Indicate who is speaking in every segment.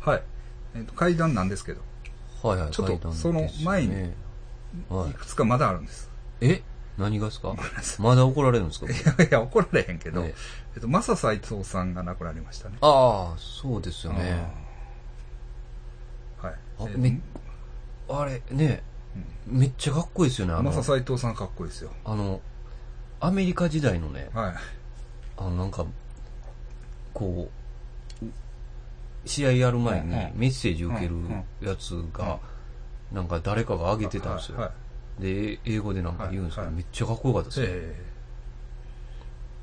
Speaker 1: はい。
Speaker 2: えっと階段なんですけど、
Speaker 1: はいはい。
Speaker 2: ちょっと
Speaker 1: 階段です
Speaker 2: その前に
Speaker 1: ねはい
Speaker 2: いくつかまだあるんです。
Speaker 1: い。え何がですかまだ怒られるんですか
Speaker 2: いやいや、怒られへんけど、
Speaker 1: ね
Speaker 2: えっと、マサ斎藤さんが亡くなりましたね。
Speaker 1: ああ、そうですよね。
Speaker 2: あーはい。
Speaker 1: あ
Speaker 2: えっと
Speaker 1: めあれ、ねめっちゃかっこいいですよね。あ
Speaker 2: マ
Speaker 1: の
Speaker 2: サ、斎藤さんかっこいいですよ。
Speaker 1: あのアメリカ時代のね、
Speaker 2: はい。
Speaker 1: あの、なんか、こう、試合やる前に
Speaker 2: うんうん
Speaker 1: メッセージ受ける
Speaker 2: うん
Speaker 1: やつが、なんか誰かが上げてたんです
Speaker 2: はい
Speaker 1: よ
Speaker 2: は。
Speaker 1: で、英語でなんか言うんですけど、
Speaker 2: はいはい
Speaker 1: めっちゃかっこよかったです
Speaker 2: い。
Speaker 1: ね。
Speaker 2: え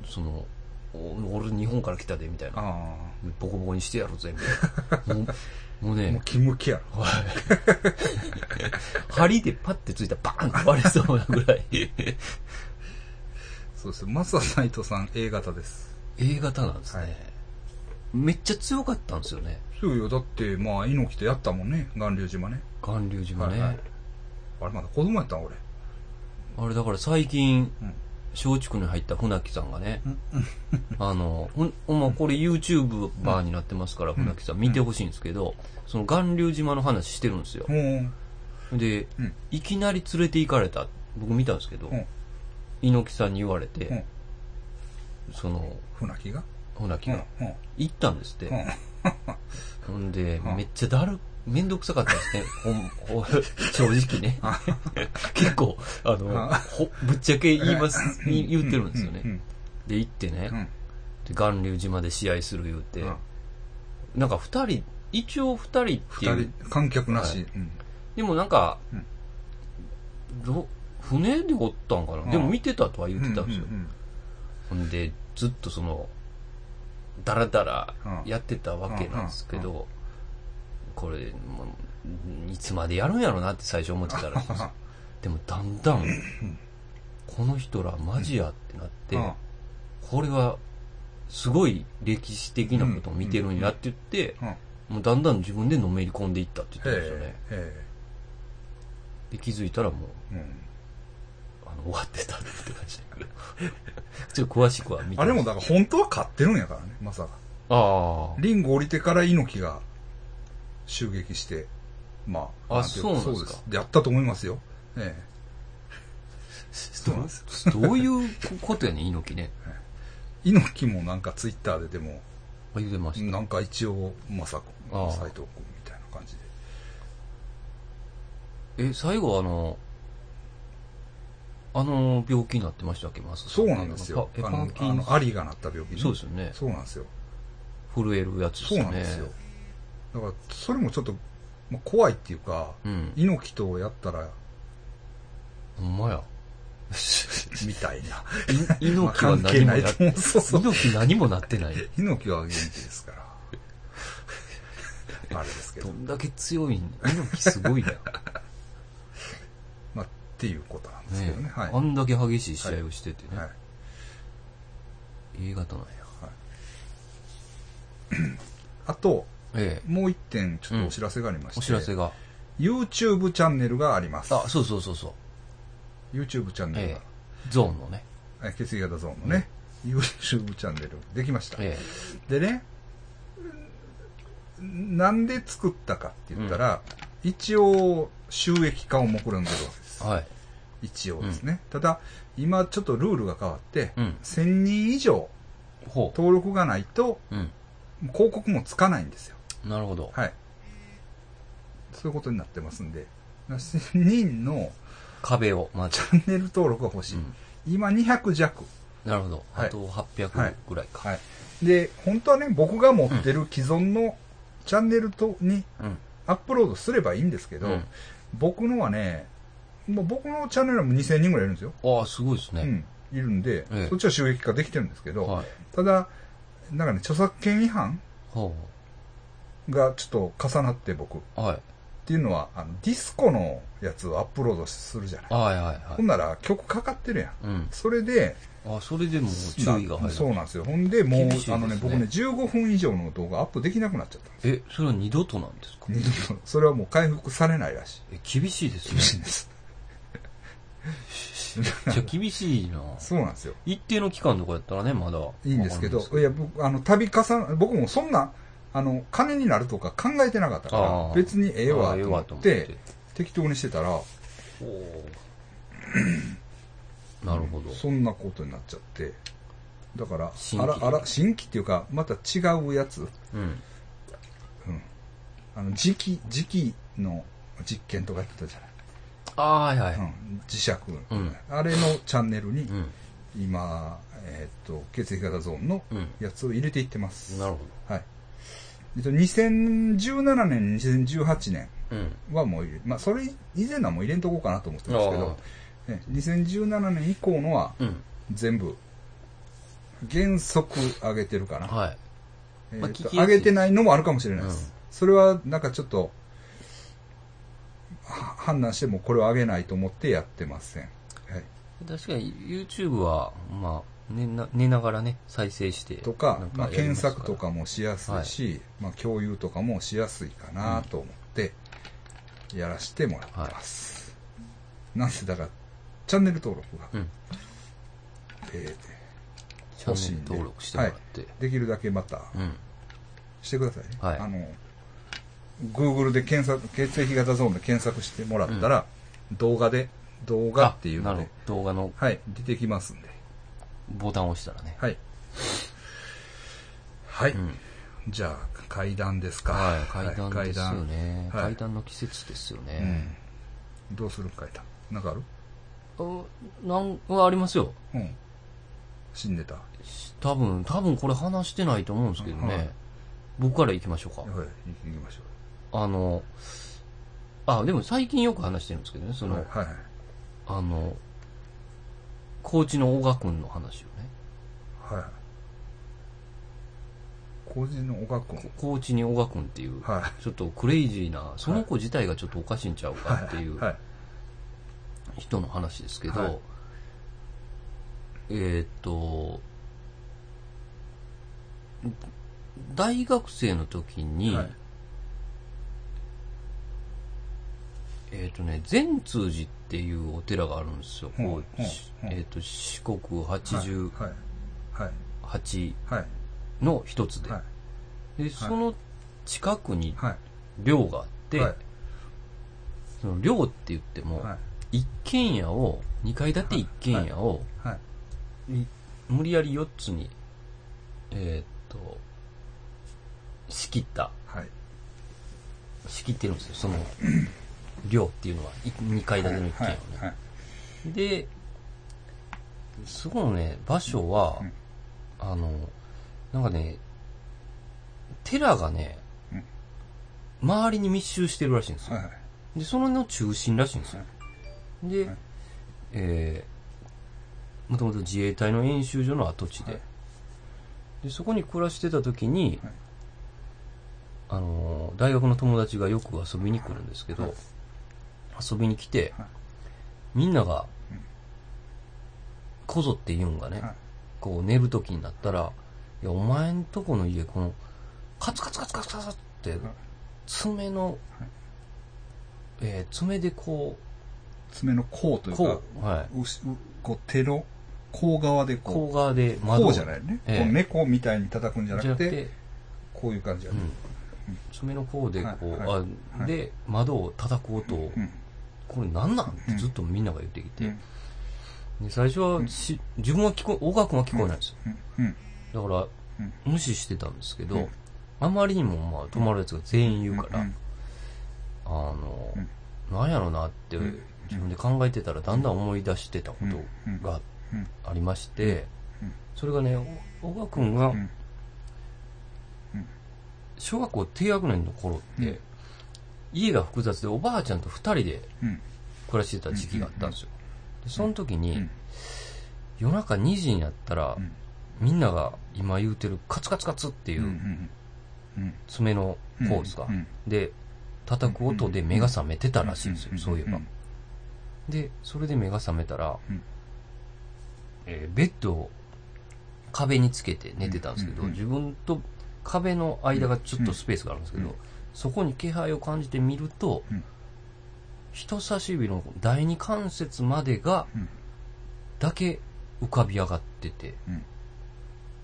Speaker 1: その、お俺日本から来たで、みたい
Speaker 2: ー、
Speaker 1: な。
Speaker 2: あ
Speaker 1: ボコボコにしてやるぜ、みた いな。もうもう
Speaker 2: あ。もう
Speaker 1: ね、
Speaker 2: キムキやろ。
Speaker 1: 針でパッてついたらバーンって割れそうなぐらい。
Speaker 2: そうです。マサ斎藤さん A 型です。
Speaker 1: A 型なんですね、
Speaker 2: はい
Speaker 1: めっちゃ強かったんですよね。
Speaker 2: そうよ。だって、まあ、猪木とやったもんね。巌流島ね。
Speaker 1: 巌流島ね。
Speaker 2: はいはいあれまだ子供やったん俺。
Speaker 1: あれだから最近
Speaker 2: うん、
Speaker 1: 松竹に入った船木さんがね、 あの、ほん、ほんまこれ YouTuber になってますから、船木さん見てほしいんですけど、その巌流島の話してるんですよ。
Speaker 2: も
Speaker 1: で、
Speaker 2: うん
Speaker 1: いきなり連れて行かれた、僕見たんですけど、
Speaker 2: うん
Speaker 1: 猪木さんに言われて、
Speaker 2: うん
Speaker 1: その、
Speaker 2: う、船木が
Speaker 1: 船木
Speaker 2: うん、
Speaker 1: が、
Speaker 2: うん。
Speaker 1: 行ったんですって。
Speaker 2: ん
Speaker 1: ほんで、
Speaker 2: うん
Speaker 1: めっちゃだる、めんどくさかったですね。ほん、 ほん正直ね。 結構、あの、
Speaker 2: あ
Speaker 1: ほ、ぶっちゃけ言います、言言ってるんですよ
Speaker 2: う
Speaker 1: ね。
Speaker 2: ん。
Speaker 1: で、行ってね
Speaker 2: う、ん。
Speaker 1: で巌流島で試合する言うて
Speaker 2: うん、
Speaker 1: なんか二人、一応二人ってい
Speaker 2: 二
Speaker 1: う
Speaker 2: 人、観客な
Speaker 1: は
Speaker 2: し。うん。
Speaker 1: でもなんか
Speaker 2: うん、
Speaker 1: ど船でおったんか
Speaker 2: うん
Speaker 1: なでも見てたとは言ってたんですよ
Speaker 2: う。ん
Speaker 1: ほんで、ずっとその、だらだらやってたわけなんですけ
Speaker 2: う
Speaker 1: ど、これ、もういつまでやるんやろなって最初思ってたらしいです。でもだんだん、この人らマジやってなって
Speaker 2: うんうん、
Speaker 1: これは、すごい歴史的なことを見てるんやって言って、
Speaker 2: うん。うん。
Speaker 1: もうだんだん自分でのめり込んでいったって言ってましたね
Speaker 2: へ。え。へ
Speaker 1: で、気づいたらもう、
Speaker 2: え。うん。
Speaker 1: あの、終わってたって言ってましたけど。 ちょっと詳しくは見て
Speaker 2: あれもだ
Speaker 1: だ
Speaker 2: から本当は勝ってるんやからね、まさか。
Speaker 1: ああ。
Speaker 2: リング降りてから猪木が襲撃して、まあ、
Speaker 1: あ
Speaker 2: ていか
Speaker 1: そうなんですか
Speaker 2: そうでやったと思いますよ。え
Speaker 1: ど
Speaker 2: うなんで
Speaker 1: どう いうことやねん、猪木ね。
Speaker 2: え。猪木もなんかツイッターででも、
Speaker 1: あ言うてました。
Speaker 2: なんか一応、まさ
Speaker 1: あ
Speaker 2: こ、
Speaker 1: あ
Speaker 2: 斎藤君みたいな感じで。
Speaker 1: え、最後あの、あの病気になってましたっけ、マス
Speaker 2: そうなんですよ。
Speaker 1: え、パ
Speaker 2: あ
Speaker 1: パ
Speaker 2: の
Speaker 1: ー、キ
Speaker 2: あ
Speaker 1: ン
Speaker 2: の、アリがなった病気ね
Speaker 1: そうですよね。
Speaker 2: そうなんですよ。
Speaker 1: 震えるやつです
Speaker 2: そう
Speaker 1: よね。
Speaker 2: なんですよ。だから、それもちょっと、まあ、怖いっていうか、
Speaker 1: うん。
Speaker 2: 猪木とやったら、
Speaker 1: ほ んまや。
Speaker 2: みたいな。
Speaker 1: い
Speaker 2: まあ
Speaker 1: 猪木は
Speaker 2: 関係
Speaker 1: 何も
Speaker 2: ない
Speaker 1: や
Speaker 2: と思う。そうそう。
Speaker 1: 猪木何もなってない。
Speaker 2: 猪木は元気ですから。あれですけ
Speaker 1: ど
Speaker 2: ど。
Speaker 1: んだけ強いん猪木すご いな。
Speaker 2: まあ、っていうことなんですけ
Speaker 1: ね
Speaker 2: ど
Speaker 1: え
Speaker 2: ね。はい。
Speaker 1: あんだけ激しい試合をしててね。
Speaker 2: はい。
Speaker 1: A 型なんや。
Speaker 2: あと、
Speaker 1: ええ。
Speaker 2: もう一点、ちょっとお知らせがありまして、
Speaker 1: お知らせが。
Speaker 2: YouTube チャンネルがあります。
Speaker 1: あ、そうそうそうそう。
Speaker 2: YouTube チャンネル
Speaker 1: え
Speaker 2: が、
Speaker 1: え。ゾーンのね。
Speaker 2: え血液型ゾーンのね、YouTube チャンネルできました。
Speaker 1: え
Speaker 2: でね、んなんで作ったかって言ったら、一応、収益化を目論んでるわけです
Speaker 1: え。。はい。
Speaker 2: 一応ですね。ただ、今ちょっとルールが変わって、
Speaker 1: うん
Speaker 2: 1000人以上
Speaker 1: ほ
Speaker 2: 登録がないと、
Speaker 1: う。うん。
Speaker 2: 広告もつかないんですよ。
Speaker 1: なるほど。
Speaker 2: はい。そういうことになってますんで、1000人の
Speaker 1: 壁を、まあ、ち
Speaker 2: チ
Speaker 1: ゃ
Speaker 2: ャンネル登録が欲しい。
Speaker 1: うん
Speaker 2: 今200弱。
Speaker 1: なるほど。
Speaker 2: はい
Speaker 1: あと800ぐらいか。
Speaker 2: はい。で、本当はね、僕が持ってる既存のチャンネルとに
Speaker 1: うん。
Speaker 2: アップロードすればいいんですけど、
Speaker 1: うん
Speaker 2: 僕のはね、もう僕のチャンネルはもう2000人ぐらいいるんですよ。
Speaker 1: ああ、すごいです
Speaker 2: う
Speaker 1: ね。
Speaker 2: ん。いるんで、
Speaker 1: ええ
Speaker 2: そっちは収益化できてるんですけど、
Speaker 1: はい。
Speaker 2: ただ、なんかね、著作権違反
Speaker 1: ほ
Speaker 2: がちょっと重なって僕。っ
Speaker 1: う。はい。
Speaker 2: ていうのは、あのディスコのやつをアップロードするじゃない。
Speaker 1: はいはいは
Speaker 2: ほんなら曲かかってるやん。
Speaker 1: い。うん。
Speaker 2: それで、
Speaker 1: あ、それでもう注意が入
Speaker 2: そう
Speaker 1: る。
Speaker 2: なんですよ。ほんで、もう、
Speaker 1: 厳しいですね
Speaker 2: あのね、僕ね、15分以上の動画アップできなくなっちゃったんです。
Speaker 1: え、それは二度となんですか
Speaker 2: 二度とそれはもう回復されないらしい。
Speaker 1: え、厳しいです
Speaker 2: 厳しい
Speaker 1: ね。
Speaker 2: です。
Speaker 1: じゃあ厳しいな
Speaker 2: そうなんですよ。
Speaker 1: 一定の期間とかやったらね、まだ。
Speaker 2: いいんですけど
Speaker 1: わか、る
Speaker 2: いや、僕、あの、度重な、僕もそんな、あの、金になるとか考えてなかったか
Speaker 1: あ
Speaker 2: ら
Speaker 1: あ、
Speaker 2: 別にええわと思
Speaker 1: ああええわと
Speaker 2: っ
Speaker 1: 思ってて、
Speaker 2: 適当にしてたら、
Speaker 1: おー なるほど。
Speaker 2: そんなことになっちゃって、だから、
Speaker 1: 新
Speaker 2: あ
Speaker 1: 規
Speaker 2: ら、あら、新規っていうか、また違うやつ、
Speaker 1: うん。
Speaker 2: あの、磁気、磁気の実験とかやってたじゃない。
Speaker 1: ああ、はいはい。
Speaker 2: うん、磁石、
Speaker 1: ん
Speaker 2: あれのチャンネルに
Speaker 1: うん。
Speaker 2: 今、えーっと血液型ゾーンの
Speaker 1: うん。
Speaker 2: やつを入れていってます、
Speaker 1: なるほ
Speaker 2: はいえっと2017年2018年
Speaker 1: ど。うん。
Speaker 2: はもう入れまあそれ以前のはもう入れんとこうかなと思ってますけど、ね、2017年以降のは
Speaker 1: うん。
Speaker 2: 全部原則上げてるかな、
Speaker 1: はい。
Speaker 2: えーっ
Speaker 1: まあ
Speaker 2: と
Speaker 1: 聞きやすい
Speaker 2: 上げてないのもあるかもしれないです、
Speaker 1: うん
Speaker 2: それはなんかちょっとは判断してもこれを上げないと思ってやってません、はい、
Speaker 1: 確かに YouTube は、まあ、寝な寝ながらね、再生して。
Speaker 2: とか
Speaker 1: なん
Speaker 2: まあ、
Speaker 1: やり
Speaker 2: 検
Speaker 1: ますら
Speaker 2: 索と。かもしやすいし、まあ、共有とかもしやすいかなと思ってやらしてもらってます、なんせだからチャンネル登録が、
Speaker 1: うん。
Speaker 2: え
Speaker 1: チャンネル登録してもらって。
Speaker 2: ーできるだけまた
Speaker 1: うん。
Speaker 2: してくださいね、
Speaker 1: はい
Speaker 2: あの Google で検索血液型ゾーンで検索してもらったら、動画で動画っていう
Speaker 1: あ
Speaker 2: の
Speaker 1: な
Speaker 2: で
Speaker 1: るほど動画の
Speaker 2: はい出てきますんで
Speaker 1: ボタンを押したらね。
Speaker 2: はいはい、
Speaker 1: うん。
Speaker 2: じゃあ階段ですか
Speaker 1: はい。階段
Speaker 2: はい
Speaker 1: ですよね。
Speaker 2: はい
Speaker 1: 階段の季節ですよ
Speaker 2: う
Speaker 1: ね。
Speaker 2: んどうする階段なんかある
Speaker 1: うん。なん、うわありますよ。
Speaker 2: うん。死んでた。は
Speaker 1: し多分、多分これ話してないと思うんですけどね。
Speaker 2: はい
Speaker 1: 僕から行きましょうか
Speaker 2: い、。行きましょ。
Speaker 1: あの、あ、でも最近よく話してるんですけどね、そうの、
Speaker 2: はいはい。
Speaker 1: あの、高知の小賀くんの話をね。
Speaker 2: はい。工事のおかっこ。
Speaker 1: こ高知に小賀くんっていう、
Speaker 2: は
Speaker 1: ちょっとクレイジーな、その子自体がちょっとおかしいんちゃう
Speaker 2: い。は
Speaker 1: かっていう
Speaker 2: はい。はい
Speaker 1: 人の話ですけど、
Speaker 2: はい
Speaker 1: えーっと、大学生の時に、
Speaker 2: はい
Speaker 1: えーっとね、善通寺っていうお寺があるんですよ。
Speaker 2: うん
Speaker 1: こ
Speaker 2: う
Speaker 1: う
Speaker 2: ん
Speaker 1: し
Speaker 2: うん
Speaker 1: えーっと、四国88
Speaker 2: はい。はい。はい。
Speaker 1: の一つで。
Speaker 2: はい。
Speaker 1: で、その近くに
Speaker 2: はい。
Speaker 1: 寮があって、
Speaker 2: はい。
Speaker 1: その寮って言っても、
Speaker 2: はい。
Speaker 1: 一軒家を、二階建て一軒家を、
Speaker 2: はい。
Speaker 1: い無理やり4つに、えーっと、仕切った、
Speaker 2: はい。
Speaker 1: 仕切ってるんです よ、その、量っていうのは、2階建ての一軒家を
Speaker 2: は
Speaker 1: ね。
Speaker 2: い。はい。
Speaker 1: で、そこのね、場所は、
Speaker 2: うん
Speaker 1: あの、なんかね、寺がね、
Speaker 2: うん
Speaker 1: 周りに密集してるらしいんですよ。
Speaker 2: はい。
Speaker 1: で、そのの中心らしいんですよ。で、
Speaker 2: はい
Speaker 1: えー、もともと自衛隊の演習所の跡地で、
Speaker 2: はい
Speaker 1: でそこに暮らしてた時に、
Speaker 2: はい
Speaker 1: あのー大学の友達がよく遊びに来るんですけど、
Speaker 2: はい
Speaker 1: 遊びに来て、
Speaker 2: はい
Speaker 1: みんなが
Speaker 2: うん、
Speaker 1: こぞって言うんがね、
Speaker 2: はい
Speaker 1: こう寝る時になったら、いや、お前んとこの家、この、カツカツカツカツカツって、爪の、えー爪でこ、
Speaker 2: 爪の甲といううか、
Speaker 1: こう、は
Speaker 2: うしうこう手の甲側で
Speaker 1: い、こ
Speaker 2: こ
Speaker 1: う側で
Speaker 2: う、こ
Speaker 1: 窓
Speaker 2: う
Speaker 1: を
Speaker 2: じゃないね。
Speaker 1: ええ
Speaker 2: こう猫みたいに叩くんじゃな
Speaker 1: じゃ
Speaker 2: く
Speaker 1: なく
Speaker 2: て、
Speaker 1: て、
Speaker 2: こういう感じや
Speaker 1: う
Speaker 2: ね
Speaker 1: ん。爪の甲でこう、
Speaker 2: はいはい
Speaker 1: あ
Speaker 2: はい
Speaker 1: で、窓を叩く音を、
Speaker 2: うん。
Speaker 1: これなんなんってずっとみんなが言ってきて、
Speaker 2: うん
Speaker 1: で最初はし、自分は聞こえ、音楽は聞こえないんですよ。
Speaker 2: うん。
Speaker 1: だから、
Speaker 2: うん
Speaker 1: 無視してたんですけど、
Speaker 2: うん
Speaker 1: あまりにもまあ泊まるやつが全員言うから、
Speaker 2: ん
Speaker 1: あの、
Speaker 2: うん
Speaker 1: なんやろなって
Speaker 2: うん
Speaker 1: 自分で考えてたらだんだん思い出してたことが
Speaker 2: うん
Speaker 1: ありまして
Speaker 2: うん、
Speaker 1: それがね、小川くんが
Speaker 2: うん
Speaker 1: 小学校低学年の頃っ
Speaker 2: う
Speaker 1: て、
Speaker 2: ん
Speaker 1: 家が複雑でおばあちゃんと二人で
Speaker 2: うん。
Speaker 1: 暮らしてた時期があったんですよ。でその時に、
Speaker 2: うん
Speaker 1: 夜中2時になったら、
Speaker 2: うん
Speaker 1: みんなが今言うてるカツカツカツってい
Speaker 2: うんう
Speaker 1: うん
Speaker 2: うん
Speaker 1: 爪の
Speaker 2: うん
Speaker 1: 甲ですか、
Speaker 2: うん
Speaker 1: で、叩く音で目が覚めてたらしいんです
Speaker 2: う
Speaker 1: よ、
Speaker 2: ん
Speaker 1: そういえば
Speaker 2: ん。
Speaker 1: で、それで目が覚めたら、
Speaker 2: うん
Speaker 1: えーベッドを壁につけて寝てたんですけど、
Speaker 2: うんうんうん
Speaker 1: 自分と壁の間がちょっとスペースがあるんですけど、
Speaker 2: うんうん
Speaker 1: そこに気配を感じてみると、
Speaker 2: うん
Speaker 1: 人差し指の第二関節までが、
Speaker 2: うん
Speaker 1: だけ浮かび上がってて、
Speaker 2: うん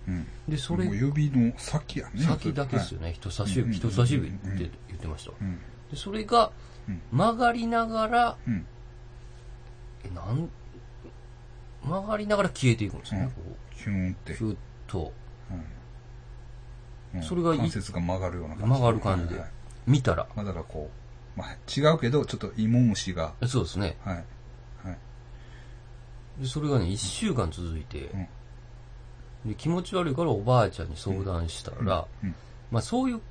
Speaker 2: うん。
Speaker 1: で、それ
Speaker 2: もう、指の先やね。
Speaker 1: 先だけですよね。人差し
Speaker 2: う
Speaker 1: 指、
Speaker 2: ん
Speaker 1: 人差し指って
Speaker 2: うん
Speaker 1: 言ってました。
Speaker 2: はい。うん。
Speaker 1: で、それが
Speaker 2: うん
Speaker 1: 曲がりながら、
Speaker 2: うん。
Speaker 1: えなん、曲がりながら消えていくんです
Speaker 2: う
Speaker 1: よ
Speaker 2: ん
Speaker 1: ね。こう
Speaker 2: キューンって。
Speaker 1: ひゅっと、
Speaker 2: うんうん
Speaker 1: それがいい
Speaker 2: 関節が曲がるような感じ。
Speaker 1: 曲がる感じで
Speaker 2: はいはい
Speaker 1: 見たら、
Speaker 2: まあだからこう、まあ違うけど、ちょっと芋虫が、
Speaker 1: そうですね。
Speaker 2: はい。はい。
Speaker 1: で、それがね、1週間続いて
Speaker 2: うん、
Speaker 1: で、気持ち悪いからおばあちゃんに相談したら、
Speaker 2: うん。
Speaker 1: まあそういう、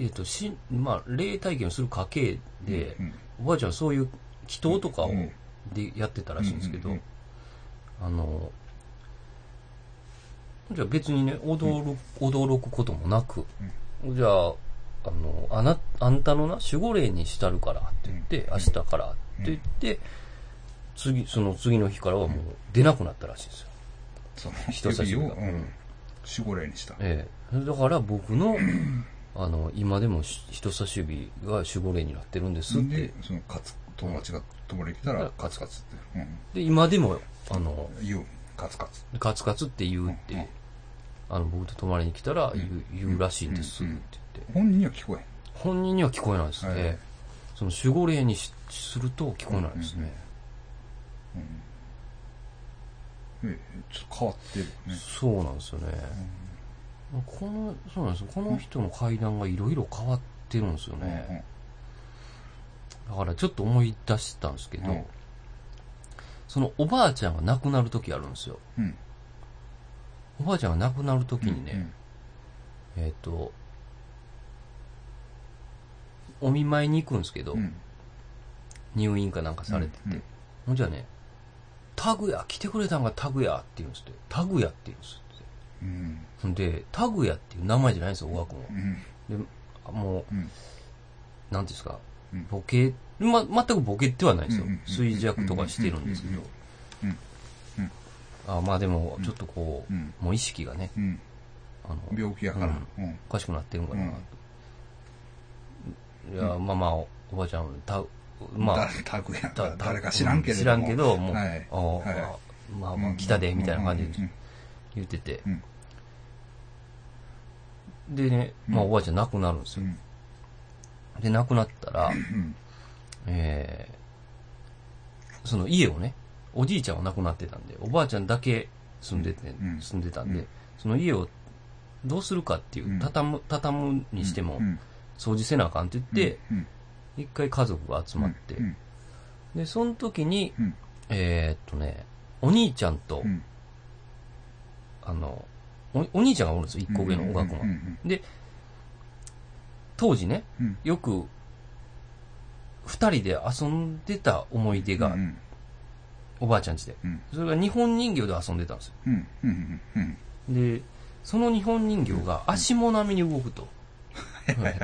Speaker 1: えっ、と、し、まあ、霊体験をする家系で、
Speaker 2: うん
Speaker 1: おばあちゃんはそういう祈祷とかを
Speaker 2: うん
Speaker 1: でやってたらしいんですけど、
Speaker 2: うんうん
Speaker 1: あの、じゃあ別にね、驚く、驚くこともなく、じゃあ、あの、あな、あんたのな、守護霊にしたるからって言って、明日からって言って、次、その次の日からはもう出なくなったらしいんですよ。
Speaker 2: その
Speaker 1: 人差し
Speaker 2: 指
Speaker 1: 指
Speaker 2: を、
Speaker 1: が
Speaker 2: うん守護霊にした。
Speaker 1: ええ。だから僕の、あの、今でもし人差し指が守護霊になってるんですって
Speaker 2: で。、その、カツ、友達が泊まりに来た
Speaker 1: う
Speaker 2: ら
Speaker 1: ん、
Speaker 2: カツカツって、う
Speaker 1: で、今でも、あの、
Speaker 2: ん、言う。カツカツ。
Speaker 1: カツカツって言うって、
Speaker 2: うん
Speaker 1: あの、僕と泊まりに来たら言う,、言うらしいんですっ
Speaker 2: うん
Speaker 1: て言って、
Speaker 2: 本人には聞こえ
Speaker 1: 本人には聞こえないですね。
Speaker 2: はい
Speaker 1: その守護霊にしすると聞こえないですね。
Speaker 2: へん。ええちょっと変わってるよね。
Speaker 1: そうなんですよね。この、そうなんですよこの人の階段がいろいろ変わってるんですよね。だからちょっと思い出したんですけど、
Speaker 2: うん
Speaker 1: そのおばあちゃんが亡くなる時あるんですよ。
Speaker 2: うん。うん。
Speaker 1: おばあちゃんが亡くなる時にね、
Speaker 2: うん
Speaker 1: えっ、と、お見舞いに行くんですけど、
Speaker 2: うん。
Speaker 1: 入院かなんかされてて、
Speaker 2: うんうん
Speaker 1: ほんじゃね、タグヤ、来てくれたんがタグヤって言うんですって。タグヤって言うんですって。
Speaker 2: うん。
Speaker 1: ほんで、タグヤっていう名前じゃないんですよ、小川君は
Speaker 2: う。ん。
Speaker 1: で、あもう、
Speaker 2: うん
Speaker 1: なんていうんですか
Speaker 2: うん、
Speaker 1: ボケ、ま、全くボケてはないんですよ
Speaker 2: うんうんうん。
Speaker 1: 衰弱とかしてるんですけど
Speaker 2: うんうん。
Speaker 1: あまあでも、ちょっとこう、
Speaker 2: うん
Speaker 1: もう意識がね、
Speaker 2: うん。
Speaker 1: あの、
Speaker 2: 病気やから。
Speaker 1: うん
Speaker 2: うん。
Speaker 1: おかしくなってるのかなと。いや、まあまあ、おおばあちゃん、た、まあ
Speaker 2: だ、タグや
Speaker 1: だ
Speaker 2: 誰か知らんけれども。
Speaker 1: 知らんけど、もう、
Speaker 2: はい。
Speaker 1: あ
Speaker 2: は
Speaker 1: あ、まあ
Speaker 2: い
Speaker 1: まあ、来たで、みたいな感じ
Speaker 2: うんうん
Speaker 1: で言ってて
Speaker 2: う。ん
Speaker 1: でね、まあおばあちゃん亡くなるんです
Speaker 2: う
Speaker 1: よ。
Speaker 2: ん。
Speaker 1: で、亡くなったら、えーその家をね、おじいちゃんは亡くなってたんで、おばあちゃんだけ住んでて、
Speaker 2: うん
Speaker 1: 住んでたんで、
Speaker 2: うん
Speaker 1: その家をどうするかっていうう、
Speaker 2: ん
Speaker 1: 畳む、畳むにしても
Speaker 2: う、ん、
Speaker 1: 掃除せなあかんって言って、
Speaker 2: うん、
Speaker 1: 一回家族が集まって
Speaker 2: う、ん、
Speaker 1: で、その時に、
Speaker 2: うん、
Speaker 1: えーっとね、お兄ちゃんと
Speaker 2: う、ん、
Speaker 1: あの、おお兄ちゃんがおるんですよ、一個上の小川君
Speaker 2: うん、う
Speaker 1: は。
Speaker 2: ん
Speaker 1: で、当時ね、
Speaker 2: うん、
Speaker 1: よく、二人で遊んでた思い出が
Speaker 2: う、ん、
Speaker 1: おばあちゃん家で。
Speaker 2: うん、
Speaker 1: それが日本人形で遊んでたんですよ。
Speaker 2: うん、うん、うん、
Speaker 1: で、その日本人形が足も並みに動くと。はい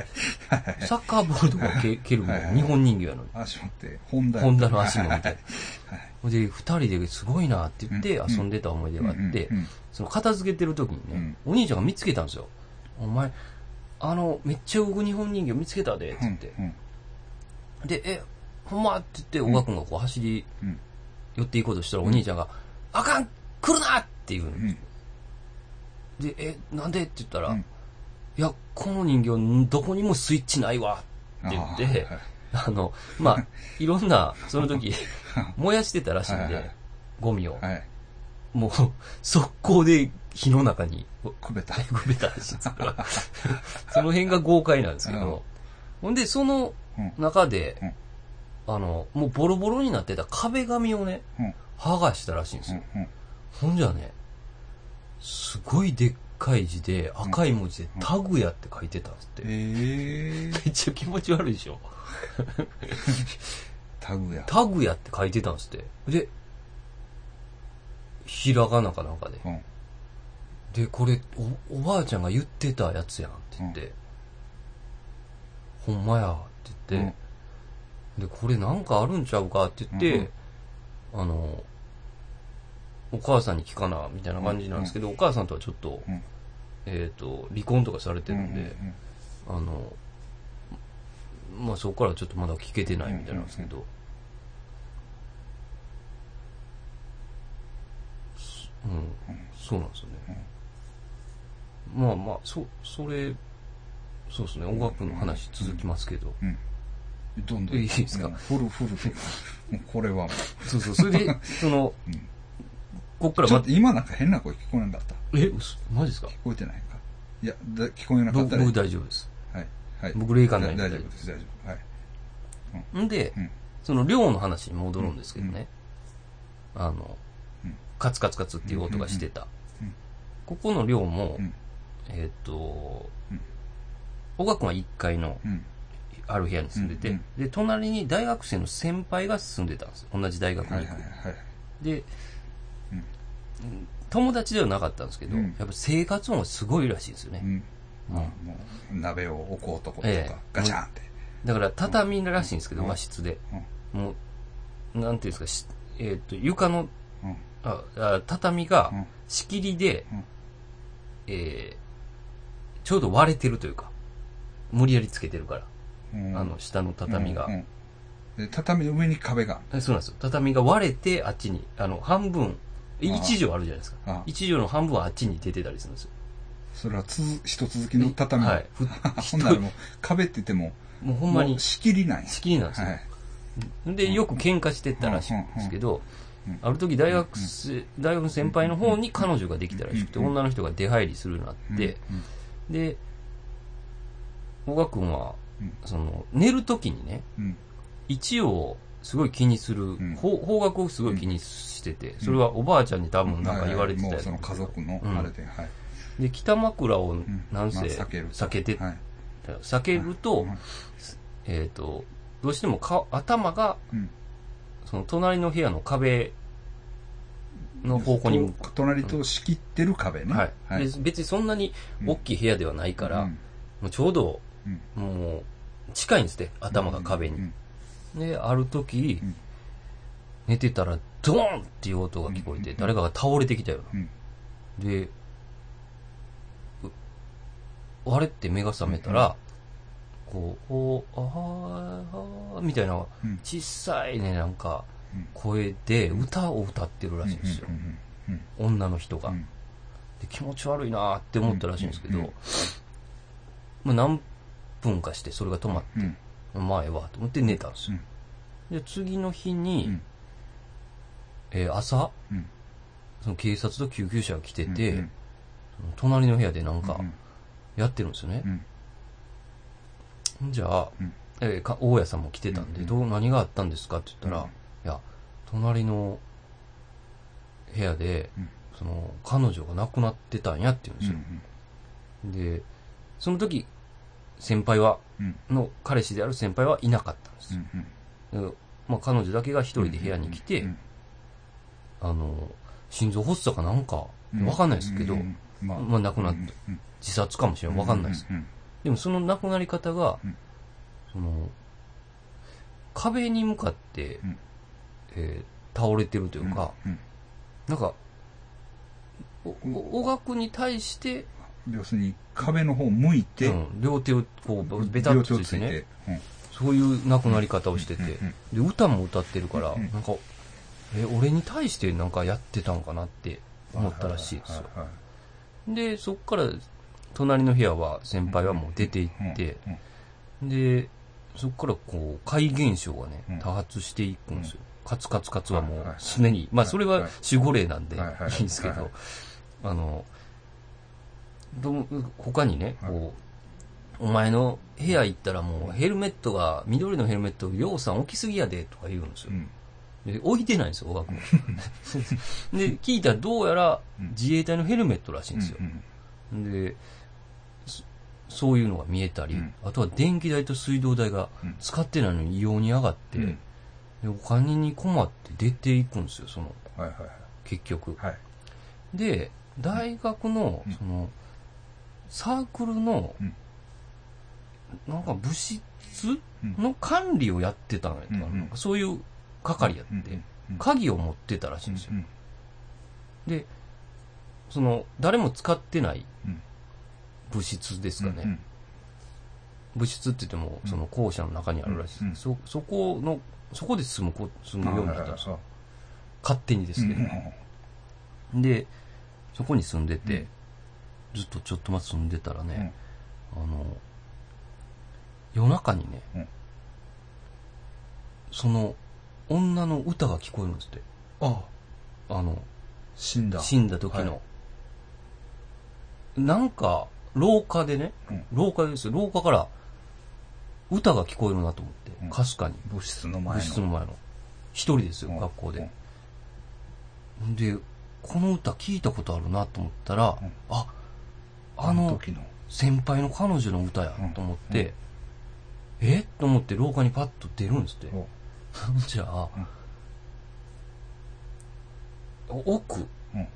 Speaker 1: サッカーボールとかを蹴蹴るも日本人形やのに。
Speaker 2: 足持って、本田。
Speaker 1: ホンダの足もみたいな。で、二人ですごいなって言って遊んでた思い出があって
Speaker 2: うんうんうん、
Speaker 1: その片付けてる時にね、お兄ちゃんが見つけたんですよ。お前、あの、めっちゃ動く日本人形見つけたで、って言って。
Speaker 2: うん、
Speaker 1: で、え、ほんまって言って、小川くんがこう走り
Speaker 2: うん、
Speaker 1: 寄っていこうとしたら、お兄ちゃんが、あかん来るなって言うの
Speaker 2: うん、
Speaker 1: で、え、なんでって言ったら、
Speaker 2: うん
Speaker 1: いや、この人形ん、どこにもスイッチないわって言って、あ,、の、ま あ、いろんな、その時、燃やしてたらしいんで、
Speaker 2: はいはい
Speaker 1: ゴミを、
Speaker 2: はい、
Speaker 1: もう、速攻で火の中に、こ
Speaker 2: くべた。
Speaker 1: べたらしいんですけど その辺が豪快なんですけど、ほんで、その
Speaker 2: うん、
Speaker 1: 中で、あの、もうボロボロになってた壁紙をね、
Speaker 2: うん、
Speaker 1: 剥がしたらしいんですよ。
Speaker 2: うん、
Speaker 1: ほんじゃね、すごいでっかい字で、赤い文字で、タグヤって書いてたんですって。
Speaker 2: えー、
Speaker 1: めっちゃ気持ち悪いでしょ。
Speaker 2: タグや。
Speaker 1: タグヤって書いてたんですって。で、ひらがなかなんかで。
Speaker 2: うん、
Speaker 1: で、これ、お、おばあちゃんが言ってたやつやんって言って、ほんまやって言って、で、これなんかあるんちゃうかって言って、あの、お母さんに聞かな、みたいな感じなんですけど、お母さんとはちょっと、
Speaker 2: うん
Speaker 1: えっ、と、離婚とかされて
Speaker 2: う
Speaker 1: る
Speaker 2: ん、
Speaker 1: んで、あの、まあそこからちょっとまだ聞けてないみたいなんですけど、うん、そうなんですよね。まあまあ、そ、それ、そうですね、音楽の話続きますけど。
Speaker 2: うん。どんどん。
Speaker 1: いいですか
Speaker 2: もうフルフルフル。もうこれはもう。
Speaker 1: そう そう、それで、その、
Speaker 2: うん
Speaker 1: こっから
Speaker 2: ちょ
Speaker 1: ま
Speaker 2: っと、今なんか変な声聞こえなかった。
Speaker 1: え、嘘マジですか
Speaker 2: 聞こえてないか。いや、だ聞こえなかっ
Speaker 1: 僕
Speaker 2: たら。
Speaker 1: 僕大丈夫です。
Speaker 2: はい。はい。
Speaker 1: 僕霊感ない
Speaker 2: だ
Speaker 1: んで
Speaker 2: 大丈夫です、大丈夫。はい。
Speaker 1: んで、
Speaker 2: うん
Speaker 1: その量の話に戻るんですけどね、あの、
Speaker 2: うん
Speaker 1: カツカツカツっていう音がしてた。
Speaker 2: うんうん
Speaker 1: ここの量も、
Speaker 2: うん
Speaker 1: えーっ、と
Speaker 2: うん、
Speaker 1: 小川君は1階の
Speaker 2: うん。
Speaker 1: ある部屋に住んでて、
Speaker 2: うん
Speaker 1: で、隣に大学生の先輩が住んでたんですよ。同じ大学に
Speaker 2: はい
Speaker 1: 行
Speaker 2: はい
Speaker 1: く。
Speaker 2: はい。
Speaker 1: で、
Speaker 2: うん
Speaker 1: うん友達ではなかったんですけど、
Speaker 2: うん
Speaker 1: やっぱ生活音がすごいらしいんですよ
Speaker 2: う
Speaker 1: ね。
Speaker 2: ん。
Speaker 1: うん
Speaker 2: まあ、もう、鍋を置こうとこと
Speaker 1: え
Speaker 2: か
Speaker 1: え、
Speaker 2: ガチャンって。
Speaker 1: だから畳らしいんですけど、
Speaker 2: うん
Speaker 1: 和室で。もう、なんていうんですかし、えーっ、と、床の
Speaker 2: うん。うん。
Speaker 1: ああ畳が
Speaker 2: うん
Speaker 1: 仕切りで、
Speaker 2: うん
Speaker 1: えーちょうど割れてるというか、無理やりつけてるから、
Speaker 2: うん
Speaker 1: あの、下の畳が。
Speaker 2: うんうんで畳の上に壁がある。
Speaker 1: えそうなんですよ。畳が割れて、あっちに、あの、半分、い
Speaker 2: ああ
Speaker 1: 一畳あるじゃないです
Speaker 2: ああ
Speaker 1: か。一畳の半分はあっちに出てたりするんですよ。
Speaker 2: それはつづ一続きの畳。
Speaker 1: はい。ふ
Speaker 2: ほんならもう、壁って言っても、
Speaker 1: もうほんま
Speaker 2: も
Speaker 1: に
Speaker 2: う仕切りない。
Speaker 1: 仕切りなんですよ。
Speaker 2: はい。
Speaker 1: で、よく喧嘩してたらしいんですけど
Speaker 2: うんうんうん、
Speaker 1: ある時大学生、大学の先輩の方に彼女ができたらしくて、
Speaker 2: うんうん
Speaker 1: 女の人が出入りするようになって、
Speaker 2: うん、
Speaker 1: で、小川くんは
Speaker 2: うん、
Speaker 1: その、寝るときにね、
Speaker 2: うん、
Speaker 1: 位置をすごい気にする、
Speaker 2: ん
Speaker 1: 方方角をすごい気にしてて、それはおばあちゃんに多分なんか言われてた
Speaker 2: はいはいもう
Speaker 1: やつ
Speaker 2: その家族のあれで、はい。
Speaker 1: で、北枕を
Speaker 2: うん
Speaker 1: なんせ
Speaker 2: まあ
Speaker 1: 避
Speaker 2: 避けると。
Speaker 1: けて、
Speaker 2: はい。
Speaker 1: 避けると、えっと、どうしてもか頭が、
Speaker 2: うん。
Speaker 1: その隣の部屋の壁の方向に向く。
Speaker 2: 隣と仕切ってる壁ね。
Speaker 1: はい、で別にそんなに大きい部屋ではないから、
Speaker 2: うん
Speaker 1: もうちょうど、
Speaker 2: うん
Speaker 1: もう、近いんですって、頭が壁に。
Speaker 2: うん
Speaker 1: で、ある時、
Speaker 2: うん
Speaker 1: 寝てたら、ドーンっていう音が聞こえて、誰かが倒れてきたよ
Speaker 2: うんうん
Speaker 1: な。で、うあれって目が覚めたら、こう、おー、あー、あーみたいな
Speaker 2: うん、
Speaker 1: 小さいね、なんか
Speaker 2: うん、
Speaker 1: 声で歌を歌ってるらしいんですよ
Speaker 2: う。んうん
Speaker 1: 女の人が
Speaker 2: うん。
Speaker 1: で気持ち悪いなーって思ったらしいんですけ
Speaker 2: うんうん
Speaker 1: ど、まあ何分かしてそれが止まっ
Speaker 2: うんうん
Speaker 1: 前はと思って寝たんですよ。で、次の日に、
Speaker 2: うん
Speaker 1: えー朝、
Speaker 2: うん
Speaker 1: その警察と救急車が来て
Speaker 2: うん
Speaker 1: て、
Speaker 2: うん
Speaker 1: その隣の部屋でなんか
Speaker 2: うん
Speaker 1: やってるんですよね
Speaker 2: う。ん
Speaker 1: じゃあ、
Speaker 2: うん
Speaker 1: えーか大家さんも来てたんで、
Speaker 2: うん
Speaker 1: どう何があったんですかって言ったら、
Speaker 2: うん
Speaker 1: いや、隣の部屋で、
Speaker 2: うん
Speaker 1: その彼女が亡くなってたんやって言うんで
Speaker 2: う
Speaker 1: すよ。
Speaker 2: ん
Speaker 1: で、その時、先輩は、
Speaker 2: うん
Speaker 1: の彼氏である先輩はいなかったんです
Speaker 2: う
Speaker 1: よ。
Speaker 2: ん
Speaker 1: でまあ、彼女だけが一人で部屋に来て、
Speaker 2: うん
Speaker 1: あの、心臓発作かなんか、わかんないですけど、
Speaker 2: うんうんまあ
Speaker 1: まあ亡くなっ
Speaker 2: うん
Speaker 1: 自殺かもしれ、
Speaker 2: うんん
Speaker 1: わかんないです。
Speaker 2: うんうん
Speaker 1: でもその亡くなり方が
Speaker 2: うん、
Speaker 1: その、壁に向かって
Speaker 2: うん、
Speaker 1: えー倒れてるというか、
Speaker 2: うん
Speaker 1: なんか、おお小学に対して、
Speaker 2: 要するに壁の方向いて、
Speaker 1: うん両手をこう、ベタ
Speaker 2: 両
Speaker 1: ッ
Speaker 2: 手を
Speaker 1: と
Speaker 2: つ
Speaker 1: つ
Speaker 2: い
Speaker 1: いて
Speaker 2: て
Speaker 1: ね、、そういう亡くなり方をしてて、で、歌も歌ってるから、
Speaker 2: うん
Speaker 1: なんか、え、俺に対してなんかやってたんかなって
Speaker 2: うん
Speaker 1: 思ったらしいですよ。
Speaker 2: ははは
Speaker 1: で、そっから、隣の部屋は、先輩はもう出て行って、
Speaker 2: うん
Speaker 1: で、そっからこう、怪現象がね
Speaker 2: うん、
Speaker 1: 多発していくんですよ。カツカツカツは
Speaker 2: は
Speaker 1: も
Speaker 2: いはい、
Speaker 1: う常に、まあ
Speaker 2: はい
Speaker 1: それは守護霊なんで、い
Speaker 2: はいはい
Speaker 1: いんですけ
Speaker 2: はいは
Speaker 1: ど、あの、どう他にね、
Speaker 2: はい
Speaker 1: こう、お前の部屋行ったらもうヘルメットが、緑のヘルメット、ようさん置きすぎやで、とか言うんですよ
Speaker 2: う。ん
Speaker 1: で置いてないんですよ、小川 君。で、聞いたらどうやら
Speaker 2: うん
Speaker 1: 自衛隊のヘルメットらしいんですよ。
Speaker 2: うん
Speaker 1: で、そそういうのが見えたり、
Speaker 2: うん
Speaker 1: あとは電気代と水道代が
Speaker 2: うん
Speaker 1: 使ってないのに異様に上がって、
Speaker 2: うん
Speaker 1: でお金に困って出ていくんですよ、その、
Speaker 2: はいはい
Speaker 1: 結局。
Speaker 2: はい。はい。
Speaker 1: で、大学の、
Speaker 2: うん
Speaker 1: その、サークルの
Speaker 2: うん、
Speaker 1: なんか物質
Speaker 2: うん
Speaker 1: の管理をやってたのやったかな
Speaker 2: うん
Speaker 1: なんかそういう係やって、
Speaker 2: うん
Speaker 1: 鍵を持ってたらしいんですよ。
Speaker 2: うん
Speaker 1: で、その、誰も使ってない
Speaker 2: うん
Speaker 1: 物質ですかね。
Speaker 2: うん
Speaker 1: 物質って言っても、その校舎の中にあるらしいです、
Speaker 2: うん
Speaker 1: そ、そこの、そこで住むこ、住むようになったんですよ
Speaker 2: あ
Speaker 1: 勝手にですけど。で、そこに住んでて、ずっとちょっと前住んでたらね、あの、夜中にね、
Speaker 2: うん
Speaker 1: その女の歌が聞こえるんですって。
Speaker 2: あ
Speaker 1: あの、
Speaker 2: 死んだ。
Speaker 1: 死んだ時の。
Speaker 2: はい
Speaker 1: なんか、廊下でね、
Speaker 2: うん
Speaker 1: 廊下ですよ廊下から歌が聞こえるなと思って
Speaker 2: うん、
Speaker 1: かすかに。
Speaker 2: 物質の前の。
Speaker 1: 部室の前の。一人ですよ、
Speaker 2: うん
Speaker 1: 学校
Speaker 2: うん
Speaker 1: で。で、この歌聞いたことあるなと思ったら、
Speaker 2: うん
Speaker 1: あ、あ
Speaker 2: あの
Speaker 1: の
Speaker 2: 時の。
Speaker 1: 先輩の彼女の歌やと思って、えと思って廊下にパッと出るんですって。
Speaker 2: お
Speaker 1: じゃあ、奥、
Speaker 2: うん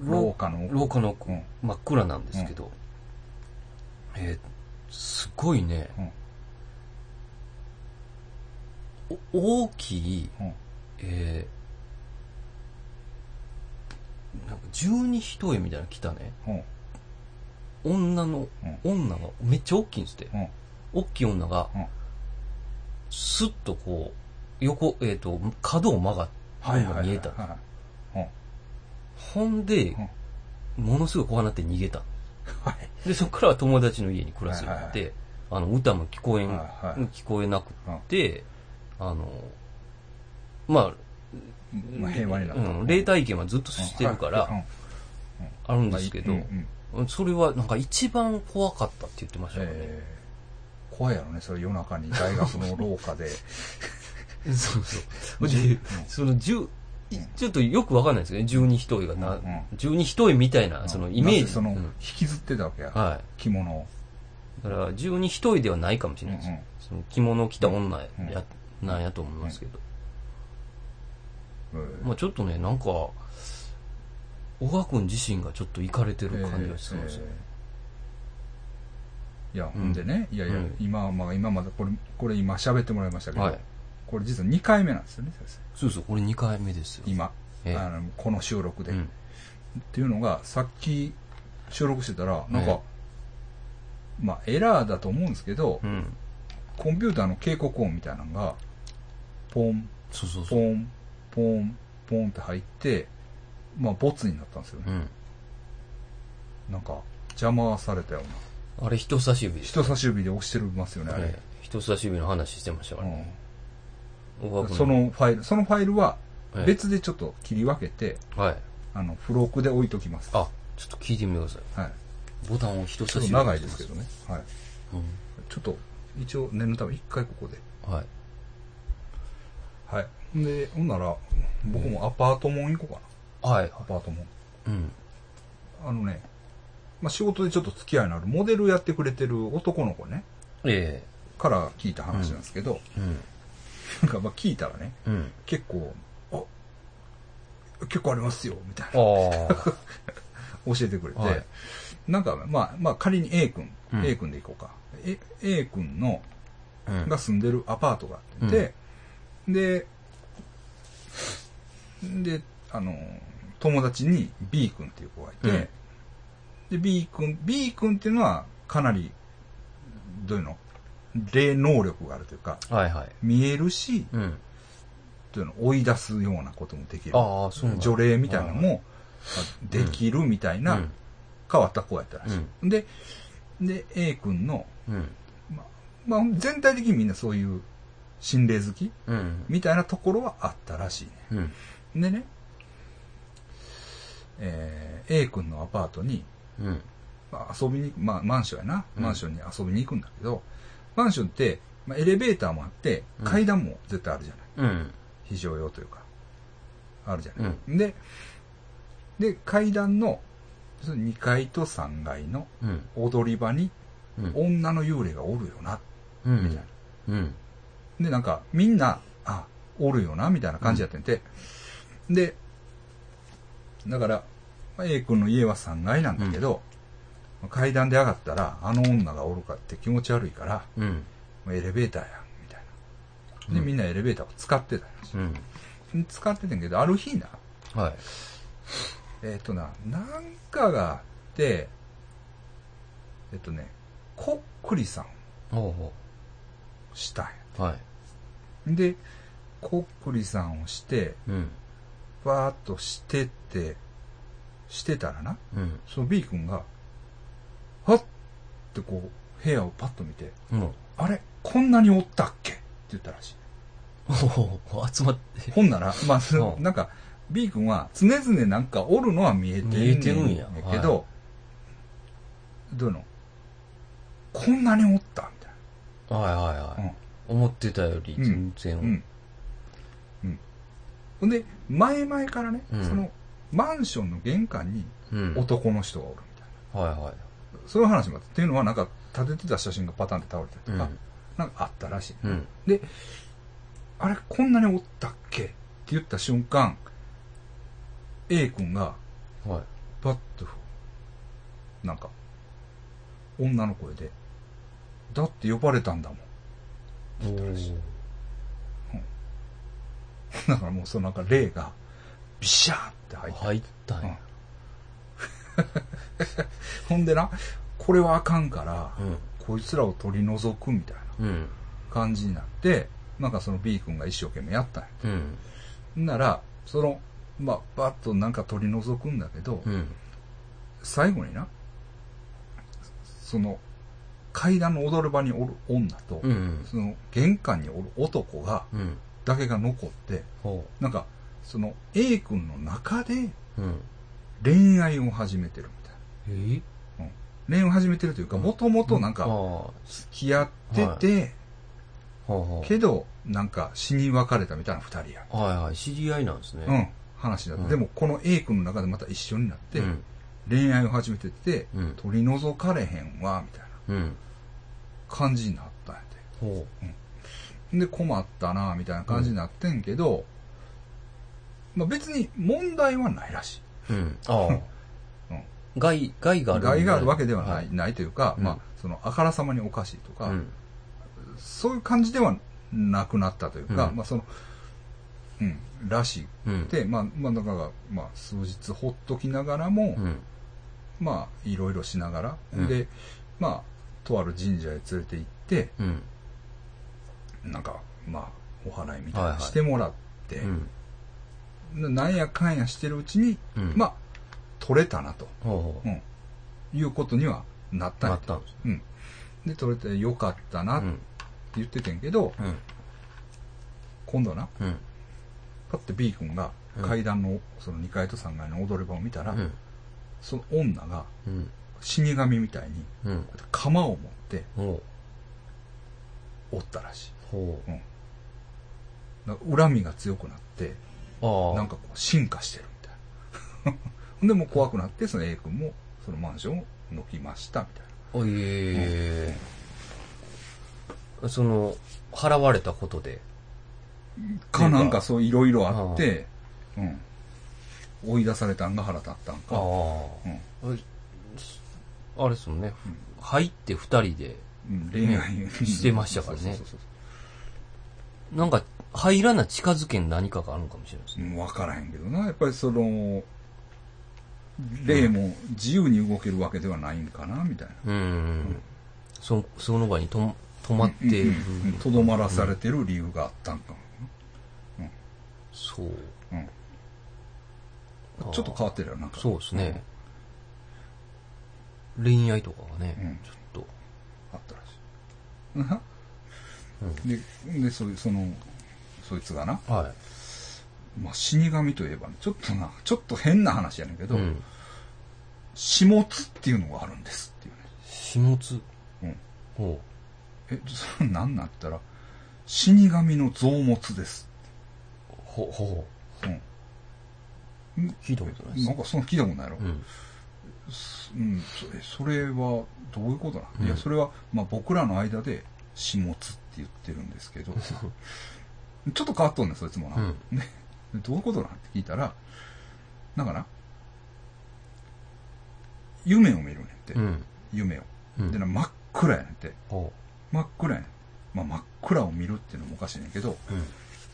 Speaker 2: 廊
Speaker 1: 廊
Speaker 2: 下の奥。
Speaker 1: 廊下の奥、
Speaker 2: うん
Speaker 1: 真っ暗なんですけど、えーすごいね、お大きい、
Speaker 2: うん
Speaker 1: えーなんか十二一重みたいなの来たね、
Speaker 2: うん
Speaker 1: 女の、女がめっちゃ大きいんですって、
Speaker 2: うん
Speaker 1: 大きい女が、
Speaker 2: うん
Speaker 1: スッとこう、横、えっ、と、角を曲がってるのが見えたんです
Speaker 2: は
Speaker 1: ほんで、ものすごい怖なって逃げた。
Speaker 2: はい
Speaker 1: で、そこからは友達の家に暮らすようになって、あの、歌も聞こえ
Speaker 2: い。
Speaker 1: ん、
Speaker 2: はいはい。
Speaker 1: 聞こえなくって、あの、ま
Speaker 2: まあ平和にな
Speaker 1: あ、
Speaker 2: った。
Speaker 1: うん、霊体験はずっとしてるから、あるんですけど
Speaker 2: うん、うん
Speaker 1: それはなんか一番怖かったって言ってましたよね。
Speaker 2: えー怖いやろね、それ夜中に大学の廊下 で。
Speaker 1: そ うそう。
Speaker 2: うん
Speaker 1: で、その十、ちょっとよくわかんないですけどね、十二一重がな、
Speaker 2: うん
Speaker 1: 十二一重みたいな、そのイメー
Speaker 2: なん
Speaker 1: ジ。
Speaker 2: せその、
Speaker 1: う
Speaker 2: 引
Speaker 1: ん
Speaker 2: きずってたわけや。
Speaker 1: はい。
Speaker 2: 着物を。
Speaker 1: だから、十二一人ではないかもしれないです。
Speaker 2: うんうん
Speaker 1: その着物を着た女や、
Speaker 2: うん
Speaker 1: なんやと思いますけど。
Speaker 2: うん
Speaker 1: まあちょっとね、なんか、小川君自身がちょっと行かれてる感じがするんですよ。
Speaker 2: いや、ほんでね、いやいや
Speaker 1: うん、
Speaker 2: 今は、まあ今まだ、これ、これ今喋ってもらいましたけど、
Speaker 1: はい。
Speaker 2: これ実は2回目なんですよね、先
Speaker 1: そうそう、これ2回目ですよ
Speaker 2: 生。今、
Speaker 1: ええ
Speaker 2: あのこの収録で、
Speaker 1: う
Speaker 2: っ
Speaker 1: ん。
Speaker 2: ていうのが、さっき収録してたら、なんか、
Speaker 1: え
Speaker 2: まあエラーだと思うんですけど、
Speaker 1: うん。
Speaker 2: コンピューターの警告音みたいなのが、ポン、
Speaker 1: そうそう
Speaker 2: ポ
Speaker 1: そう。
Speaker 2: ン、ポン、ポンって入って、まあ、ボツになったんですよ
Speaker 1: う
Speaker 2: ね。
Speaker 1: ん。
Speaker 2: なんか、邪魔されたような。
Speaker 1: あれ人差し指です。
Speaker 2: 人差し指で押してますよね、あれ
Speaker 1: ええ。人差し指の話してましたからね。小川
Speaker 2: うん
Speaker 1: 君。
Speaker 2: そ、のファイル、そのファイルは
Speaker 1: ええ
Speaker 2: 別でちょっと切り分けて、
Speaker 1: はい。
Speaker 2: あの、付録で置いときます。は
Speaker 1: あ、ちょっと聞いてみてください。
Speaker 2: い。
Speaker 1: ボタンを人
Speaker 2: ちょ
Speaker 1: 差
Speaker 2: っ
Speaker 1: し
Speaker 2: と
Speaker 1: 指
Speaker 2: 長いですけどね。はい。
Speaker 1: うん。
Speaker 2: ちょっと、一応念のため一回ここで。
Speaker 1: はい。
Speaker 2: はい。で、ほんなら、僕もアパートもん行こうか
Speaker 1: はい。
Speaker 2: な。アパートもん。
Speaker 1: うん。
Speaker 2: あのね、まあ、仕事でちょっと付き合いのあるモデルやってくれてる男の子ね、
Speaker 1: え
Speaker 2: から聞いた話なんですけど、
Speaker 1: えうん。
Speaker 2: なんかまあ聞いたらね、
Speaker 1: うん。
Speaker 2: 結構、あ、結構ありますよ、みたいな
Speaker 1: あ。あ。
Speaker 2: 教えてくれて、
Speaker 1: はい
Speaker 2: なんか、まあ、まあ仮に A 君、
Speaker 1: うん
Speaker 2: A 君でいこうか。え A 君の、
Speaker 1: うん
Speaker 2: が住んでるアパートがあって、で、で、あの、友達に B 君っていう子がいて、
Speaker 1: うん
Speaker 2: で、B 君、B 君っていうのはかなり、どういうの霊能力があるというか、
Speaker 1: はいはい。
Speaker 2: 見えるし、
Speaker 1: うん。
Speaker 2: というの追い出すようなこともできる。
Speaker 1: ああ、そうなんだ
Speaker 2: 除霊みたいなのもできるみたいな変わった子やったらしい。で、で、A 君の、
Speaker 1: うん。うん。
Speaker 2: まあ、全体的にみんなそういう心霊好き
Speaker 1: うん。
Speaker 2: みたいなところはあったらしい
Speaker 1: うん。
Speaker 2: ね。でね、えー A 君のアパートに、
Speaker 1: うん。
Speaker 2: まあ、遊びに、まあ、マンションやな。
Speaker 1: うん
Speaker 2: マンションに遊びに行くんだけど、マンションって、まあ、エレベーターもあって、
Speaker 1: うん
Speaker 2: 階段も絶対あるじゃない。
Speaker 1: うん。
Speaker 2: 非常用というか、あるじゃない。で、で、階段の2階と3階の
Speaker 1: うん。
Speaker 2: 踊り場に
Speaker 1: うん。
Speaker 2: 女の幽霊がおるよな、
Speaker 1: う
Speaker 2: みたい
Speaker 1: ん
Speaker 2: な。。
Speaker 1: うん。
Speaker 2: で、なんか、みんな、あ、おるよな、みたいな感じやってんて。で、だから、まあ A 君の家は3階なんだけど、まあ階段で上がったら、あの女がおるかって気持ち悪いから、
Speaker 1: うん。
Speaker 2: まあエレベーターや、みたいな。で、
Speaker 1: うん
Speaker 2: みんなエレベーターを使ってたらしい
Speaker 1: うん。
Speaker 2: 使っててんけど、ある日な、
Speaker 1: はい。
Speaker 2: えっ、とな、なんかがあって、えっ、とね、こっくりさんを
Speaker 1: ほうほ
Speaker 2: したんや
Speaker 1: う。はい。
Speaker 2: で、こっくりさんをして、
Speaker 1: うん。
Speaker 2: わーっとしてって、してたらな、
Speaker 1: うん。
Speaker 2: その B 君が、はっってこう、部屋をパッと見て、
Speaker 1: うん。お
Speaker 2: あれこんなにおったっけって言ったらし
Speaker 1: お集まって
Speaker 2: い。。ほんなら、まあ、その
Speaker 1: うん
Speaker 2: なんか、B 君は常々なんかおるのは見えて
Speaker 1: 見えて
Speaker 2: る
Speaker 1: る
Speaker 2: ん
Speaker 1: ん
Speaker 2: や
Speaker 1: や
Speaker 2: けど、どういうのこんなにおったみたい
Speaker 1: はいはいはい。思ってたより全然。
Speaker 2: な。うん。うん。ほんで、前々からね、
Speaker 1: うん
Speaker 2: その、マンションの玄関に
Speaker 1: うん。
Speaker 2: 男の人がおるみたい
Speaker 1: はいはい。
Speaker 2: な。そういう話もあって、っていうのはなんか、立ててた写真がパタンって倒れたりとか、なんかあったらしい。
Speaker 1: うん。
Speaker 2: あれ、こんなにおったっけって言った瞬間、A 君が、
Speaker 1: うん。はい。
Speaker 2: パッと、なんか、女の声で、だって呼ばれたんだもん。
Speaker 1: おー
Speaker 2: だからもうそのなんか霊が、ビシャーって入って、
Speaker 1: 入ったんや。
Speaker 2: ほんで な、これはあかんから、
Speaker 1: うん。
Speaker 2: こいつらを取り除くみたいな
Speaker 1: うん。
Speaker 2: 感じになって、なんかその B 君が一生懸命やったんや。
Speaker 1: うん。
Speaker 2: なら、その、まあ、バッとなんか取り除くんだけど、
Speaker 1: うん。
Speaker 2: 最後にな、その、階段の踊る場におる女と、
Speaker 1: うん。
Speaker 2: その、玄関におる男が、
Speaker 1: うん。
Speaker 2: だけが残って、
Speaker 1: ほ
Speaker 2: なんか、その、A 君の中で
Speaker 1: う。うん。
Speaker 2: 恋愛を始めてるみたいな。
Speaker 1: え
Speaker 2: 恋愛を始めてるというか、
Speaker 1: うん
Speaker 2: もともとなん
Speaker 1: ああ。
Speaker 2: か、
Speaker 1: は
Speaker 2: 付き合ってて、
Speaker 1: あは
Speaker 2: けど、なんか、死に別れたみたいな二人や。
Speaker 1: あ。はいはい。知り合いなんですね。
Speaker 2: うん。話だった。
Speaker 1: うん
Speaker 2: でも、この A 君の中でまた一緒になって
Speaker 1: う、ん。
Speaker 2: 恋愛を始めてて、
Speaker 1: うん。
Speaker 2: 取り除かれへんわ、みたいな
Speaker 1: うん。
Speaker 2: 感じになったんやて。
Speaker 1: ほ
Speaker 2: で困ったなみたいな感じになってんけど、まあ、別に問題はないらしい。
Speaker 1: う。うん。あ
Speaker 2: うん
Speaker 1: あ。害、害がある。
Speaker 2: 害があるわけではない,、
Speaker 1: い。
Speaker 2: ないというか、
Speaker 1: うん
Speaker 2: まあ、そのあからさまにおかしいとか、
Speaker 1: うん。
Speaker 2: そういう感じではなくなったというか、
Speaker 1: うん
Speaker 2: まあその、うん、らし
Speaker 1: う
Speaker 2: く。
Speaker 1: ん
Speaker 2: て、まあ、まあ、だから、まあ、数日ほっときながらも、
Speaker 1: うん。
Speaker 2: まあ、いろいろしながら、
Speaker 1: うん
Speaker 2: で、まあ、とある神社へ連れて行って、
Speaker 1: うん。
Speaker 2: なんか、まあ、お祓いみたいなのしてもらって、
Speaker 1: うん。
Speaker 2: ななんやかんやしてるうちに、
Speaker 1: うん。
Speaker 2: まあ、取れたなと
Speaker 1: あ。ほうほ
Speaker 2: いうことにはなっ
Speaker 1: う。
Speaker 2: たん
Speaker 1: な
Speaker 2: や
Speaker 1: っ。たんです。
Speaker 2: うん。で、取れてよかったな
Speaker 1: う
Speaker 2: って
Speaker 1: ん。
Speaker 2: 言っててんけど、
Speaker 1: うん。
Speaker 2: 今度はな、
Speaker 1: うん。
Speaker 2: パッて B 君が
Speaker 1: うん
Speaker 2: 階段のその2階と3階の踊り場を見たら、
Speaker 1: うん。
Speaker 2: その女が
Speaker 1: うん。
Speaker 2: 死神みたいに
Speaker 1: うん。
Speaker 2: こうやって鎌を持って
Speaker 1: ほ。
Speaker 2: おったらしいう
Speaker 1: ほ
Speaker 2: だから恨みが強くなって、
Speaker 1: う。ああ。
Speaker 2: なんかこう進化してるみたいな。ほんで、もう怖くな って、その A 君もそのマンションを抜きましたみたいな。
Speaker 1: おいえ、その払われたことで
Speaker 2: かなんかそういろいろあって、うん。追い出されたんが腹立ったん
Speaker 1: あ
Speaker 2: か。
Speaker 1: あ
Speaker 2: うん
Speaker 1: あれですもんね、入って二人で
Speaker 2: うん恋愛
Speaker 1: ねしてましたからね
Speaker 2: そうそうそうそ
Speaker 1: なんか入らな近づけん何かがあるのかもしれないです
Speaker 2: う
Speaker 1: ね、
Speaker 2: うんわからへんけどな。やっぱりその、霊も自由に動けるわけではないんかな、みたいな。
Speaker 1: うん、そその場にとも止まって
Speaker 2: う
Speaker 1: る、
Speaker 2: んとどまらされてる理由があったんかも。
Speaker 1: そう
Speaker 2: うん。
Speaker 1: ああ
Speaker 2: ちょっと変わってるよ、なんか。
Speaker 1: そうですね、恋愛とかがね、
Speaker 2: うん
Speaker 1: ちょっ
Speaker 2: あったらしい。で、で、そういう、その、そいつがな、
Speaker 1: とはい
Speaker 2: まあ、死神といえばね、ちょっとな、ちょっと変な話やねんけど、
Speaker 1: うん
Speaker 2: 始末っていうのがあるんですっていうね。
Speaker 1: 始末
Speaker 2: うん
Speaker 1: ほ
Speaker 2: え、それ何なんって言ったら、死神の増物です。
Speaker 1: うほほ
Speaker 2: うん。
Speaker 1: う聞いたことないです
Speaker 2: なんかその聞いたことないやろ
Speaker 1: う。ん
Speaker 2: うん、それそれはどういうことなん、いや、
Speaker 1: うん
Speaker 2: それは、まあ僕らの間で、始末って言ってるんです けど、ちょっと変わっとんねん、そいつもな。
Speaker 1: うん
Speaker 2: ねどういうことなんって聞いたら、なんかな、夢を見るねんって、
Speaker 1: うん
Speaker 2: 夢を。
Speaker 1: うん
Speaker 2: でな、真っ暗やねんって。
Speaker 1: ほ
Speaker 2: 真っ暗やねん。まあ真っ暗を見るっていうのもおかしいねんけど、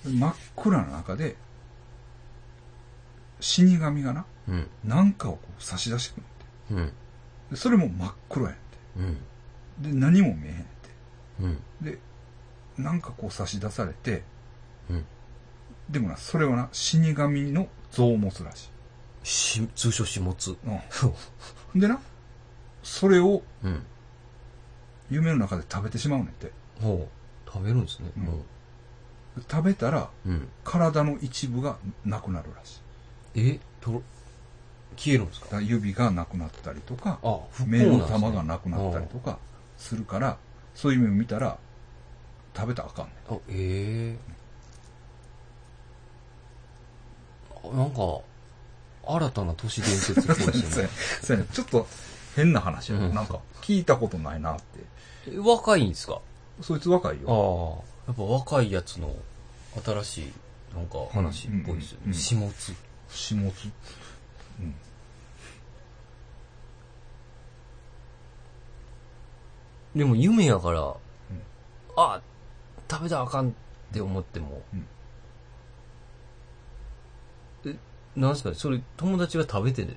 Speaker 1: ううん
Speaker 2: 真っ暗の中で、死神がな、
Speaker 1: うん。
Speaker 2: 何かをこう差し出してくるって。
Speaker 1: うん。
Speaker 2: でそれも真っ暗やねんっ
Speaker 1: うん。
Speaker 2: て。で、何も見えへんねんっ
Speaker 1: うん。
Speaker 2: て。で、なんかこう差し出されて、
Speaker 1: うん。
Speaker 2: でもな、それはな、死神の像を持つらしい。
Speaker 1: し、通称始末。
Speaker 2: うん
Speaker 1: そう。
Speaker 2: でな、それを
Speaker 1: うん。
Speaker 2: 夢の中で食べてしまうねんって。
Speaker 1: ほう。食べるんですね。
Speaker 2: うん
Speaker 1: も
Speaker 2: 食べたら、
Speaker 1: う。うん。
Speaker 2: 体の一部がなくなるらしい。
Speaker 1: えとろ、消えるんですか
Speaker 2: だから指がなくなったりとか、
Speaker 1: あ、不
Speaker 2: 目の玉がなくなったりとかするから、そういう夢を見たら、食べたらあかんねん。
Speaker 1: あ、ええあなんか、新たな都市伝説っぽいです
Speaker 2: そう
Speaker 1: ね
Speaker 2: やそうやねちょっと変な話やな。
Speaker 1: うん
Speaker 2: なんか、聞いたことないなって。
Speaker 1: え。若いんですか
Speaker 2: そいつ若い
Speaker 1: ああ
Speaker 2: よ。。
Speaker 1: やっぱ若いやつの新しい、なんか話っぽいですよ
Speaker 2: うんうんうん
Speaker 1: ね。始末。
Speaker 2: 下津。うん。
Speaker 1: でも夢やから、
Speaker 2: ん
Speaker 1: あ、食べたらあかんって思っても、
Speaker 2: うん
Speaker 1: え、なんすかねそれ友達が食べてる。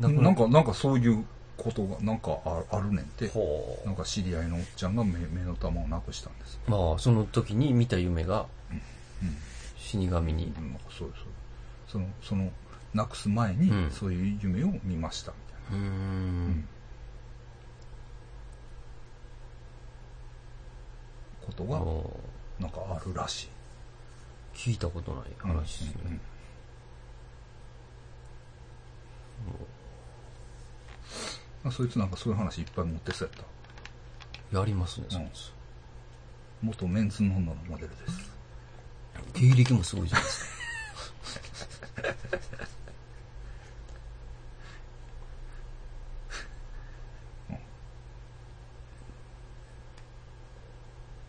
Speaker 2: な
Speaker 1: なんく
Speaker 2: か、
Speaker 1: な
Speaker 2: な
Speaker 1: っ
Speaker 2: んかそういうことが、なんかああるねんって。
Speaker 1: ほう
Speaker 2: なんか知り合いのおっちゃんが目目の玉をなくしたんです。
Speaker 1: まあ、その時に見た夢が、死神に。
Speaker 2: うんなんかそうそう。その、その、なくす前に
Speaker 1: う、ん
Speaker 2: そういう夢を見ました、みたいな。
Speaker 1: うーん。
Speaker 2: こと
Speaker 1: あ
Speaker 2: が、
Speaker 1: ー
Speaker 2: なんかあるらしい。
Speaker 1: 聞いたことない話ですね。
Speaker 2: うんうんうんあそいつなんかそういう話いっぱい持ってそうやった。
Speaker 1: やりますね、そ
Speaker 2: うん
Speaker 1: いつ
Speaker 2: 元メンズノンノのモデルです。
Speaker 1: 経歴もすごいじゃないですか。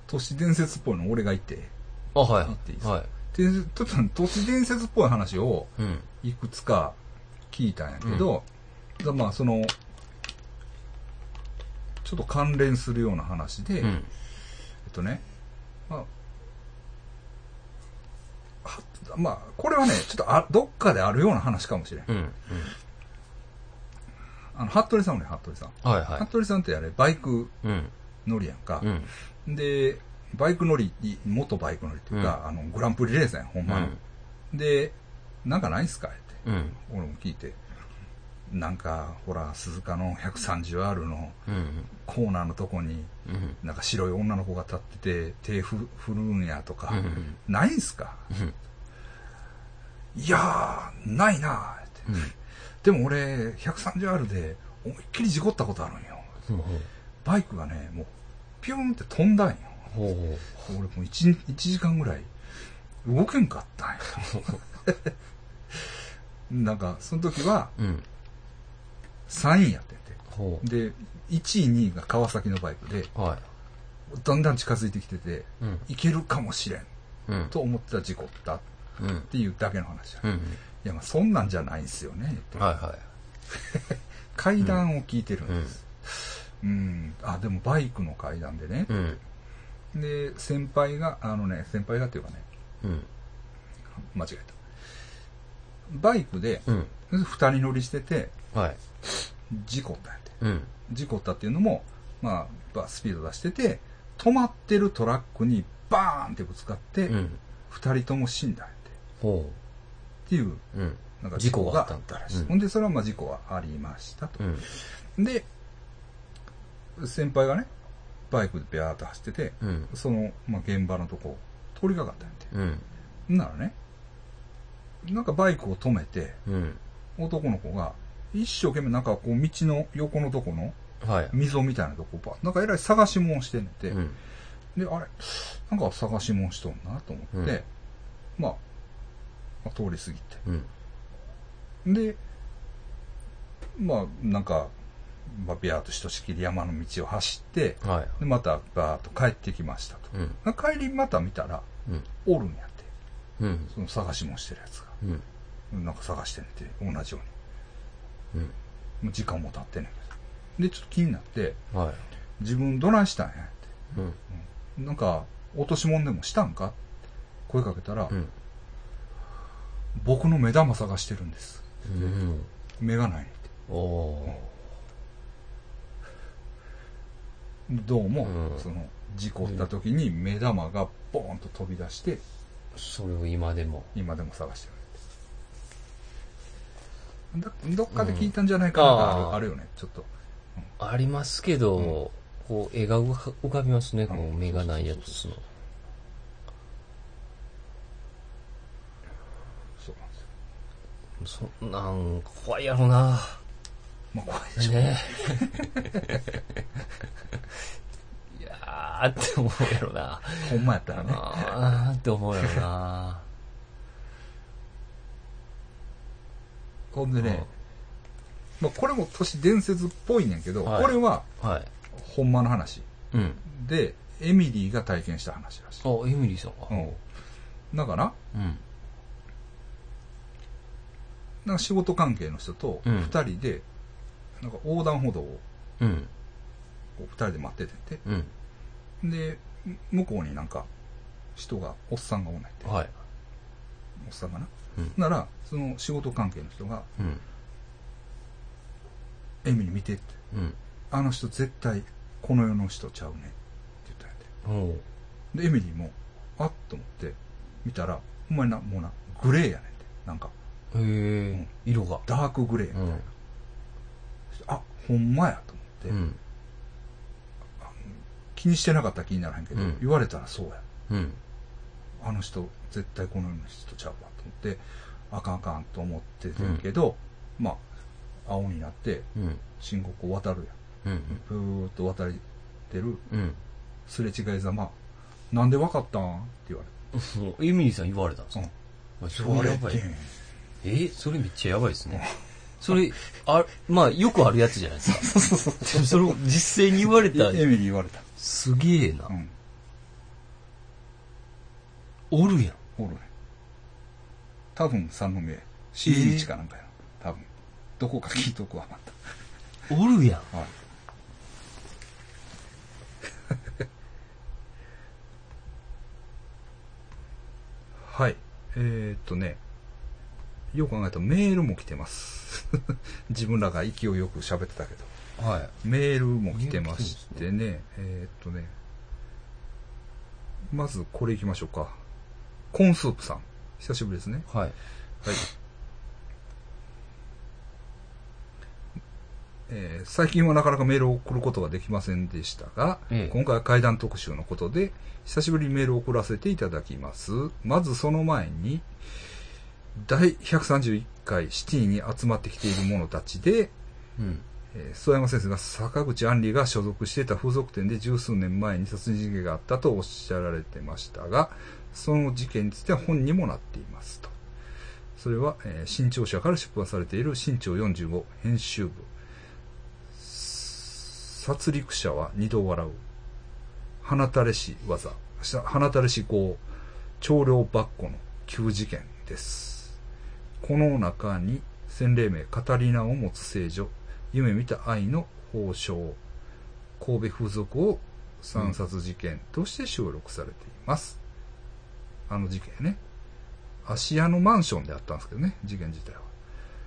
Speaker 2: 都市伝説っぽいの俺がいて。
Speaker 1: あ、はい
Speaker 2: 言っていいで。すか
Speaker 1: は
Speaker 2: でちょっと都市伝説っぽい話を
Speaker 1: い。うん。
Speaker 2: いくつか聞いたんやけど、だまあその、ちょっと関連するような話で、
Speaker 1: う
Speaker 2: えっ
Speaker 1: ん。
Speaker 2: とね、まあ、はまあ、これはね、ちょっとあどっかであるような話かもしれん。
Speaker 1: うん。うん。
Speaker 2: あの、服部さんもね、服部さん。
Speaker 1: はいは
Speaker 2: 服部さんってあれ、バイク
Speaker 1: い。うん。
Speaker 2: 乗りやんか
Speaker 1: う。ん。
Speaker 2: で、バイク乗り、元バイク乗りっていうか、あの、グランプリレースやん、ほん
Speaker 1: う
Speaker 2: まに
Speaker 1: ん。
Speaker 2: で、なんかないんすかって。
Speaker 1: うん。
Speaker 2: 俺も聞いて、なんか、ほら、鈴鹿の 130R の
Speaker 1: うん。
Speaker 2: コーナーのとこに、
Speaker 1: うん。
Speaker 2: なんか白い女の子が立ってて、手ふ振るんやとか、
Speaker 1: うん
Speaker 2: ないんすか
Speaker 1: うん。
Speaker 2: いやー、ないなーって。でも俺、130R で思いっきり事故ったことあるんよ。
Speaker 1: うん。
Speaker 2: バイクがね、もう、ピューンって飛んだんよ。
Speaker 1: ほうほう。
Speaker 2: 俺もう 1, 一時間ぐらい動けんかったん や。なんか、その時は
Speaker 1: うん。
Speaker 2: 3位やってて。
Speaker 1: ほ
Speaker 2: で、1位、2位が川崎のバイクで、
Speaker 1: う。は
Speaker 2: だんだん近づいてきてて、
Speaker 1: い。うん。
Speaker 2: いけるかもしれん
Speaker 1: うん。
Speaker 2: と思ってた事故ったっ
Speaker 1: うん。
Speaker 2: ていうだけの話だ、
Speaker 1: う
Speaker 2: い
Speaker 1: ん。
Speaker 2: や、まあそんなんじゃないんすよね。と
Speaker 1: はいは
Speaker 2: 階段を聞いてるんです。うん、あ、でもバイクの階段でね
Speaker 1: い。う。ん。
Speaker 2: で、先輩が、あのね、先輩がっていうかね、
Speaker 1: うん。
Speaker 2: 間違えた。バイクで、
Speaker 1: うん。
Speaker 2: 二人乗りしてて、
Speaker 1: はい。
Speaker 2: 事故ったんやて。
Speaker 1: うん。
Speaker 2: 事故ったっていうのも、まあ、ばスピード出してて、止まってるトラックにバーンってぶつかって、
Speaker 1: うん。
Speaker 2: 二人とも死んだんやて。
Speaker 1: ほ
Speaker 2: っていう、
Speaker 1: う。うん。
Speaker 2: なんか
Speaker 1: 事
Speaker 2: 事
Speaker 1: 故
Speaker 2: 故が
Speaker 1: があった
Speaker 2: あったらしい。
Speaker 1: うん
Speaker 2: ほんで、それはまあ事故はありましたと
Speaker 1: う。ん。
Speaker 2: で、先輩がね、バイクでビャーっと走ってて、
Speaker 1: うん。
Speaker 2: その、まあ、現場のとこ、通りかかったんやて。
Speaker 1: うん。
Speaker 2: ほんならね、なんかバイクを止めて、
Speaker 1: うん。
Speaker 2: 男の子が、一生懸命なんかこう、道の横のとこの、
Speaker 1: はい。
Speaker 2: 溝みたいなとこば、なんかえらい探し物してんねんて、
Speaker 1: うん。
Speaker 2: で、あれ、なんか探し物しとんなと思って、まあ、まあ通り過ぎて。
Speaker 1: うん。
Speaker 2: で、まあ、なんか、まあ、ビャーっとひとしきり山の道を走って、
Speaker 1: はい。
Speaker 2: で、またバーっと帰ってきましたと。
Speaker 1: うん。
Speaker 2: 帰りまた見たら、
Speaker 1: うん。
Speaker 2: おるんやって。
Speaker 1: うん。
Speaker 2: その探し物してるやつ
Speaker 1: うん。
Speaker 2: が。なんか探してんねんて、同じよう
Speaker 1: うん。
Speaker 2: に。もう時間も経ってんねんけど。で、ちょっと気になって、
Speaker 1: はい。
Speaker 2: 自分どないしたんやって。
Speaker 1: うん。
Speaker 2: なんか、落とし物でもしたんかって声かけたら、
Speaker 1: うん。
Speaker 2: 僕の目玉探してるんです。
Speaker 1: うん。
Speaker 2: 目がないね
Speaker 1: おー。
Speaker 2: んて。どうも、
Speaker 1: うん
Speaker 2: その、事故った時に目玉がボーンと飛び出して、
Speaker 1: それを今でも。
Speaker 2: 今でも探してるんだって。だどっかで聞いたんじゃないかな、
Speaker 1: うん
Speaker 2: あ
Speaker 1: あ
Speaker 2: る
Speaker 1: ー
Speaker 2: あるよね、ちょっと。
Speaker 1: ありますけど、こう、絵が浮か浮かびますね、こう、目がないやつの。
Speaker 2: そうなんですよ。
Speaker 1: そんなん、怖いやろな
Speaker 2: まあ、怖いで しょ。
Speaker 1: ねいやーって思うやろな
Speaker 2: ほんまやったらね。
Speaker 1: あーって思うやろな
Speaker 2: ほんでね
Speaker 1: うん、
Speaker 2: まあ、これも都市伝説っぽいねんけど、
Speaker 1: はい
Speaker 2: これは、
Speaker 1: はい。
Speaker 2: ほんまの話。
Speaker 1: うん。
Speaker 2: で、エミリーが体験した話らしい。
Speaker 1: あ、エミリーさん
Speaker 2: う
Speaker 1: は。
Speaker 2: ん。だから、
Speaker 1: うん。
Speaker 2: なんか仕事関係の人と
Speaker 1: うん
Speaker 2: 二人で、なんか横断歩道を
Speaker 1: うん。
Speaker 2: こう二人で待ってて
Speaker 1: うん。
Speaker 2: んて。で、向こうになんか人が、おっさんがおんないって。おっ
Speaker 1: はい。
Speaker 2: さんかな。
Speaker 1: うん。
Speaker 2: なら、その仕事関係の人が、
Speaker 1: うん。
Speaker 2: エミリー見てって。
Speaker 1: うん。
Speaker 2: あの人絶対この世の人ちゃうねって言ったんや
Speaker 1: おう
Speaker 2: て。で、エミリーも、あっと思って見たら、ほんまにな、もうな、グレーやねんて。なんか、
Speaker 1: へえ
Speaker 2: ん、
Speaker 1: 色が。
Speaker 2: ダークグレーみ
Speaker 1: う
Speaker 2: たいな。
Speaker 1: ん。
Speaker 2: あ、ほんまやと思って。
Speaker 1: うん。
Speaker 2: 気にしてなかったら気にならへんけど、
Speaker 1: うん
Speaker 2: 言われたらそうや。
Speaker 1: うん。
Speaker 2: あの人、絶対この世の人ちゃうわと思って、あかんあかんと思っててんけど、まあ、青になって、
Speaker 1: うん。
Speaker 2: 深刻を渡るやん。
Speaker 1: うん。
Speaker 2: ふーっと渡りてる、
Speaker 1: うん。
Speaker 2: すれ違いざま、なんでわかったんって言わ
Speaker 1: もうエミリーさん言われたんです
Speaker 2: れ
Speaker 1: か
Speaker 2: て。
Speaker 1: あそ
Speaker 2: うん。言わ
Speaker 1: れや
Speaker 2: れ
Speaker 1: ば
Speaker 2: て
Speaker 1: い。
Speaker 2: ん。
Speaker 1: えーそれめっちゃやばいですね。それ、あ、まあ、よくあるやつじゃないです
Speaker 2: そ
Speaker 1: か。
Speaker 2: うそうそう
Speaker 1: でもそれを実際に言われたら
Speaker 2: エ、ミリー言われた。
Speaker 1: すげえな
Speaker 2: う。ん。
Speaker 1: おるやん。
Speaker 2: おるね。多分三宮、CD 地かなんかやな。多分。どこか聞いとくわ、ま
Speaker 1: おるやん。
Speaker 2: た。はい。 はい。えー、っとね。よく考えたらメールも来てます。 自分らが勢いよく喋ってたけど。
Speaker 1: はい。
Speaker 2: メールも来てましてね、えーっとね、まずこれいきましょうか。コーンスープさん。久しぶりですね。
Speaker 1: はい。
Speaker 2: はい。えー最近はなかなかメールを送ることができませんでしたが、
Speaker 1: ええ
Speaker 2: 今回は怪談特集のことで、久しぶりにメールを送らせていただきます。まずその前に、第131回シティに集まってきている者たちで、
Speaker 1: うん。
Speaker 2: えー諏訪山先生が坂口杏里が所属していた風俗店で十数年前に殺人事件があったとおっしゃられてましたが、その事件については本にもなっていますと。それは、えー新潮社から出版されている新潮45編集部。殺戮者は二度笑う。花垂れし技。し花垂れし号。長領ばっこの旧事件です。この中に洗礼名カタリナを持つ聖女夢見た愛の報奨神戸風俗を惨殺事件として収録されています、あの事件ね芦屋のマンションであったんですけどね事件自体は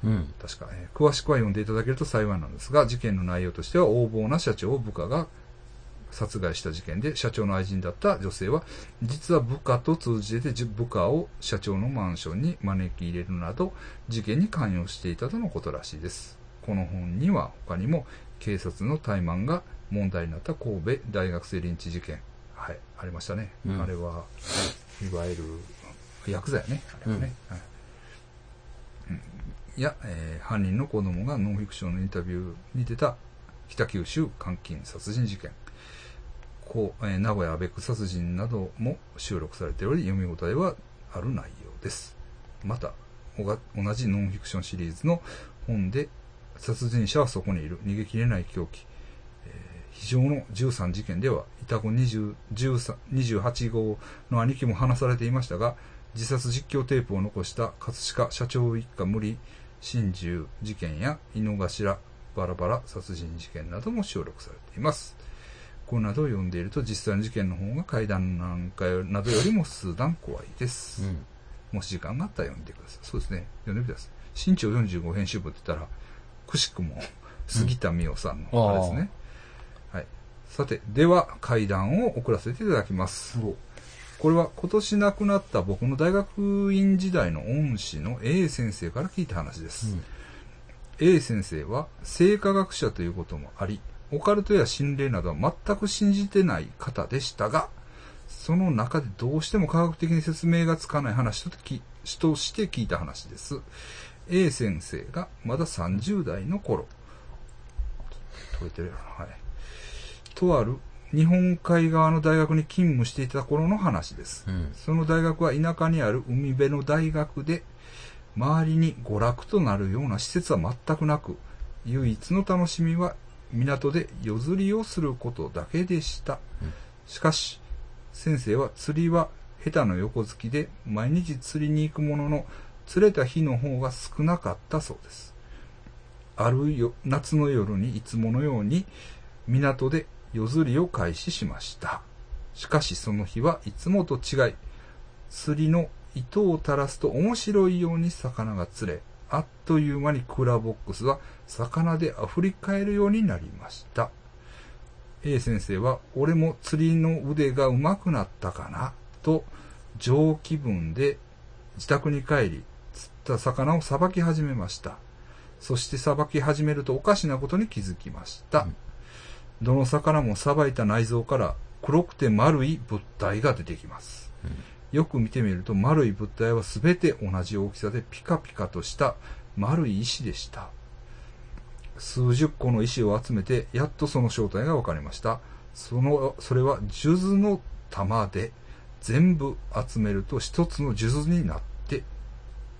Speaker 1: うん。
Speaker 2: 確か、えー詳しくは読んでいただけると幸いなんですが事件の内容としては横暴な社長を部下が殺害した事件で社長の愛人だった女性は実は部下と通じてて部下を社長のマンションに招き入れるなど事件に関与していたとのことらしいですこの本には他にも警察の怠慢が問題になった神戸大学生リンチ事件はいありましたね、
Speaker 1: うん
Speaker 2: あれはいわゆるヤクザやねあれはね、はいいや、えー犯人の子供がノンフィクションのインタビューに出た北九州監禁殺人事件こう、えー名古屋アベック殺人なども収録されており読み応えはある内容ですまたおが同じノンフィクションシリーズの本で殺人者はそこにいる逃げ切れない狂気、えー非常の13事件ではイタコ20 13 28号の兄貴も話されていましたが自殺実況テープを残した葛飾社長一家無理心中事件や井の頭バラバラ殺人事件なども収録されていますこれなどを読んでいると実際の事件の方が怪談なんかよなどよりも数段怖いです、
Speaker 1: うん。
Speaker 2: もし時間があったら読んでください。そうですね。読んでみてください。新潮45編集部って言ったら、くしくも杉田美代さん
Speaker 1: うん
Speaker 2: のあれですね。はい。さて、では、会談を送らせていただきます。これは今年亡くなった僕の大学院時代の恩師の A 先生から聞いた話です。 A 先生は生科学者ということもあり、オカルトや心霊などは全く信じてない方でしたが、その中でどうしても科学的に説明がつかない話ときとして聞いた話です。A 先生がまだ30代の頃、取れてるやろなはい。とある日本海側の大学に勤務していた頃の話です。
Speaker 1: うん。
Speaker 2: その大学は田舎にある海辺の大学で、周りに娯楽となるような施設は全くなく、唯一の楽しみは港で夜釣りをすることだけでした。
Speaker 1: うん
Speaker 2: しかし、先生は釣りは下手の横好きで、毎日釣りに行くものの、釣れた日の方が少なかったそうです。あるよ夏の夜にいつものように港で夜釣りを開始しました。しかしその日はいつもと違い、釣りの糸を垂らすと面白いように魚が釣れ、あっという間にクーラーボックスは魚で溢れ返るようになりました。A 先生は、俺も釣りの腕が上手くなったかな、と上気分で自宅に帰り、釣った魚をさばき始めました。そしてさばき始めるとおかしなことに気づきました。
Speaker 1: うん
Speaker 2: どの魚もさばいた内臓から黒くて丸い物体が出てきます。よく見てみると丸い物体は全て同じ大きさでピカピカとした丸い石でした。数十個の石を集めてやっとその正体が分かりました。その、それは数珠の玉で全部集めると一つの数珠になって、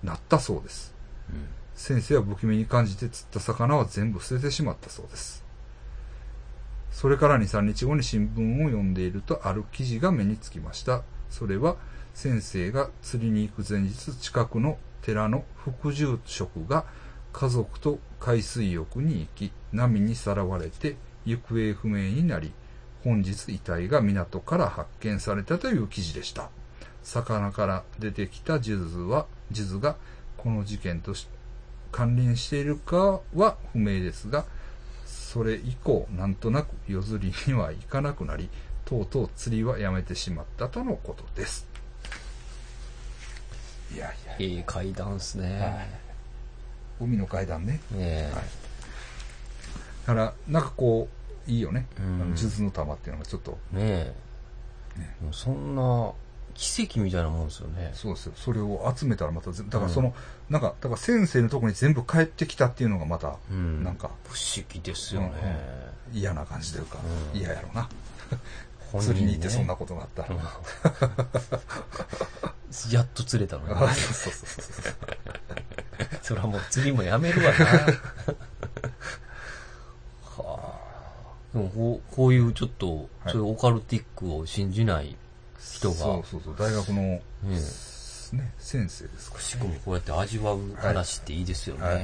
Speaker 2: なったそうです。
Speaker 1: うん。
Speaker 2: 先生は不気味に感じて釣った魚は全部捨ててしまったそうです。それから2、3日後に新聞を読んでいるとある記事が目につきました。それは先生が釣りに行く前日近くの寺の副住職が家族と海水浴に行き、波にさらわれて行方不明になり、本日遺体が港から発見されたという記事でした。魚から出てきた数珠は、数珠がこの事件とし関連しているかは不明ですが、それ以降、なんとなく夜釣りには行かなくなり、とうとう釣りはやめてしまったとのことです。いやいや、
Speaker 1: いい階段っす
Speaker 2: は
Speaker 1: ね。
Speaker 2: 海の階段ね。
Speaker 1: ね
Speaker 2: はいだから、なんかこう、いいよね。あ
Speaker 1: うん
Speaker 2: の、数珠の玉っていうのがちょっと、
Speaker 1: え。ね
Speaker 2: ね
Speaker 1: え。もうそんな、奇跡みたいなもんですよね。
Speaker 2: そうですよ。それを集めたらまた全、だからその、なんか、だから先生のとこに全部帰ってきたっていうのがまた、
Speaker 1: うん。
Speaker 2: なんか、
Speaker 1: 不思議ですよね。
Speaker 2: 嫌な感じというか、
Speaker 1: うん
Speaker 2: 嫌やろな。
Speaker 1: 本人
Speaker 2: 釣りに行って
Speaker 1: ね
Speaker 2: そんなことがあったら。
Speaker 1: うん やっと釣れ たのに、
Speaker 2: あ
Speaker 1: ね、
Speaker 2: そうそうそうそう。
Speaker 1: それはもう釣りもやめるわな はあでもこうこういうちょっと、
Speaker 2: はい
Speaker 1: そういうオカルティックを信じない人が
Speaker 2: そうそうそう、大学の、ね
Speaker 1: ね
Speaker 2: 先生ですか
Speaker 1: 仕組みこうやって味わう話っていいですよね、
Speaker 2: ら。はい。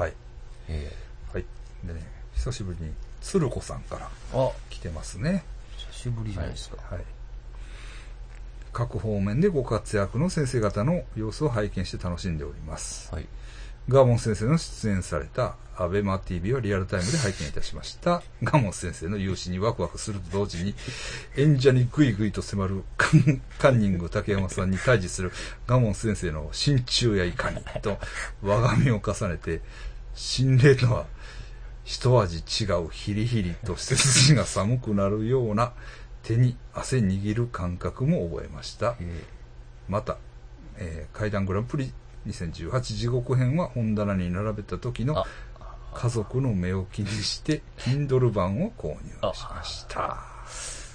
Speaker 2: はい。
Speaker 1: え
Speaker 2: はい。でね、久しぶりに、鶴子さんから
Speaker 1: えあ
Speaker 2: 来てますね。
Speaker 1: 久しぶりじゃないですか、
Speaker 2: はい。各方面でご活躍の先生方の様子を拝見して楽しんでおります。
Speaker 1: はい
Speaker 2: ガーモン先生の出演されたアベマ TV をリアルタイムで拝見いたしました。ガーモン先生の勇姿にワクワクすると同時に、演者にグイグイと迫るカンカンニング竹山さんに対峙するガーモン先生の心中やいかにと、我が身を重ねて、心霊とは一味違うヒリヒリと背筋が寒くなるような手に汗握る感覚も覚えました。
Speaker 1: え
Speaker 2: また、えー、怪談グランプリ2018地獄編は本棚に並べた時の
Speaker 1: あ
Speaker 2: 家族の目を気にして Kindle 版を購入しましたあ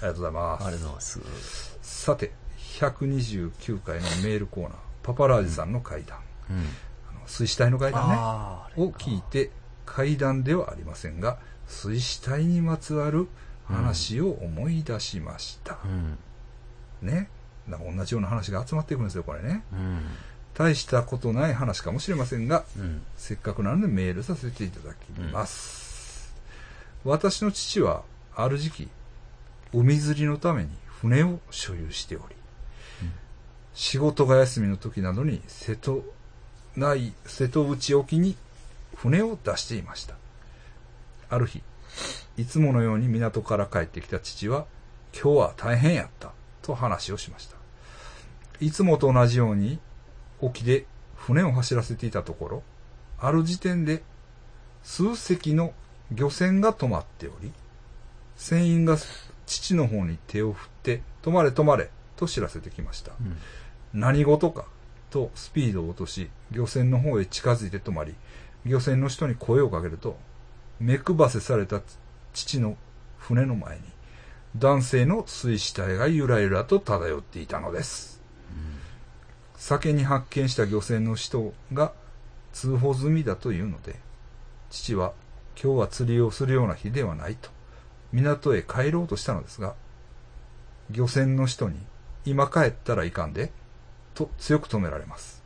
Speaker 2: りがとうござい
Speaker 1: えあ
Speaker 2: ま
Speaker 1: りがとうございます
Speaker 2: すさて129回のメールコーナーパパラージさんの怪談、
Speaker 1: うん
Speaker 2: あの水死体の怪談ね
Speaker 1: あー
Speaker 2: を聞いて怪談ではありませんが水死体にまつわる話を思い出しました、
Speaker 1: うん
Speaker 2: ねなんか同じような話が集まっていくんですよこれね
Speaker 1: うん
Speaker 2: 大したことない話かもしれませんが、
Speaker 1: うん
Speaker 2: せっかくなのでメールさせていただきます。私の父は、ある時期、海釣りのために船を所有しており、仕事が休みの時などに瀬戸内、瀬戸内沖に船を出していました。ある日、いつものように港から帰ってきた父は、今日は大変やった、と話をしました。いつもと同じように、沖で船を走らせていたところ、ある時点で数隻の漁船が止まっており、船員が父の方に手を振って、止まれ止まれと知らせてきました。
Speaker 1: うん
Speaker 2: 何事かとスピードを落とし、漁船の方へ近づいて止まり、漁船の人に声をかけると、目くばせされた父の船の前に、男性の水死体がゆらゆらと漂っていたのです。先に発見した漁船の人が通報済みだというので、父は今日は釣りをするような日ではないと、港へ帰ろうとしたのですが、漁船の人に今帰ったらいかんで、と強く止められます。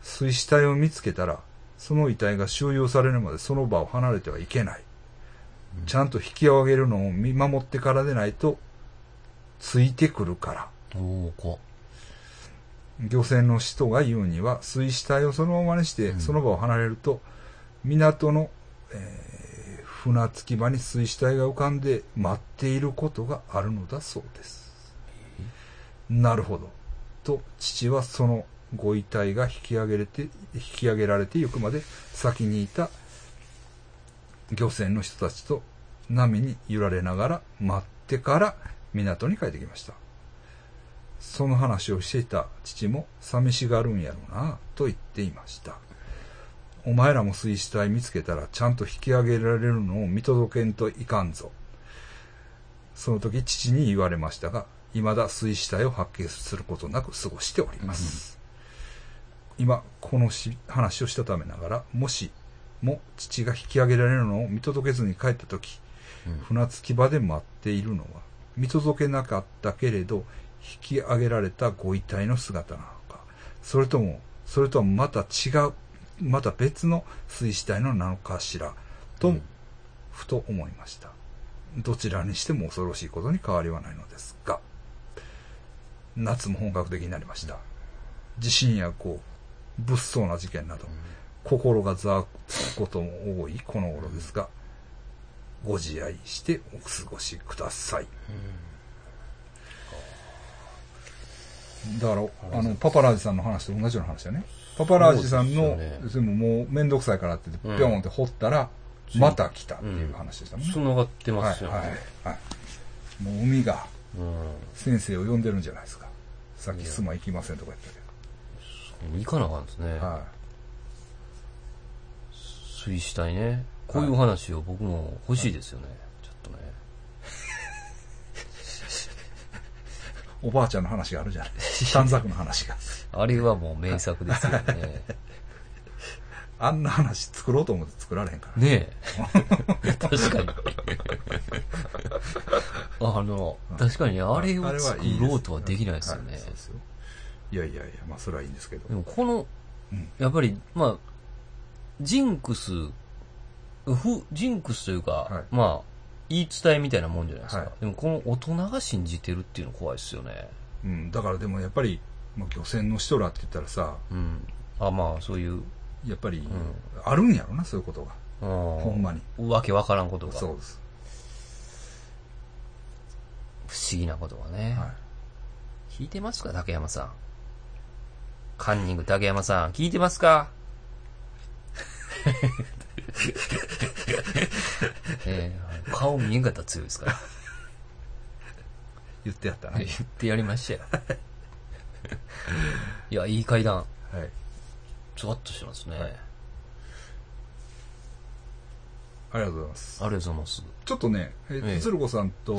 Speaker 2: 水死体を見つけたら、その遺体が収容されるまでその場を離れてはいけない。ちゃんと引き上げるのを見守ってからでないと、ついてくるから。
Speaker 1: おー、怖っ
Speaker 2: 漁船の人が言うには、水死体をそのままにして、
Speaker 1: うん
Speaker 2: その場を離れると、港の、えー船着き場に水死体が浮かんで待っていることがあるのだそうです。なるほど。と、父はそのご遺体が引き上げれて、引き上げられて行くまで先にいた漁船の人たちと波に揺られながら待ってから港に帰ってきました。その話をしていた父も寂しがるんやろうなと言っていました。お前らも水死体見つけたらちゃんと引き上げられるのを見届けんといかんぞ。その時父に言われましたが、未だ水死体を発見することなく過ごしております。今、このし話をしたためながら、もしも父が引き上げられるのを見届けずに帰った時、
Speaker 1: うん
Speaker 2: 船着き場で待っているのは見届けなかったけれど引き上げられたご遺体の姿なのかそれともそれとはまた違うまた別の水死体のなのかしらと、
Speaker 1: うん
Speaker 2: ふと思いましたどちらにしても恐ろしいことに変わりはないのですが夏も本格的になりました地震やこう物騒な事件など、心がざわつくことも多いこの頃ですが、ご自愛してお過ごしください。だから、あの、パパラージさんの話と同じような話だよね。パパラージさん
Speaker 1: そ
Speaker 2: の
Speaker 1: うですよ
Speaker 2: で
Speaker 1: ね、
Speaker 2: ももうめんどくさいからって言
Speaker 1: う
Speaker 2: っ
Speaker 1: ん
Speaker 2: て、ぴょんって掘ったら、
Speaker 1: い
Speaker 2: また来たっていう話でしたもんね。
Speaker 1: 繋がって
Speaker 2: は
Speaker 1: ま
Speaker 2: い、
Speaker 1: すよ
Speaker 2: は
Speaker 1: ね。
Speaker 2: い、はい。もう海が
Speaker 1: うん
Speaker 2: 先生を呼んでるんじゃないですか。さっきすま行きませんとか言ったけ
Speaker 1: もう行かなあかんですね。
Speaker 2: ど。は
Speaker 1: 水死体ね。こういう話を僕も欲しいですよね。ちょっとね。
Speaker 2: い。おばあちゃんの話があるじゃない。短冊の話 が。
Speaker 1: あれはもう名作ですよね。
Speaker 2: あんな話作ろうと思って作られへんから。
Speaker 1: ねえ。確かに。あの、確かにあれを作ろうとはできないですよ
Speaker 2: は
Speaker 1: ね
Speaker 2: そう。ですよいやいやいや、まあそれはいいんですけど
Speaker 1: で。もこの
Speaker 2: うん、
Speaker 1: やっぱり、まあ、ジンクス、ふ、ジンクスというか、
Speaker 2: はい
Speaker 1: まあ、言い伝えみたいなもんじゃないですか。
Speaker 2: はい
Speaker 1: でもこの大人が信じてるっていうの怖いですよね。
Speaker 2: うん、だからでもやっぱり、まあ、漁船の人らって言ったらさ、
Speaker 1: うん。あ、まあ、そういう、
Speaker 2: やっぱり、
Speaker 1: ん
Speaker 2: あるんやろな、そういうことが。ほ
Speaker 1: ほ
Speaker 2: んまに。
Speaker 1: わけわからんことが。不
Speaker 2: そ
Speaker 1: 思
Speaker 2: うです。
Speaker 1: 議なことがね。
Speaker 2: は
Speaker 1: 聞いてますか竹山さん。カンニング竹山さん、聞いてま すかええ顔見えんかったら強いですから。
Speaker 2: い。言ってやったな。は
Speaker 1: 言
Speaker 2: い。
Speaker 1: ってやりま したよ。いや、いい階段。ゾワッとしてますね。
Speaker 2: はい
Speaker 1: あり
Speaker 2: ありがとうございます。
Speaker 1: がとうございます。
Speaker 2: ちょっとね、えー
Speaker 1: ええ
Speaker 2: 鶴子さんと、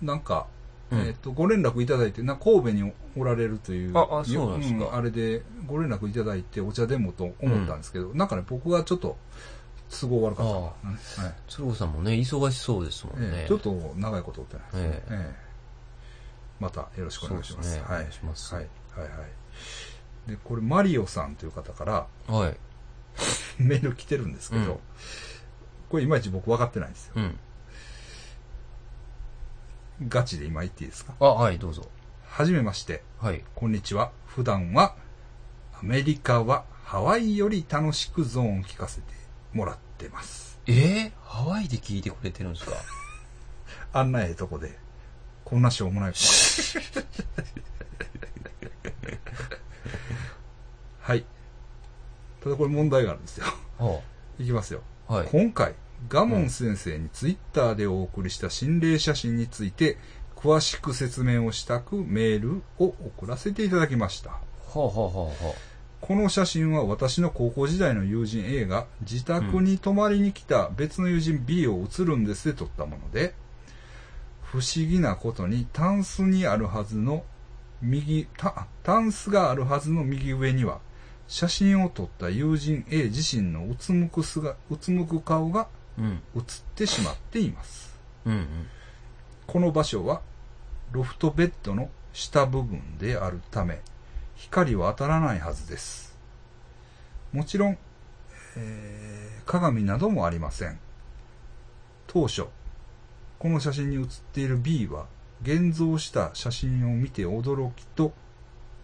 Speaker 2: なんか、
Speaker 1: うん
Speaker 2: えっ、と、ご連絡いただいて、な神戸におられるという、
Speaker 1: ああそうなんですか
Speaker 2: よあれで、ご連絡いただいて、お茶でもと思ったんですけど、なんかね、僕がちょっと、都合悪かったかな、はい
Speaker 1: 鶴子さんもね、忙しそうですもん
Speaker 2: え
Speaker 1: ね。
Speaker 2: えちょっと長いことってないですね。
Speaker 1: ええ
Speaker 2: ええまたよろしくお願いします。
Speaker 1: そうですね
Speaker 2: はい、
Speaker 1: お願いします
Speaker 2: はい、はい、はい。で、これ、マリオさんという方から
Speaker 1: はい。
Speaker 2: メール来てるんですけど、
Speaker 1: うん
Speaker 2: これ、いまいち僕分かってないんですよ。
Speaker 1: うん。
Speaker 2: ガチで今言っていいですか
Speaker 1: あ、はい、どうぞ。
Speaker 2: はじめまして、
Speaker 1: はい。
Speaker 2: こんにちは。普段は、アメリカはハワイより楽しくゾーンを聞かせてもらってます。
Speaker 1: ええハワイで聞いてくれてるんですか
Speaker 2: あんなええとこで、こんなしょうもないこと。 はい。ただこれ問題があるんですよ。
Speaker 1: はい
Speaker 2: きますよ。
Speaker 1: あ、はい。
Speaker 2: 今回、ガモン先生にツイッターでお送りした心霊写真について、詳しく説明をしたくメールを送らせていただきました。
Speaker 1: はあ、はあはあは
Speaker 2: この写真は私の高校時代の友人 A が自宅に泊まりに来た別の友人 B を写るんですで撮ったもので、不思議なことにタンスにあるはずの右、タタンスがあるはずの右上には、写真を撮った友人 A 自身のうつむく姿うつむく顔が
Speaker 1: あ。うん。
Speaker 2: 写ってしまっています。
Speaker 1: うんうん。
Speaker 2: この場所はロフトベッドの下部分であるため光は当たらないはずですもちろん、えー鏡などもありません当初この写真に写っている B は現像した写真を見て驚きと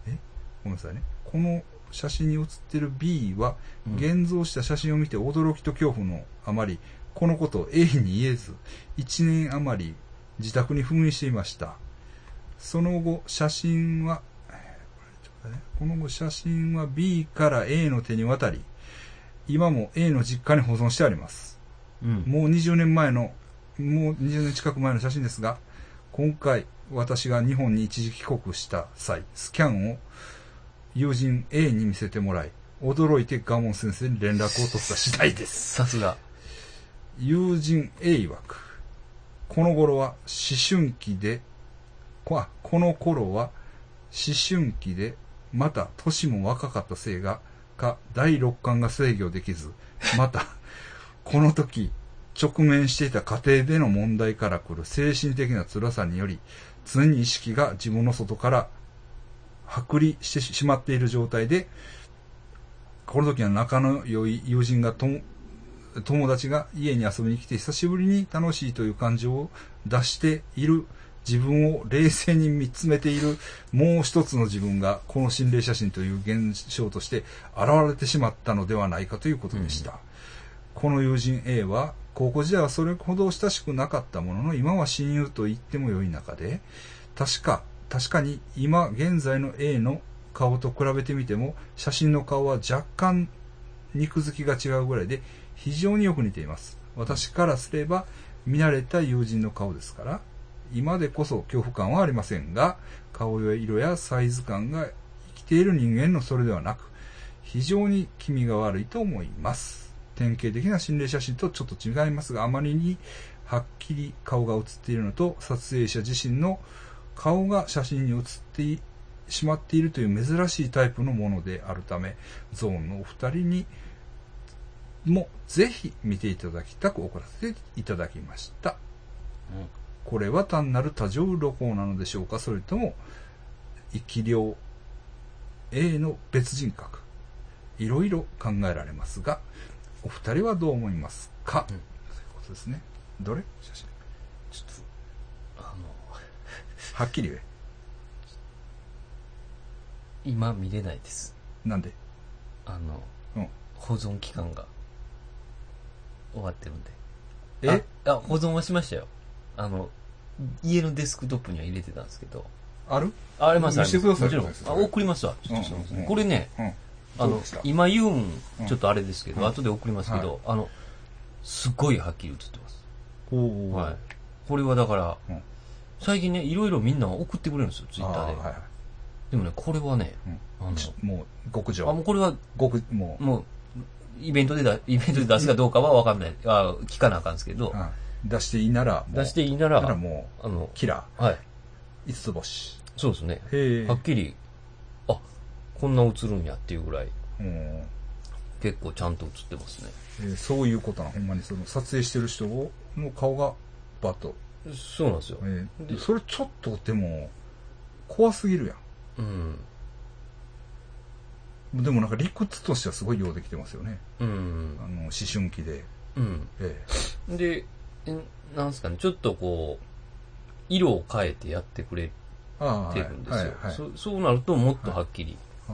Speaker 2: えごめんなさいねこの写真に写っている B は
Speaker 1: うん
Speaker 2: 現像した写真を見て驚きと恐怖のあまりこのことを A に言えず1年余り自宅に封印していましたその後写真はえーこれちょっとねこの後写真は B から A の手に渡り今も A の実家に保存してあります
Speaker 1: うん。
Speaker 2: もう20年前のもう20年近く前の写真ですが今回私が日本に一時帰国した際スキャンを友人 A に見せてもらい驚いて蒲門先生に連絡を取った次第です
Speaker 1: さすが。
Speaker 2: 友人 A 曰く、この頃は思春期で、こあこの頃は思春期で、また年も若かったせいが、か第六感が制御できず、また、 この時、直面していた家庭での問題から来る精神的な辛さにより、常に意識が自分の外から剥離してしまっている状態で、この時は仲の良い友人がとも友達が家に遊びに来て久しぶりに楽しいという感情を出している自分を冷静に見つめているもう一つの自分がこの心霊写真という現象として現れてしまったのではないかということでした、この友人 A は高校時代はそれほど親しくなかったものの今は親友と言っても良い中で確か確かに今現在の A の顔と比べてみても写真の顔は若干肉付きが違うぐらいで非常によく似ています私からすれば見慣れた友人の顔ですから今でこそ恐怖感はありませんが顔や色やサイズ感が生きている人間のそれではなく非常に気味が悪いと思います典型的な心霊写真とちょっと違いますがあまりにはっきり顔が写っているのと撮影者自身の顔が写真に写ってしまっているという珍しいタイプのものであるためゾーンのお二人にもぜひ見ていただきたく送らせていただきました
Speaker 1: うん
Speaker 2: これは単なる多情旅行なのでしょうかそれとも生き量 A の別人格いろいろ考えられますがお二人はどう思いますか、
Speaker 1: うん
Speaker 2: ということですねどれ写真
Speaker 1: ちょっと、あの、
Speaker 2: はっきり言え
Speaker 1: 今見れないです。
Speaker 2: なんで
Speaker 1: あの、
Speaker 2: うん
Speaker 1: 保存期間が終わってるんで。
Speaker 2: え
Speaker 1: ああ、保存はしましたよ。あの、家のデスクトップには入れてたんですけど。
Speaker 2: ある
Speaker 1: ああります、あ
Speaker 2: 見
Speaker 1: り
Speaker 2: せ
Speaker 1: ま
Speaker 2: て
Speaker 1: す。
Speaker 2: ください
Speaker 1: もちろん。あ、送りますわ。ちょっと
Speaker 2: うんうん
Speaker 1: そう
Speaker 2: うん
Speaker 1: これね、
Speaker 2: うん
Speaker 1: あ
Speaker 2: どう
Speaker 1: の
Speaker 2: でした、
Speaker 1: 今言うん
Speaker 2: うん、
Speaker 1: ちょっとあれですけど、
Speaker 2: うん
Speaker 1: 後で送りますけど、あの、すごいはっきり映ってます。
Speaker 2: おー
Speaker 1: はい。これはだから
Speaker 2: うん、
Speaker 1: 最近ね、いろいろみんな送ってくれるんですよ、ツイッタ
Speaker 2: あ
Speaker 1: ー
Speaker 2: ー
Speaker 1: で
Speaker 2: は。いはい
Speaker 1: でもね、これはね
Speaker 2: うん、
Speaker 1: あの、
Speaker 2: もう極
Speaker 1: あ、
Speaker 2: 上
Speaker 1: もうこれは
Speaker 2: 極もう、
Speaker 1: もう、イベントでだ、イベントで出す かどうかは分かんない。あ聞かなあかんですけど、
Speaker 2: うん出していいならもう
Speaker 1: 出していいな
Speaker 2: なら
Speaker 1: ら、
Speaker 2: も
Speaker 1: あの
Speaker 2: う、キラ
Speaker 1: はい。
Speaker 2: ー五つ星
Speaker 1: そうですね。
Speaker 2: へ
Speaker 1: はっきり、あ、こんな映るんやっていうぐらい、
Speaker 2: え
Speaker 1: 結構ちゃんと映ってますね。
Speaker 2: そういうことなほんまにその撮影してる人の顔がバッと、
Speaker 1: そうなんですよ
Speaker 2: え。ー
Speaker 1: で
Speaker 2: それちょっとでも怖すぎるや
Speaker 1: うん。
Speaker 2: んでもなんか理屈としてはすごいようできてますよね
Speaker 1: う
Speaker 2: あ
Speaker 1: ん。
Speaker 2: の思春期で、
Speaker 1: うん。
Speaker 2: え
Speaker 1: で、えなんすかね、ちょっとこう、色を変えてやってくれ
Speaker 2: ーあ
Speaker 1: てるんです
Speaker 2: はい
Speaker 1: よ。
Speaker 2: はいはい、
Speaker 1: そそうなるともっとはっきり
Speaker 2: あ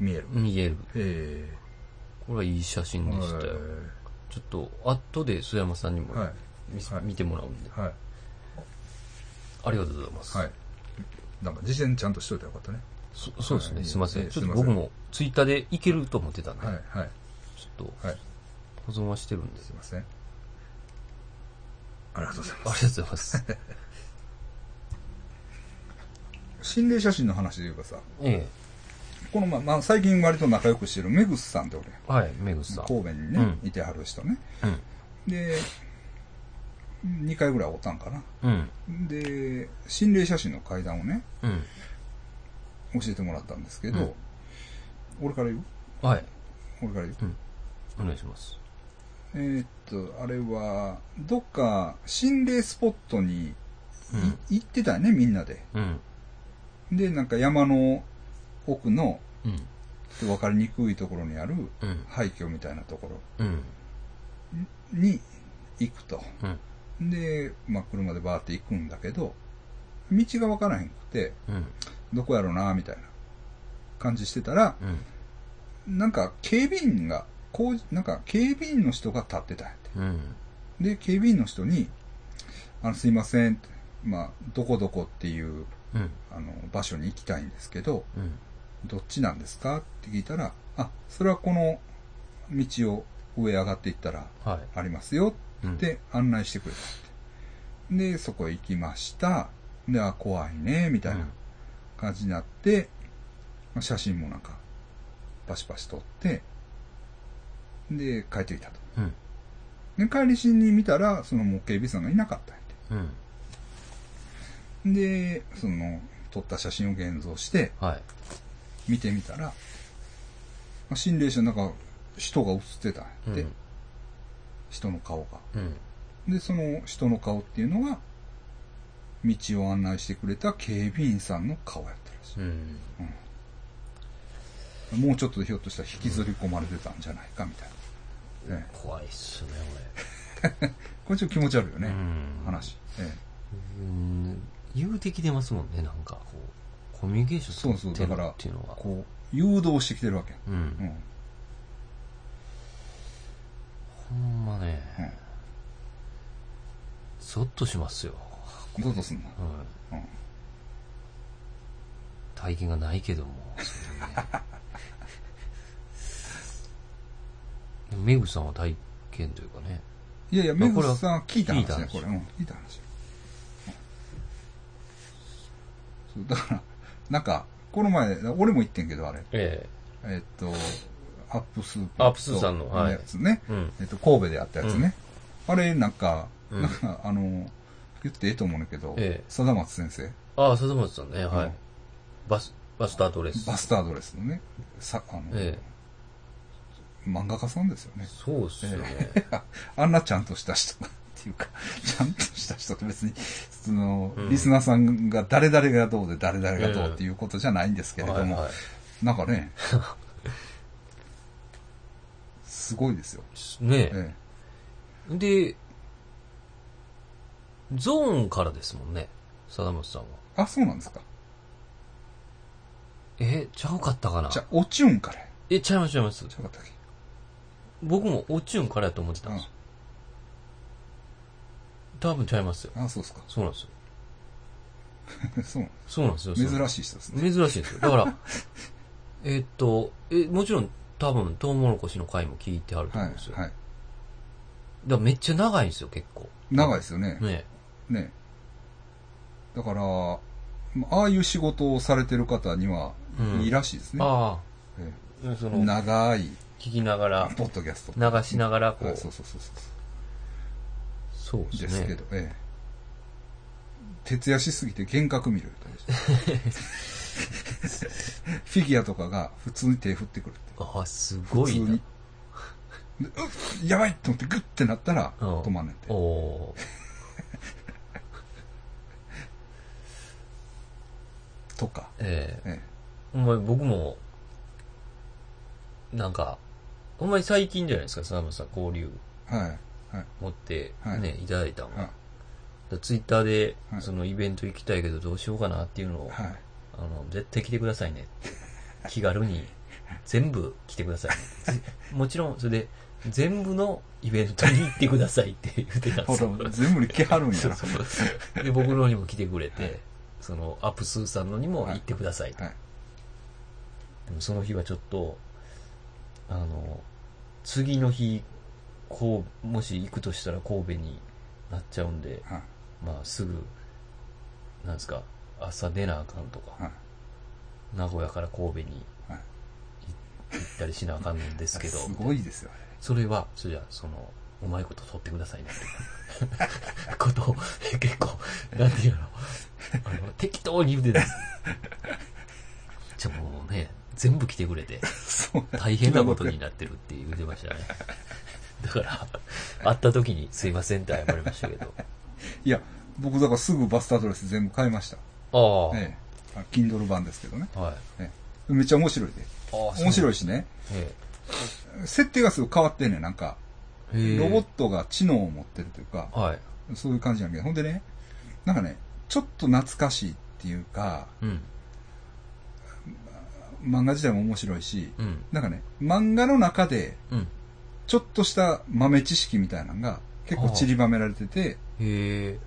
Speaker 2: ー見える
Speaker 1: 見える。
Speaker 2: え
Speaker 1: これはいい写真でしたよ。ちょっと、後で須山さんにも
Speaker 2: はい
Speaker 1: 見せ
Speaker 2: はい
Speaker 1: 見てもらうんで。
Speaker 2: はい
Speaker 1: ありがとうございます。
Speaker 2: はいなんか事前にちゃんとしといたらよかったね
Speaker 1: そそうです
Speaker 2: は
Speaker 1: ね。
Speaker 2: い
Speaker 1: すいませ
Speaker 2: え
Speaker 1: ん。
Speaker 2: え
Speaker 1: ちょ
Speaker 2: す
Speaker 1: っと
Speaker 2: いま
Speaker 1: 僕
Speaker 2: せん
Speaker 1: もツイッターでいけると思ってたんで、
Speaker 2: はい、はい。
Speaker 1: ちょっ
Speaker 2: はい。
Speaker 1: と保存はしてるんです
Speaker 2: すいません。ありがとうござい
Speaker 1: あり
Speaker 2: ま
Speaker 1: がとうござい ます。
Speaker 2: す。心霊写真の話で言えばさ、
Speaker 1: え
Speaker 2: このま、まあ、最近割と仲良くしてるメグスさんって俺、
Speaker 1: え。はい、メグスさん。
Speaker 2: 神戸にね、
Speaker 1: うん
Speaker 2: いてはる人ね。
Speaker 1: うん。
Speaker 2: で、2回ぐらいおったんかな。
Speaker 1: うん。
Speaker 2: で、心霊写真の階段をね、
Speaker 1: うん。
Speaker 2: 教えてもらったんですけど、
Speaker 1: うん
Speaker 2: 俺から言う
Speaker 1: はい。
Speaker 2: 俺から言う、
Speaker 1: お願いします。
Speaker 2: えーっと、あれは、どっか心霊スポットに
Speaker 1: うん。
Speaker 2: 行ってたよね、みんなで。
Speaker 1: うん。
Speaker 2: で、なんか山の奥の、
Speaker 1: う
Speaker 2: ち
Speaker 1: ん。
Speaker 2: ょっと分かりにくいところにある
Speaker 1: うん。
Speaker 2: 廃墟みたいなところ
Speaker 1: うん。
Speaker 2: に行くと。
Speaker 1: うん。
Speaker 2: で、まあ、車でバーって行くんだけど、道が分からへんくて、
Speaker 1: うん。
Speaker 2: どこやろうな、みたいな感じしてたら、
Speaker 1: うん。
Speaker 2: なんか警備員が、こう、なんか警備員の人が立ってたんやって。
Speaker 1: うん。
Speaker 2: で、警備員の人に、あの、すいませんって、まあ、どこどこっていう、
Speaker 1: うん。
Speaker 2: あの、場所に行きたいんですけど、
Speaker 1: うん。
Speaker 2: どっちなんですかって聞いたら、あ、それはこの道を上上がっていったら
Speaker 1: は
Speaker 2: ありますよ
Speaker 1: い。うん
Speaker 2: っ、て案内してくれたって。で、そこへ行きました。で、あ、怖いね、みたいな感じになって、まあ写真もなんか、パシパシ撮って、で、帰ってきたと。
Speaker 1: う
Speaker 2: で、
Speaker 1: ん。
Speaker 2: 帰りしに見たら、そのもう警備さんがいなかったんや
Speaker 1: うん。
Speaker 2: てで、その、撮った写真を現像して、
Speaker 1: はい。
Speaker 2: 見てみたら、まあ心霊写なんか、人が写ってたんやって、
Speaker 1: うん
Speaker 2: 人の顔が。
Speaker 1: うん。
Speaker 2: で、その人の顔っていうのが、道を案内してくれた警備員さんの顔やったらし
Speaker 1: うん。
Speaker 2: い。もうちょっとひょっとしたら引きずり込まれてたんじゃないか、みたいな。ええ、
Speaker 1: 怖いっすね、
Speaker 2: これちょっと気持ち悪いよ
Speaker 1: 俺。
Speaker 2: ね、
Speaker 1: うん。
Speaker 2: 話。ええ、
Speaker 1: うん。言うてきてますもんね、なんか、こう。コミュニケーショ
Speaker 2: そ
Speaker 1: ン
Speaker 2: うそう、
Speaker 1: 取って
Speaker 2: だ
Speaker 1: る
Speaker 2: から
Speaker 1: っていうのが。、
Speaker 2: こう、誘導してきてるわけ。
Speaker 1: う。
Speaker 2: うんん。
Speaker 1: ほんまね。
Speaker 2: うん。
Speaker 1: ゾッとしますよ。
Speaker 2: どうぞすんの
Speaker 1: うん。
Speaker 2: うん。
Speaker 1: 体験がないけども。それね でもメグさんは体験というかね。
Speaker 2: いやいや、
Speaker 1: まあ
Speaker 2: メグさんは聞いた話
Speaker 1: こ
Speaker 2: ね
Speaker 1: れは、
Speaker 2: これ。うん、聞いた話。うんそうだから、なんか、この前、俺も言ってんけど、あれ。
Speaker 1: え
Speaker 2: えっと、アップスー
Speaker 1: アップスーさんのはい
Speaker 2: やつね。
Speaker 1: え。うん。
Speaker 2: えっと、神戸であったやつね。あれ、なんか、
Speaker 1: うん
Speaker 2: なんか、あの、言ってええと思うねんだけど
Speaker 1: ええ、
Speaker 2: 貞松先生、
Speaker 1: ああ、笹本さんね、は
Speaker 2: うん
Speaker 1: い。バス、バスタートレス。
Speaker 2: バスタードレスのね、さ、あの、
Speaker 1: え
Speaker 2: 漫画家さんですよ
Speaker 1: え。
Speaker 2: ね。
Speaker 1: そうっすよね。
Speaker 2: あんなちゃんとした人がっていうか、 ちゃんとした人って別に、その
Speaker 1: う、ん
Speaker 2: リスナーさんが誰々がどうで誰々がどうっていうことじゃないんですけれど
Speaker 1: はい
Speaker 2: も
Speaker 1: は、い。
Speaker 2: なんか ね、すごいですよ。
Speaker 1: ねえ。
Speaker 2: え
Speaker 1: で、ゾーンからですもんね、貞本さんは。
Speaker 2: えあ、そうなんですか。
Speaker 1: え、ちゃうかったかな
Speaker 2: じゃあ、オチュンからや。
Speaker 1: え、ちゃいます、ちゃいます
Speaker 2: ち。ゃうかったっけ
Speaker 1: 僕もオチュンからやと思ってたんですよ。多分ちゃいますよ。
Speaker 2: あ、そうですか。
Speaker 1: そうなんですよ。
Speaker 2: そう。
Speaker 1: そうなんですよ。
Speaker 2: 珍しい人ですね。
Speaker 1: 珍しいんですよ。だから、えっと、え、もちろん多分、トウモロコシの回も聞いてあると
Speaker 2: はい
Speaker 1: 思うんですよ。。
Speaker 2: はい。
Speaker 1: だからめっちゃ長いんですよ、結構。
Speaker 2: 長い
Speaker 1: い。
Speaker 2: ですよね。
Speaker 1: ね
Speaker 2: ね。だから、まあああいう仕事をされてる方には
Speaker 1: うん
Speaker 2: いいらしいですね。
Speaker 1: あ
Speaker 2: え
Speaker 1: あ、そ
Speaker 2: え
Speaker 1: の、
Speaker 2: 長い、
Speaker 1: 聞きながら、
Speaker 2: ポッドキャスト。
Speaker 1: 流しながら、こ
Speaker 2: は
Speaker 1: う
Speaker 2: い、、そうそうそうそ
Speaker 1: そう
Speaker 2: う。で
Speaker 1: です
Speaker 2: すけ
Speaker 1: ね
Speaker 2: ど、。ええ。徹夜しすぎて幻覚見るとか です。フィギュアとかが普通に手振ってくるって。
Speaker 1: ああ、す
Speaker 2: 普
Speaker 1: ご
Speaker 2: 通
Speaker 1: いな
Speaker 2: に。。でうっやばいと思ってグッてなったら
Speaker 1: うん
Speaker 2: 止まんねんて。
Speaker 1: おー
Speaker 2: とか。
Speaker 1: ええ
Speaker 2: え
Speaker 1: ほんまに僕も、なんか、ほんまに最近じゃないですか、サダムさん交流
Speaker 2: え。はい。はい。
Speaker 1: 持って
Speaker 2: はい
Speaker 1: ね、いただいたのが。
Speaker 2: はい。
Speaker 1: ツイッターで
Speaker 2: は、い
Speaker 1: そのイベント行きたいけどどうしようかなっていうのを、
Speaker 2: はい。
Speaker 1: あの、絶対来てくださいね。気軽に、全部来てください、 ぜもちろん、それで、全部のイベントに行ってくださいって言ってたん
Speaker 2: ほ
Speaker 1: です
Speaker 2: ら
Speaker 1: よ。、
Speaker 2: 全部に来はるんや
Speaker 1: そう
Speaker 2: な。
Speaker 1: そうで、僕のにも来てくれて、その、アップスーさんのにも行ってくださいと。
Speaker 2: はい。
Speaker 1: でもその日はちょっと、あの、次の日、こう、もし行くとしたら神戸になっちゃうんで、
Speaker 2: はい
Speaker 1: まあすぐ、なんですか、朝出なあかんとか、
Speaker 2: はい
Speaker 1: 名古屋から神戸に
Speaker 2: はい
Speaker 1: 行ったりしなあかんんですけ ど、
Speaker 2: すごいですよね。
Speaker 1: それは、それじゃあその、うまいこと取ってくださいね、 ってことを、結構、なんていうの、あの適当に言うてた。じゃあもうね、全部来てくれて、
Speaker 2: そう。
Speaker 1: 大変なことになってるって言うてましたね。だから、会った時にすいませんって謝りましたけど。
Speaker 2: いや、僕だからすぐバスタードレス全部買いました。
Speaker 1: ああ、
Speaker 2: ええ。あ Kindle 版ですけどね。
Speaker 1: はい。
Speaker 2: ええめっちゃ面白いで。
Speaker 1: ああ
Speaker 2: 面白
Speaker 1: い。
Speaker 2: いしね。
Speaker 1: え
Speaker 2: 設定がすごい変わってんねんなんか、
Speaker 1: えへえ
Speaker 2: ロボットが知能を持ってるというか、
Speaker 1: はい。
Speaker 2: そういう感じなんだけど、ほんでね、なんかね、ちょっと懐かしいっていうか、
Speaker 1: うん。
Speaker 2: 漫画自体も面白いし、
Speaker 1: うん。
Speaker 2: なんかね、漫画の中で、
Speaker 1: うん。
Speaker 2: ちょっとした豆知識みたいなのが、結構散りばめられてて、
Speaker 1: へえ。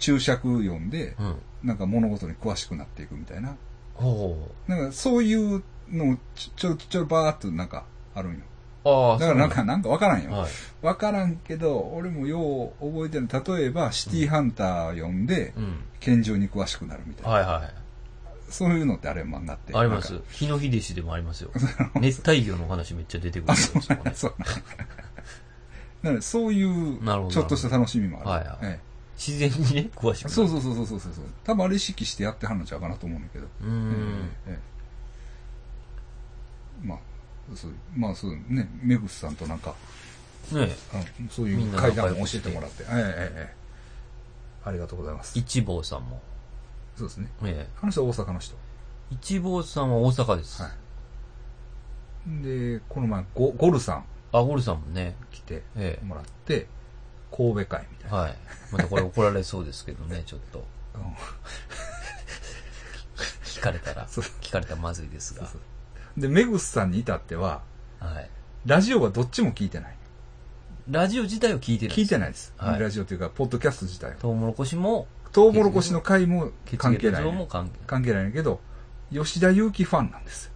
Speaker 2: 注釈読んで
Speaker 1: う、ん。
Speaker 2: なんか物事に詳しくなっていくみたいな。
Speaker 1: ほ
Speaker 2: なんかそういうのをちょ、ちょ、ちょ、ばーっとなんかあるんよ。
Speaker 1: う。ああ、
Speaker 2: だからなん
Speaker 1: そ
Speaker 2: か、なんかわからん
Speaker 1: う
Speaker 2: よ。
Speaker 1: なんだ。はい。
Speaker 2: わからんけど、俺もよう覚えてる。例えば、シティハンター読んで、
Speaker 1: うん。
Speaker 2: 拳銃に詳しくなるみたいな。
Speaker 1: はいはい。
Speaker 2: そういうのってあれ漫画って。
Speaker 1: あります
Speaker 2: なんか。。
Speaker 1: 日の秀氏でもあり ますよ。熱帯魚の話めっちゃ出てくるんですよね。
Speaker 2: そうなんだ。なのでそういう
Speaker 1: なるほど、
Speaker 2: ちょっとした楽しみもある。
Speaker 1: はいはい
Speaker 2: え
Speaker 1: 自然にね、詳しく
Speaker 2: え
Speaker 1: なる。
Speaker 2: そうそうそうそうそうそう。多分あれ意識してやってはんのちゃうかなと思うんだけど。
Speaker 1: うーん。
Speaker 2: ええええまあ、そう、まあそうね、メグスさんとなんか、
Speaker 1: ね
Speaker 2: あそう
Speaker 1: み
Speaker 2: い
Speaker 1: ん
Speaker 2: う
Speaker 1: な仲
Speaker 2: 会
Speaker 1: 良く
Speaker 2: 談を教えてもらって。ええええええありがとうございます。
Speaker 1: 一坊さんも。
Speaker 2: そうですね。
Speaker 1: ね
Speaker 2: あの人は大阪の人。
Speaker 1: 一坊さんは大阪です。
Speaker 2: はで、この前、ゴゴルさん
Speaker 1: あ、ゴルさんもね。
Speaker 2: 来て
Speaker 1: え
Speaker 2: もらって、神戸会みた
Speaker 1: え。
Speaker 2: いな。
Speaker 1: はい。またこれ怒られそうですけどね、 ちょっと。
Speaker 2: うん
Speaker 1: 聞かれたら、
Speaker 2: そう
Speaker 1: 聞かれたらまずいですが。
Speaker 2: そうで、メグスさんに至っては、
Speaker 1: はい。
Speaker 2: ラジオはどっちも聞いてない。
Speaker 1: ラジオ自体を聞いてる。
Speaker 2: 聞いてないです。
Speaker 1: はい
Speaker 2: ラジオというか、ポッドキャスト自体は。
Speaker 1: トウモロコシも、
Speaker 2: トウモロコシの会も
Speaker 1: 血
Speaker 2: 関係
Speaker 1: 液
Speaker 2: ない
Speaker 1: 上
Speaker 2: ね、
Speaker 1: も関係ない。
Speaker 2: 関係ないんやけど、吉田祐希ファンなんですよ。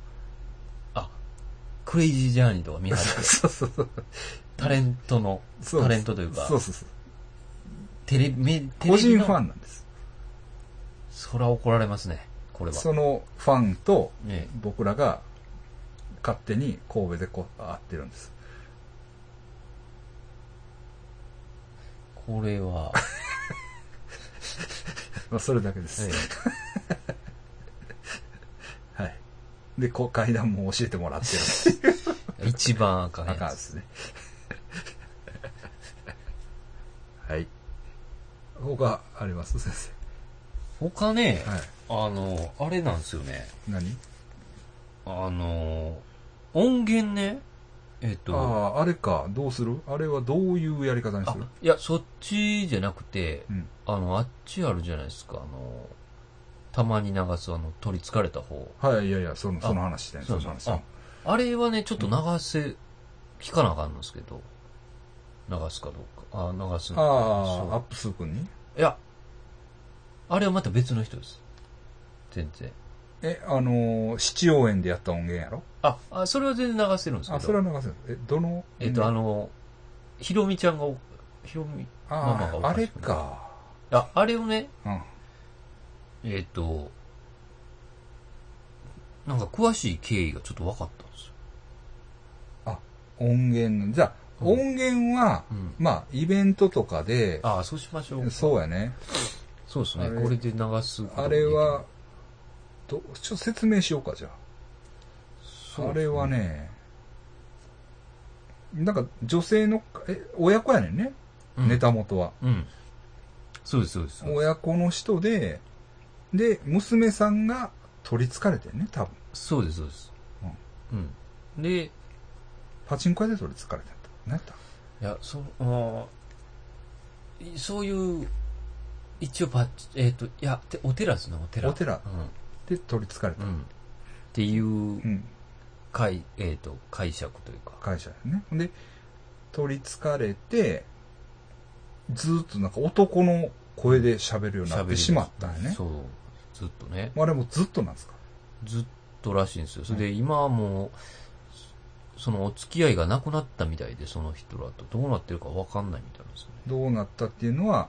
Speaker 1: あ、クレイジージャーニーとか見張って、
Speaker 2: そうそうそう。
Speaker 1: タレントの、
Speaker 2: そう
Speaker 1: タレントというか
Speaker 2: そう、そうそう。
Speaker 1: テレビ、めテレビの
Speaker 2: 個人ファンなんです。
Speaker 1: そら怒られますね、これは。
Speaker 2: そのファンと
Speaker 1: え
Speaker 2: 僕らが勝手に神戸でこう会ってるんです。
Speaker 1: え、これは、
Speaker 2: まあ、それだけです。
Speaker 1: え
Speaker 2: はい。で、こう階段も教えてもらって
Speaker 1: え、一番赤い
Speaker 2: る。
Speaker 1: やつ
Speaker 2: 赤です ね。はい。他あります先
Speaker 1: 他ね
Speaker 2: 生。、はい。
Speaker 1: あの、あれなんですよね。
Speaker 2: 何
Speaker 1: あの、音源ね、えっと、
Speaker 2: ああ、あれか。どうするあれはどういうやり方にす
Speaker 1: あ
Speaker 2: る、
Speaker 1: いや、そっちじゃなくて
Speaker 2: う、ん。
Speaker 1: あの、あっちあるじゃないですか、あの、たまに流す、あの、取り憑かれた方。
Speaker 2: はい、いやいや、その、
Speaker 1: あ
Speaker 2: その話して
Speaker 1: そう
Speaker 2: の
Speaker 1: そ
Speaker 2: 話。
Speaker 1: うああれはね、ちょっと流せ、聞かなあかんのですけど、流すかどうか。あ、流す
Speaker 2: あ
Speaker 1: の
Speaker 2: あー、アッ
Speaker 1: そ
Speaker 2: プスー君に
Speaker 1: ういや、あれはまた別の人です。全然。
Speaker 2: え、あのー七応園でやった音源やろ
Speaker 1: あ、あそれは全然流せるんですけど。
Speaker 2: あ、それは流せる。え、どの
Speaker 1: えっと、あの、ひろみちゃんがお、ひろみ、
Speaker 2: あ
Speaker 1: ママ
Speaker 2: ー
Speaker 1: がお
Speaker 2: あ
Speaker 1: かし
Speaker 2: れ
Speaker 1: くなる
Speaker 2: か。
Speaker 1: あ、あれをね、
Speaker 2: うん。
Speaker 1: えっと、なんか詳しい経緯がちょっと分かったんですよ。
Speaker 2: 音源の。じゃあ、
Speaker 1: うん
Speaker 2: 音源は、
Speaker 1: うん。
Speaker 2: まあ、イベントとかで、
Speaker 1: ああ、そうしましょう。
Speaker 2: そうやね。
Speaker 1: そうです
Speaker 2: あ
Speaker 1: ね。
Speaker 2: れ
Speaker 1: これで流すことも
Speaker 2: あ
Speaker 1: でき
Speaker 2: れ
Speaker 1: る
Speaker 2: は、、どちょっと説明しようか、じゃ
Speaker 1: そう
Speaker 2: あ。あ
Speaker 1: です
Speaker 2: れは、ね、なんか女性の、え、親子やねんね、
Speaker 1: うん
Speaker 2: ネタ元は。
Speaker 1: うん。そうです、そうです。そうです
Speaker 2: 親子の人で、で、娘さんが取り憑かれてんね、多分。
Speaker 1: そうです、そうです。うん。で、い
Speaker 2: パチンコ屋で取り憑かれてんと。何やった
Speaker 1: や、その、あーいそういう、一応パッチ、えっ、と、いや、てお寺ですね、お寺。
Speaker 2: お寺で取り憑かれ
Speaker 1: う
Speaker 2: た。
Speaker 1: ん。うん。っていう
Speaker 2: う、ん。
Speaker 1: 解、えっ、と、解釈というか。
Speaker 2: 会社やね。ほんで、取り憑かれて、ずーっとなんか男の声で喋るようになっ
Speaker 1: 喋り
Speaker 2: てしまったんやね。
Speaker 1: そう。ずっとね。
Speaker 2: まあ、あれもずっとなんですか
Speaker 1: ずっ人らしいんですよ。それで今はもう、そのお付き合いがなくなったみたいで、その人らと。どうなってるかわかんないみたいなんですよね。
Speaker 2: どうなったっていうのは、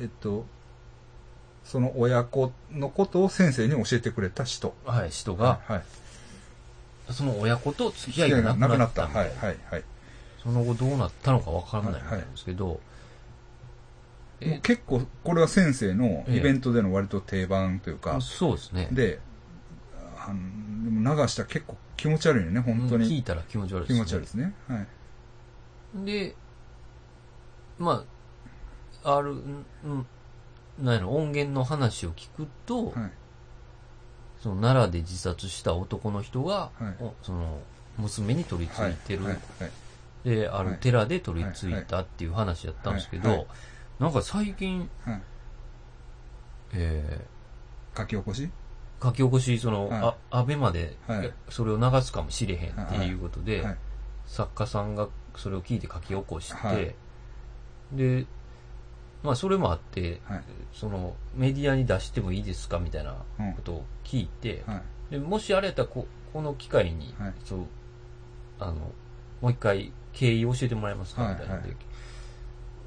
Speaker 2: えっと、その親子のことを先生に教えてくれた人。
Speaker 1: はい、人が、
Speaker 2: はい。
Speaker 1: その親子と付き合
Speaker 2: 付き合い
Speaker 1: いが
Speaker 2: が
Speaker 1: な
Speaker 2: な
Speaker 1: く
Speaker 2: く
Speaker 1: な
Speaker 2: な
Speaker 1: っ
Speaker 2: ったた。
Speaker 1: みた
Speaker 2: はいい、
Speaker 1: な。
Speaker 2: はい、はい。
Speaker 1: その後どうなったのかわからないみたいなんですけど、え
Speaker 2: もう結構、これは先生の
Speaker 1: ええ
Speaker 2: イベントでの割と定番というか、
Speaker 1: そうですね。
Speaker 2: で、あのでも流したら結構気持ち悪いよね、本当
Speaker 1: うん聞い
Speaker 2: に。
Speaker 1: たら気持ち悪い
Speaker 2: 気
Speaker 1: です、ね。
Speaker 2: 持ち悪いですね。はい。
Speaker 1: で、まあ、ある、んうん、なんやろ、音源の話を聞くと、
Speaker 2: はい。
Speaker 1: その奈良で自殺した男の人が、
Speaker 2: はい
Speaker 1: おその、娘に取り
Speaker 2: は
Speaker 1: 付いてる、
Speaker 2: はい。はい
Speaker 1: で、ある寺で取り付
Speaker 2: はいい
Speaker 1: たっていう話やったんですけど、
Speaker 2: はいはい
Speaker 1: なんか最近、
Speaker 2: はい。
Speaker 1: え
Speaker 2: 書き起こし
Speaker 1: ー、書き起こし、その、
Speaker 2: はい
Speaker 1: あ、アベまで
Speaker 2: はい、
Speaker 1: それを流すかもしれへんっていうことで、
Speaker 2: はい。
Speaker 1: 作家さんがそれを聞いて書き起こして、
Speaker 2: はい
Speaker 1: で、まあそれもあって、
Speaker 2: はい
Speaker 1: そのメディアに出してもいいですかみたいな
Speaker 2: うん
Speaker 1: ことを聞いて、
Speaker 2: はい。
Speaker 1: でもしあれやったらここの機会に、
Speaker 2: はい
Speaker 1: そうあのもう一回経緯教えてもらえますかみたいなんで、
Speaker 2: はいは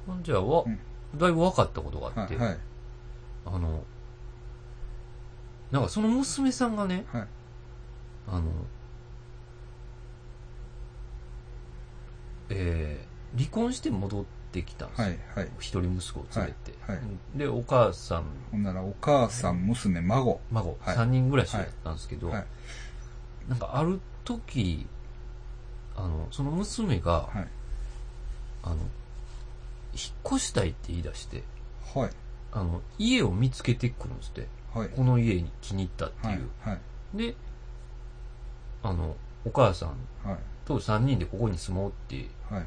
Speaker 1: ほんじゃあわ、
Speaker 2: うん
Speaker 1: だいぶ分かったことがあっ
Speaker 2: は
Speaker 1: て、
Speaker 2: い。はい。
Speaker 1: あのなんかその娘さんがね
Speaker 2: はい。
Speaker 1: あのえー離婚して戻ってきたんですよ、
Speaker 2: はい。はい。
Speaker 1: 一人息子を連れて、
Speaker 2: はいはい
Speaker 1: でお母さん
Speaker 2: ほんなら、お母さん、娘、孫。
Speaker 1: 孫、
Speaker 2: はい
Speaker 1: 3人暮らしだったんですけど、
Speaker 2: はい。
Speaker 1: なんかある時あのその娘が、
Speaker 2: はい。
Speaker 1: あの引っ越したいって言い出して
Speaker 2: はい。
Speaker 1: あの家を見つけてくるんですって
Speaker 2: はい。
Speaker 1: この家に気に入ったって
Speaker 2: はい。はい
Speaker 1: いう、。であのお母さん
Speaker 2: はい。
Speaker 1: と3人でここに住もうって
Speaker 2: はい。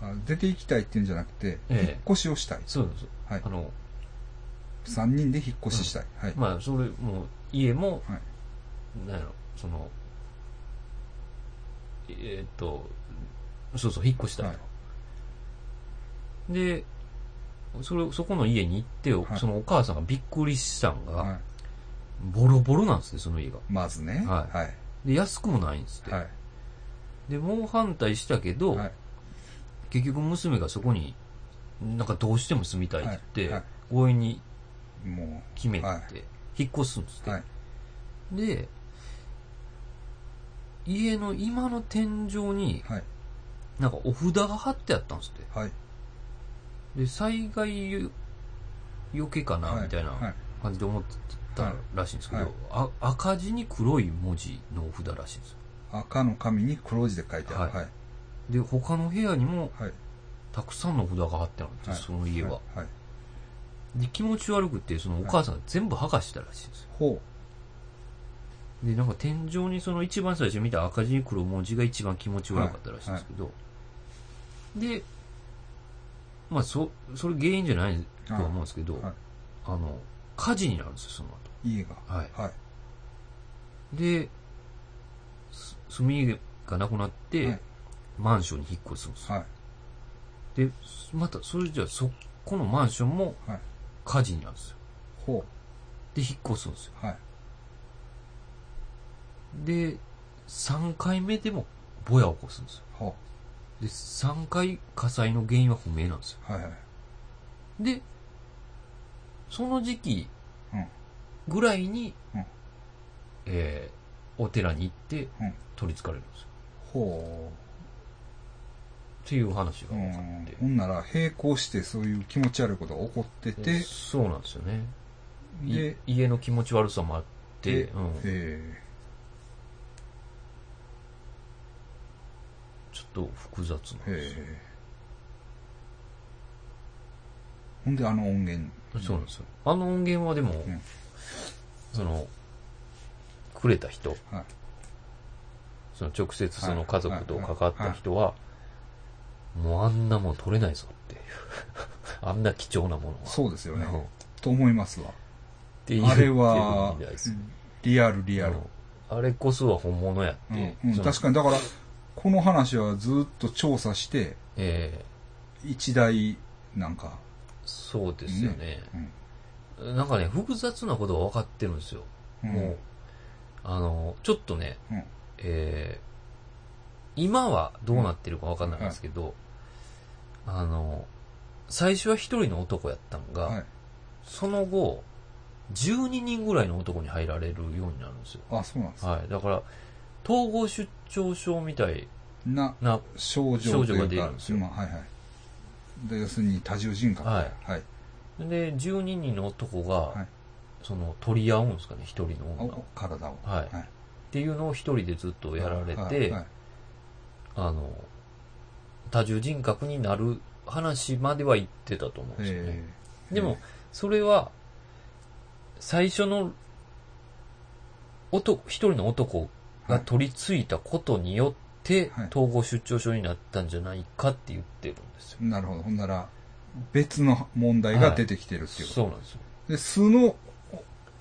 Speaker 2: あ出て行きたいっていうんじゃなくて、
Speaker 1: ええ
Speaker 2: 引っ越しをしたい。
Speaker 1: そうなんですよ
Speaker 2: はい
Speaker 1: あ。の
Speaker 2: 3人で引っ越ししたい。はい。
Speaker 1: まあそれもう家も
Speaker 2: はい。
Speaker 1: なんやろそのえーっとそうそう引っ越したいと、
Speaker 2: は
Speaker 1: でそれそこの家に行って、
Speaker 2: はい
Speaker 1: そのお母さんがびっくりしたんが、
Speaker 2: はい。
Speaker 1: ボロボロなんですねその家が
Speaker 2: まずね。
Speaker 1: はい
Speaker 2: はい。
Speaker 1: で安くもないんですって、
Speaker 2: はい。
Speaker 1: で猛反対したけど、
Speaker 2: はい
Speaker 1: 結局娘がそこになんかどうしても住みたいって言って、
Speaker 2: はいはい
Speaker 1: 強引に
Speaker 2: も
Speaker 1: 決めて、
Speaker 2: はい
Speaker 1: 引っ越すんですっ
Speaker 2: う、
Speaker 1: て、
Speaker 2: はい。
Speaker 1: で家の今の天井に
Speaker 2: はい。
Speaker 1: なんかお札が貼ってあったんですって
Speaker 2: はい。
Speaker 1: で災害よよけかな
Speaker 2: はい
Speaker 1: みたいな
Speaker 2: はい
Speaker 1: 感じで思ってたらしいんですけど、
Speaker 2: はい
Speaker 1: あ赤字に黒い文字のお札らしいんですよ
Speaker 2: 赤の紙に黒字で書いてある。
Speaker 1: は
Speaker 2: はいい。
Speaker 1: で他の部屋にも
Speaker 2: はい。
Speaker 1: たくさんの札が貼ってあるんです、
Speaker 2: はい
Speaker 1: その家は、
Speaker 2: はい。
Speaker 1: で気持ち悪くてそのお母さんが全部剥がしたらしいんですよ
Speaker 2: ほ
Speaker 1: でなんか天井にその一番最初に見た赤字に黒文字が一番気持ち悪かったらしいんですけど、でまあそそれ原因じゃないとは思うんですけど、
Speaker 2: はいはい
Speaker 1: あの火事になるんですよその
Speaker 2: う。家が。
Speaker 1: 後はい
Speaker 2: はい。
Speaker 1: で、す住み家がなくなって、
Speaker 2: はい
Speaker 1: マンションに引っ越すんですよ。
Speaker 2: はい。
Speaker 1: で、すまた、それじゃあそこのマンションも
Speaker 2: はい。
Speaker 1: 火事になるんですよ。
Speaker 2: ほ
Speaker 1: で、引っ越すんですよ。
Speaker 2: う。はい。
Speaker 1: で、3回目でもぼやを起こすんですよ。
Speaker 2: ほ
Speaker 1: で、3回火災の原因は不明なんですよ。
Speaker 2: う。はい。はい。
Speaker 1: で、その時期
Speaker 2: うん。
Speaker 1: ぐらいに、
Speaker 2: うん
Speaker 1: えーお寺に行って
Speaker 2: うん。
Speaker 1: 取り憑かれるんですよ。
Speaker 2: ほう。
Speaker 1: っていう話が
Speaker 2: う
Speaker 1: 分か
Speaker 2: ん
Speaker 1: って
Speaker 2: ほ。んなら並行してそういう気持ち悪いことが起こってて、
Speaker 1: そうなんですよね。い
Speaker 2: で、
Speaker 1: 家の気持ち悪さもあって、
Speaker 2: で
Speaker 1: うん、
Speaker 2: え
Speaker 1: ちょっと複雑なん
Speaker 2: ー
Speaker 1: ですよ。
Speaker 2: えーほんであの音源。
Speaker 1: そうなんですよ。あの音源はでも、
Speaker 2: ん
Speaker 1: その、くれた人、
Speaker 2: はい。
Speaker 1: その直接その家族と
Speaker 2: はい
Speaker 1: 関わった人は、もうあんなもん取れないぞっていう。 あんな貴重なものは。
Speaker 2: そうですよね。
Speaker 1: うんっ
Speaker 2: と思いますわ。
Speaker 1: ていう
Speaker 2: あれは
Speaker 1: みたいです、
Speaker 2: リアルリアル。
Speaker 1: うんあれこそは本物やっ
Speaker 2: う
Speaker 1: て
Speaker 2: ん。うん
Speaker 1: その
Speaker 2: 確かに、だから、この話はずっと調査して、
Speaker 1: え
Speaker 2: 一大、なんか、
Speaker 1: えそうですよね。
Speaker 2: うん
Speaker 1: なんかね、複雑なことが分かってるんですよ。
Speaker 2: うん
Speaker 1: もあの、ちょっとね、
Speaker 2: うん
Speaker 1: えー今はどうなってるかわかんないんですけど、あの、最初は一人の男やったんが、
Speaker 2: はい。
Speaker 1: その後、12人ぐらいの男に入られるようになるんですよ。
Speaker 2: あ、そうなんです。
Speaker 1: はい。だから、統合出張症みたい
Speaker 2: な、
Speaker 1: な、
Speaker 2: 症状というか
Speaker 1: 症状が出るんですよ
Speaker 2: まあ、はいはい。で要するに多重人格。
Speaker 1: はい
Speaker 2: はい。
Speaker 1: で、12人の男が、
Speaker 2: はい
Speaker 1: その、取り合うんですかね、一人の
Speaker 2: お
Speaker 1: 女を。っ
Speaker 2: お体を。
Speaker 1: はいていうのを一人でずっとやられて、
Speaker 2: はいはい
Speaker 1: あの、多重人格になる話までは言ってたと思うんですよね
Speaker 2: え。ー
Speaker 1: でも、それは、最初の、男、一人の男が取り付いたことによって
Speaker 2: はい、
Speaker 1: 統合出張症になったんじゃないかって言ってるんですよ。
Speaker 2: なるほど。ほんなら、別の問題が出てきてるっていうこと。
Speaker 1: そうなんですよ。
Speaker 2: で、素のお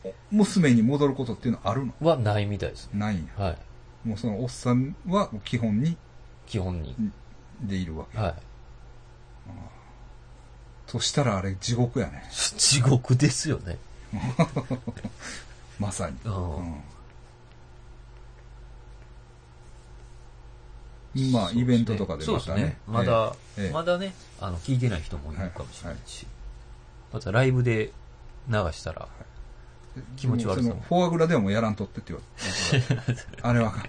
Speaker 2: お娘に戻ることっていうのはあるの
Speaker 1: はないみたいですね。
Speaker 2: ないんや。
Speaker 1: はい。
Speaker 2: もうそのおっさんは基本に
Speaker 1: 基本に。
Speaker 2: でいるわけ。
Speaker 1: はい。
Speaker 2: そしたらあれ地獄やね。
Speaker 1: 地獄ですよね。
Speaker 2: まさに。
Speaker 1: うん。
Speaker 2: うんまあ、イベントとかで
Speaker 1: そう
Speaker 2: ま
Speaker 1: です
Speaker 2: た
Speaker 1: ね
Speaker 2: ね。。
Speaker 1: まだ
Speaker 2: ええええ、
Speaker 1: まだね、あの、聞いてない人もいるかもしれないし。またライブで流したら、気持ち悪さ
Speaker 2: そ
Speaker 1: も
Speaker 2: のフォアグラではもうやらんとってって言われて。あれはあかん。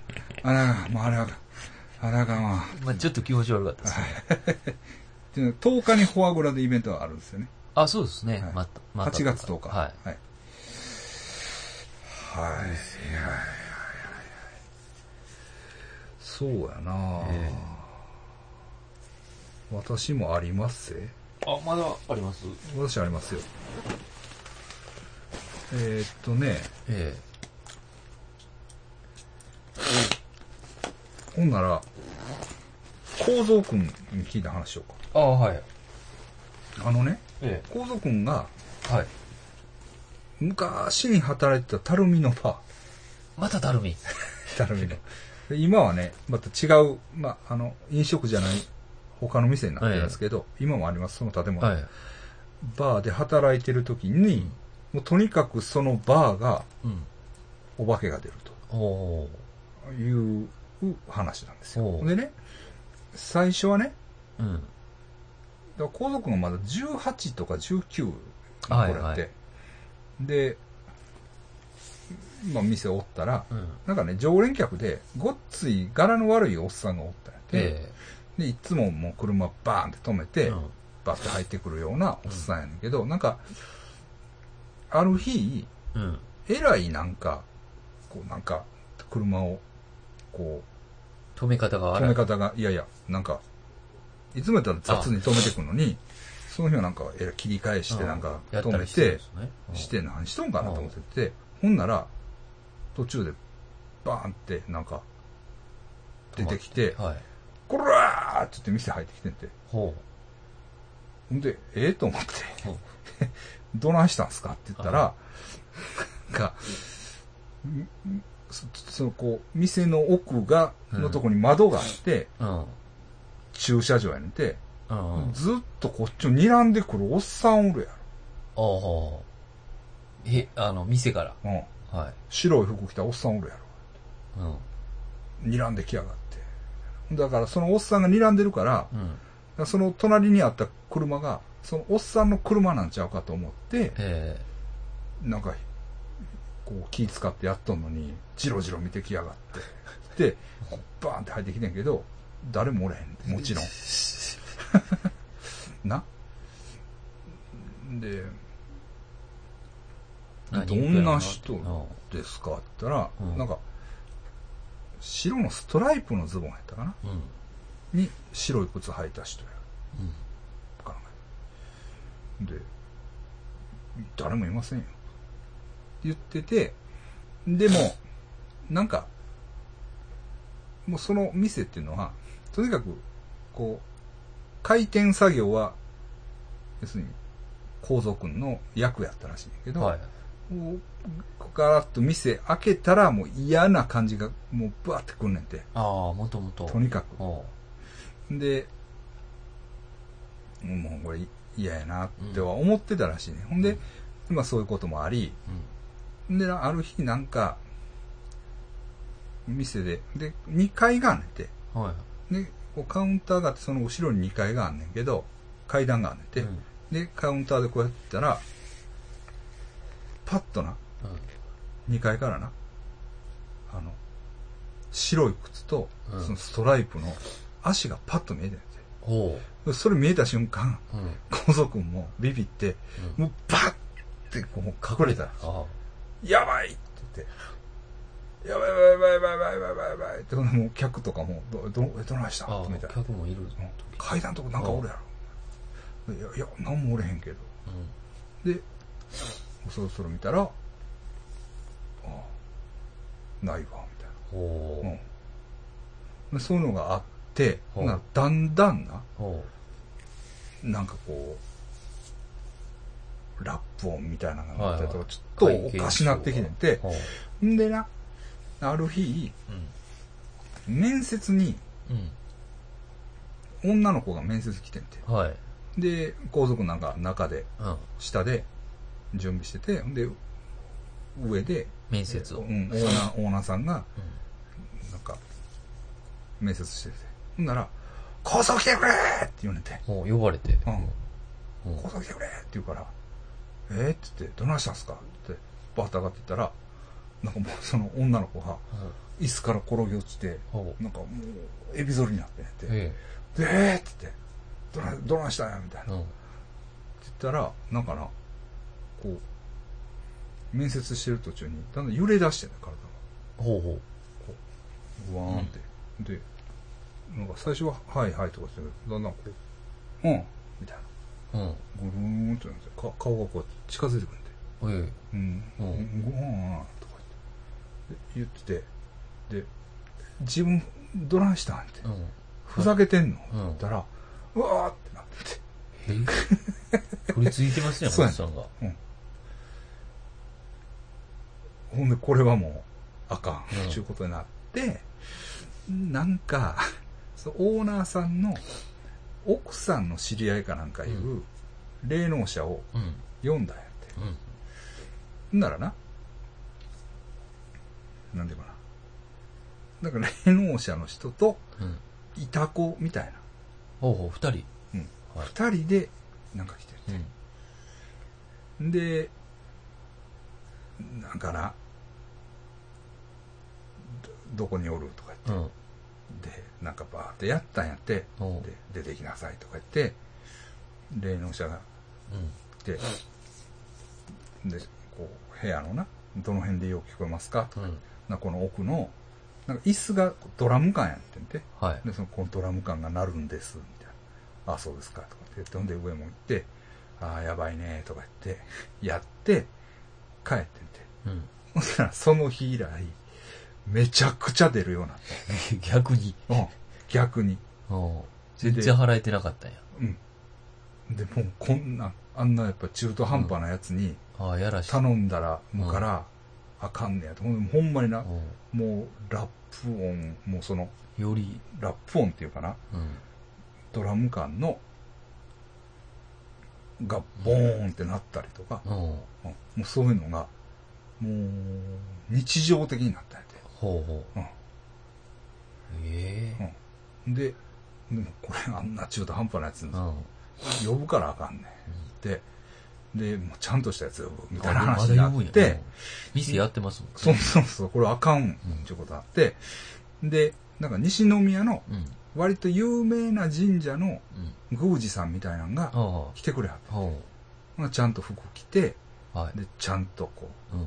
Speaker 2: あれはあかん。もうあれはあかん。あれはあかんわ。
Speaker 1: まあちょっと気持ち悪かったですね。
Speaker 2: っていうのは10日にフォアグラでイベントはあるんですよね。
Speaker 1: あ、そうですね
Speaker 2: はい。
Speaker 1: また、また。
Speaker 2: 8月10日。
Speaker 1: はい。
Speaker 2: はい。はい。そうやな、
Speaker 1: え
Speaker 2: 私もありますぜ。
Speaker 1: あ、まだあります
Speaker 2: 私ありますよ。えーっとね、
Speaker 1: え
Speaker 2: ほんなら、構造くんに聞いた話しよう
Speaker 1: え。あ、はい。
Speaker 2: か。あのね、
Speaker 1: え
Speaker 2: 構造くんが
Speaker 1: え。はい。
Speaker 2: 昔に働いてたたるみのバー。
Speaker 1: またたるみ。
Speaker 2: たるみの。で今はね、また違う、まあ、あの、飲食じゃない、他の店になってるんですけど、今もあります、その建物。
Speaker 1: はい。
Speaker 2: バーで働いてる時に、もうとにかくそのバーが、
Speaker 1: うん。
Speaker 2: お化けが出る
Speaker 1: おー。
Speaker 2: という話なんですよ
Speaker 1: お。う
Speaker 2: でね、最初はね、
Speaker 1: うん。
Speaker 2: だから皇族がまだ18とか19の頃
Speaker 1: はい
Speaker 2: やって、
Speaker 1: はい
Speaker 2: で、まあ、店おったら、
Speaker 1: うん。
Speaker 2: なんかね、常連客で、ごっつい柄の悪いおっさんがおったんやって、
Speaker 1: え
Speaker 2: で、いつももう車バーンって止め
Speaker 1: え。
Speaker 2: て、
Speaker 1: うん
Speaker 2: バッて入ってくるようなおっさんやねんけど、なんか、ある日、
Speaker 1: うん。
Speaker 2: えらいなんか、こうなんか、車を、こ
Speaker 1: 止め方が
Speaker 2: う、
Speaker 1: 荒
Speaker 2: 止
Speaker 1: い。
Speaker 2: め方が、いやいや、なんか、いつもやったら雑に止めてくのに、その日はなんか、えらい切り返してなんか、
Speaker 1: やっ
Speaker 2: 止
Speaker 1: た
Speaker 2: め
Speaker 1: りしてるん
Speaker 2: て
Speaker 1: で、すね。うん
Speaker 2: して何しとんかなと思ってて、ほんなら、途中で、バーンってなんか、出てきて、
Speaker 1: はい。
Speaker 2: こらーって言って店入ってきてんて。
Speaker 1: ほ
Speaker 2: ほんで、ええと思って、
Speaker 1: う。ほう。
Speaker 2: どないしたんすかって言ったら、なんか、んんそそのこう、店の奥が、
Speaker 1: うん
Speaker 2: のとこに窓があって、
Speaker 1: うん。
Speaker 2: 駐車場やねんて、
Speaker 1: うん。
Speaker 2: ずっとこっちを睨んでくるおっさんおるや
Speaker 1: おお。え、あの、店から。
Speaker 2: ろ。うん。
Speaker 1: はい。
Speaker 2: 白い服着たおっさんおるやろ。
Speaker 1: うん。
Speaker 2: 睨んできやがって。だからそのおっさんが睨んでるから、
Speaker 1: うん。
Speaker 2: その隣にあった車が、そのおっさんの車なんちゃうかと思って、
Speaker 1: え
Speaker 2: なんか、こう気使ってやっとんのに、ジロジロ見てきやがって。で、こうバーンって入ってきてんけど、誰もおれへん。もちろん。 な。で、
Speaker 1: え何
Speaker 2: どんな人
Speaker 1: うん
Speaker 2: ですかって言ったら、
Speaker 1: うん
Speaker 2: なんか、白のストライプのズボンやったかな
Speaker 1: うん。
Speaker 2: に、白い靴履いた人や。
Speaker 1: うん。
Speaker 2: 考えで、誰もいませんよ。言ってて、でも、なんか、もうその店っていうのは、とにかく、こう、回転作業は、要するに、皇族の役やったらしいんやけど、
Speaker 1: はい。
Speaker 2: もうガラッと店開けたら、もう嫌な感じが、もうブワーってくんねんて、
Speaker 1: ああ、もともと。
Speaker 2: とにかく。
Speaker 1: おう
Speaker 2: で、もうこれ嫌やなっては思ってたらしいね。ほんで、まあそういうこともあり、
Speaker 1: うん。
Speaker 2: で、ある日なんか、店で、で、2階があんねんて。
Speaker 1: は
Speaker 2: で、こうカウンターがあって、その後ろに2階があんねんけど、階段があんねん
Speaker 1: い。
Speaker 2: て。
Speaker 1: うん
Speaker 2: で、カウンターでこうやってたら、パッとな、2階からな、あの、白い靴と
Speaker 1: う、ん
Speaker 2: そのストライプの足がパッと見えたんや
Speaker 1: ほ
Speaker 2: て。それ見えた瞬間、
Speaker 1: う。うん。うん
Speaker 2: 小僧君もビビって、もうバッってこう隠れたら、
Speaker 1: あ
Speaker 2: やばいって言って、やばいやばいやばいやばいやばいやばいやばいって、ほんでもう客とかも、ど、ど、えどないした
Speaker 1: あ。ああ
Speaker 2: みたいな。
Speaker 1: 客もいる
Speaker 2: うん階段とこなんかおるやろ。いや、いや、なんもおれへんけど。で、そろそろ見たら、ああ、ないわ、みたい
Speaker 1: うん。ほ
Speaker 2: な。
Speaker 1: う
Speaker 2: うん。でそういうのがあって、
Speaker 1: ほう
Speaker 2: なんかだんだんな、。
Speaker 1: ほ
Speaker 2: なんかこう、ラップ音みたいなのがあったりと
Speaker 1: は
Speaker 2: か
Speaker 1: い
Speaker 2: ち
Speaker 1: う。
Speaker 2: ょっとおかしなってきてて、
Speaker 1: ほ
Speaker 2: んでな、ある日、
Speaker 1: う。うん。
Speaker 2: 面接に、
Speaker 1: う
Speaker 2: 女の子が面接来てんて。
Speaker 1: ん。はい。
Speaker 2: で、皇族なんか中で、
Speaker 1: うん。
Speaker 2: 下で準備してて、で、上で、
Speaker 1: 面接を。
Speaker 2: う
Speaker 1: うん。
Speaker 2: ん、オーナー、オーナーさんが、なんか、面接してて。ほんなら、高速来てくれって言われて。
Speaker 1: ほう、呼ばれて。
Speaker 2: うん。
Speaker 1: うん
Speaker 2: 高速来てくれって言うから、えー、って言って、どないしたんすかって、バーッと上がってったら、なんかもうその女の子が、
Speaker 1: ほう
Speaker 2: 椅子から転げ落ちて、
Speaker 1: ほう。
Speaker 2: なんかもう、エビ反りになってて、
Speaker 1: え
Speaker 2: で、えー、って言って、どない、どないしたんやみたいな
Speaker 1: え。。うん。
Speaker 2: って言ったら、なんかな、こう、面接してる途中に、だんだん揺れ出してね、体が。
Speaker 1: ほうほう。
Speaker 2: うわーんって。で、なんか最初は、はいはいとかしてるけど、だんだんこう、うん、みたいな。
Speaker 1: うん。
Speaker 2: ぐるーんってなって、か顔がこう近づいてくるんで。
Speaker 1: え
Speaker 2: うん、う、
Speaker 1: うんん
Speaker 2: ごはんとか言って。で言ってて、で、自分、どないしたんって
Speaker 1: え。う。ん。
Speaker 2: ふざけてんの、
Speaker 1: うん
Speaker 2: って言ったら、うわーってなってて。
Speaker 1: え取り付いてますね、
Speaker 2: そう
Speaker 1: お
Speaker 2: や
Speaker 1: じさんが。
Speaker 2: ほんで、これはもう、あかん、
Speaker 1: うん
Speaker 2: ちゅうことになって、なんか、 そのオーナーさんの、奥さんの知り合いかなんかいうう、霊能者を
Speaker 1: うん。
Speaker 2: 読んだんやって。
Speaker 1: うん。
Speaker 2: んならな、なんていうかな。なんか霊能者の人と、
Speaker 1: うん。
Speaker 2: いた子みたい
Speaker 1: ほうほう、二人。
Speaker 2: な。うん。
Speaker 1: はい
Speaker 2: 二人で、なんか来て
Speaker 1: うん。
Speaker 2: る。で、なんかな、どどこにおるとか言って
Speaker 1: うん。
Speaker 2: で、なんかバーってやったんやって、
Speaker 1: ほう
Speaker 2: で。、出てきなさいとか言って、霊能者が
Speaker 1: うん。
Speaker 2: 来て、で、こう、部屋のな、どの辺でよう聞こえますかと
Speaker 1: う
Speaker 2: か、
Speaker 1: ん。
Speaker 2: なこの奥の、なんか椅子がドラム缶やってんて、
Speaker 1: はい。
Speaker 2: で、そのこのドラム缶が鳴るんです、みたいな。あ、そうですか、とかって言って、ほんで上も行って、あーやばいね、とか言って、やって、帰ってんて。
Speaker 1: うん。
Speaker 2: ほ んなら、 その日以来、めちゃくちゃ出るようになっ
Speaker 1: 逆に。
Speaker 2: た。うん、逆に。
Speaker 1: うん。全然払えてなかったんや。
Speaker 2: うん。でもうこんな、あんなやっぱ中途半端なやつに
Speaker 1: ああ、やらしい。
Speaker 2: 頼んだら、もうから、あかんねやと。ほんでほんまにな、
Speaker 1: う
Speaker 2: もうラップ音、もうその、
Speaker 1: ん。より、
Speaker 2: ラップ音っていうかな、
Speaker 1: うん。
Speaker 2: ドラム缶の、がボーンってなったりとか、
Speaker 1: うん。
Speaker 2: うんもうそういうのが、もう、日常的になったんやて。
Speaker 1: ほうほう。ええ。
Speaker 2: うん。で、でもこれあんな中途半端なやつ
Speaker 1: うん。
Speaker 2: 呼ぶからあかんねん。で、で、もうちゃんとしたやつ呼ぶみたいな
Speaker 1: あ
Speaker 2: 話にな
Speaker 1: ま
Speaker 2: って、
Speaker 1: だ読むんやうん店やってますもんね。
Speaker 2: そうそうそう、これあかんっていうことあって、で、なんか西宮の
Speaker 1: うん。
Speaker 2: 割と有名な神社の
Speaker 1: うん。
Speaker 2: 宮司さんみたいなのが
Speaker 1: あ
Speaker 2: 来てくれはって
Speaker 1: あ。ほ
Speaker 2: まあ、ちゃんと服着て、
Speaker 1: う。はい。
Speaker 2: で、ちゃんとこ
Speaker 1: うん。
Speaker 2: う、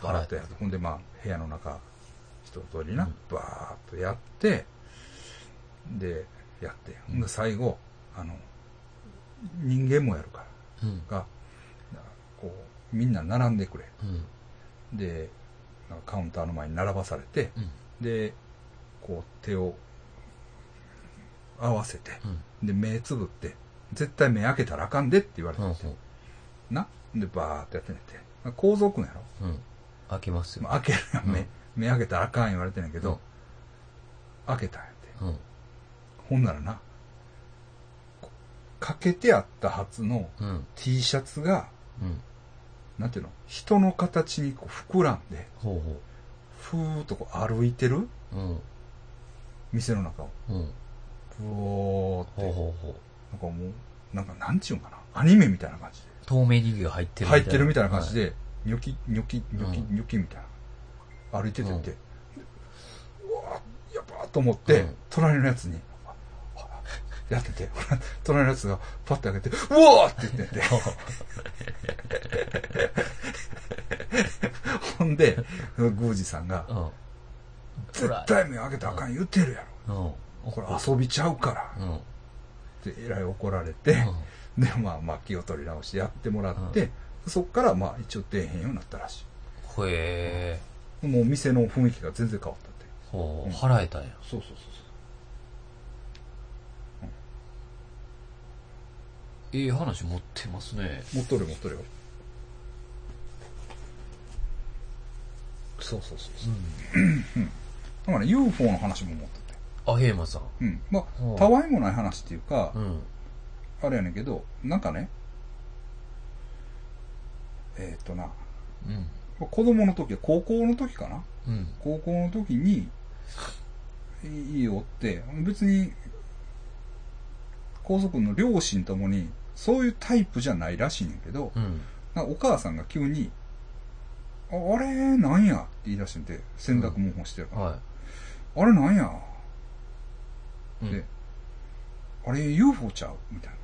Speaker 2: 洗ってやって、ほんでまあ、部屋の中、一通りな
Speaker 1: うん、
Speaker 2: バーっとやって、で、やって、ほんで最後、あの、人間もやるか
Speaker 1: うん。
Speaker 2: ら、が、こう、みんな並んでくれ。
Speaker 1: うん。
Speaker 2: で、なんかカウンターの前に並ばされて、
Speaker 1: うん。
Speaker 2: で、こう手を合わせて、
Speaker 1: うん。
Speaker 2: で、目つぶって、絶対目開けたらあかんでって言われて
Speaker 1: うん。
Speaker 2: て、な。で、バーってやってねて、構造くんやろ
Speaker 1: うん。開けますよ。
Speaker 2: まあ開けるやん、目、
Speaker 1: うん
Speaker 2: 目開けたらあかん言われてんやけど、開けたんやて。
Speaker 1: うん。
Speaker 2: ほんならな、こかけてあったはずの
Speaker 1: うん。
Speaker 2: T シャツが、
Speaker 1: うん。
Speaker 2: なんていうの人の形にこう膨らんで、
Speaker 1: ほうほう。
Speaker 2: ふーっとこう歩いてる
Speaker 1: うん。
Speaker 2: 店の中を。
Speaker 1: うん。
Speaker 2: ふおーって。
Speaker 1: ほうほうほう。
Speaker 2: なんかもう、なんかなんちゅうんかな。アニメみたいな感じ
Speaker 1: 透明リーが入っ
Speaker 2: で。
Speaker 1: てる
Speaker 2: 入ってるみたいな感じ
Speaker 1: で。
Speaker 2: で、ニョキ、ニョキ、ニョキ、
Speaker 1: う
Speaker 2: ニョキみたいな。歩いてて
Speaker 1: うん
Speaker 2: って。うわーやばーと思って、
Speaker 1: うん
Speaker 2: 隣のやつに、ああやって て、隣のやつがパッて開けて、うわーって言ってて。ほんで、宮司さんが、
Speaker 1: はい
Speaker 2: 絶対目開けたらあかん言ってるや
Speaker 1: うん。うん。
Speaker 2: ろ。これ遊びちゃうから。
Speaker 1: うん。うん。
Speaker 2: ってえらい怒られて、で、まあ、まあ気を取り直してやってもらって、そっから、まあ、一応出えへんようになったらし
Speaker 1: ほえ
Speaker 2: い。もう店の雰囲気が全然変わったって。
Speaker 1: ー。ほ
Speaker 2: う
Speaker 1: う。
Speaker 2: ん
Speaker 1: 払えたんや。
Speaker 2: そうそうそう
Speaker 1: ええ話持ってますね。
Speaker 2: そう。持っとる持っとるよ。そうそうそうそう。だから、ね、UFO の話も持ってて。
Speaker 1: あ、ヘイマさん。
Speaker 2: うん。ま
Speaker 1: ほう
Speaker 2: あ、たわいもない話っていうか、
Speaker 1: うん。
Speaker 2: あれやねんけど、なんかね、えーっ、とな、
Speaker 1: うん。
Speaker 2: 子供の時、高校の時かな
Speaker 1: うん。
Speaker 2: 高校の時に、いいよって、別に、高速の両親ともに、そういうタイプじゃないらしいんやけど、
Speaker 1: うん。
Speaker 2: なんかお母さんが急に、ああれ、なんやって言い出してて、洗濯模倣してるから、
Speaker 1: は
Speaker 2: あれなんや
Speaker 1: い。うん
Speaker 2: であれ UFO ちゃうみたい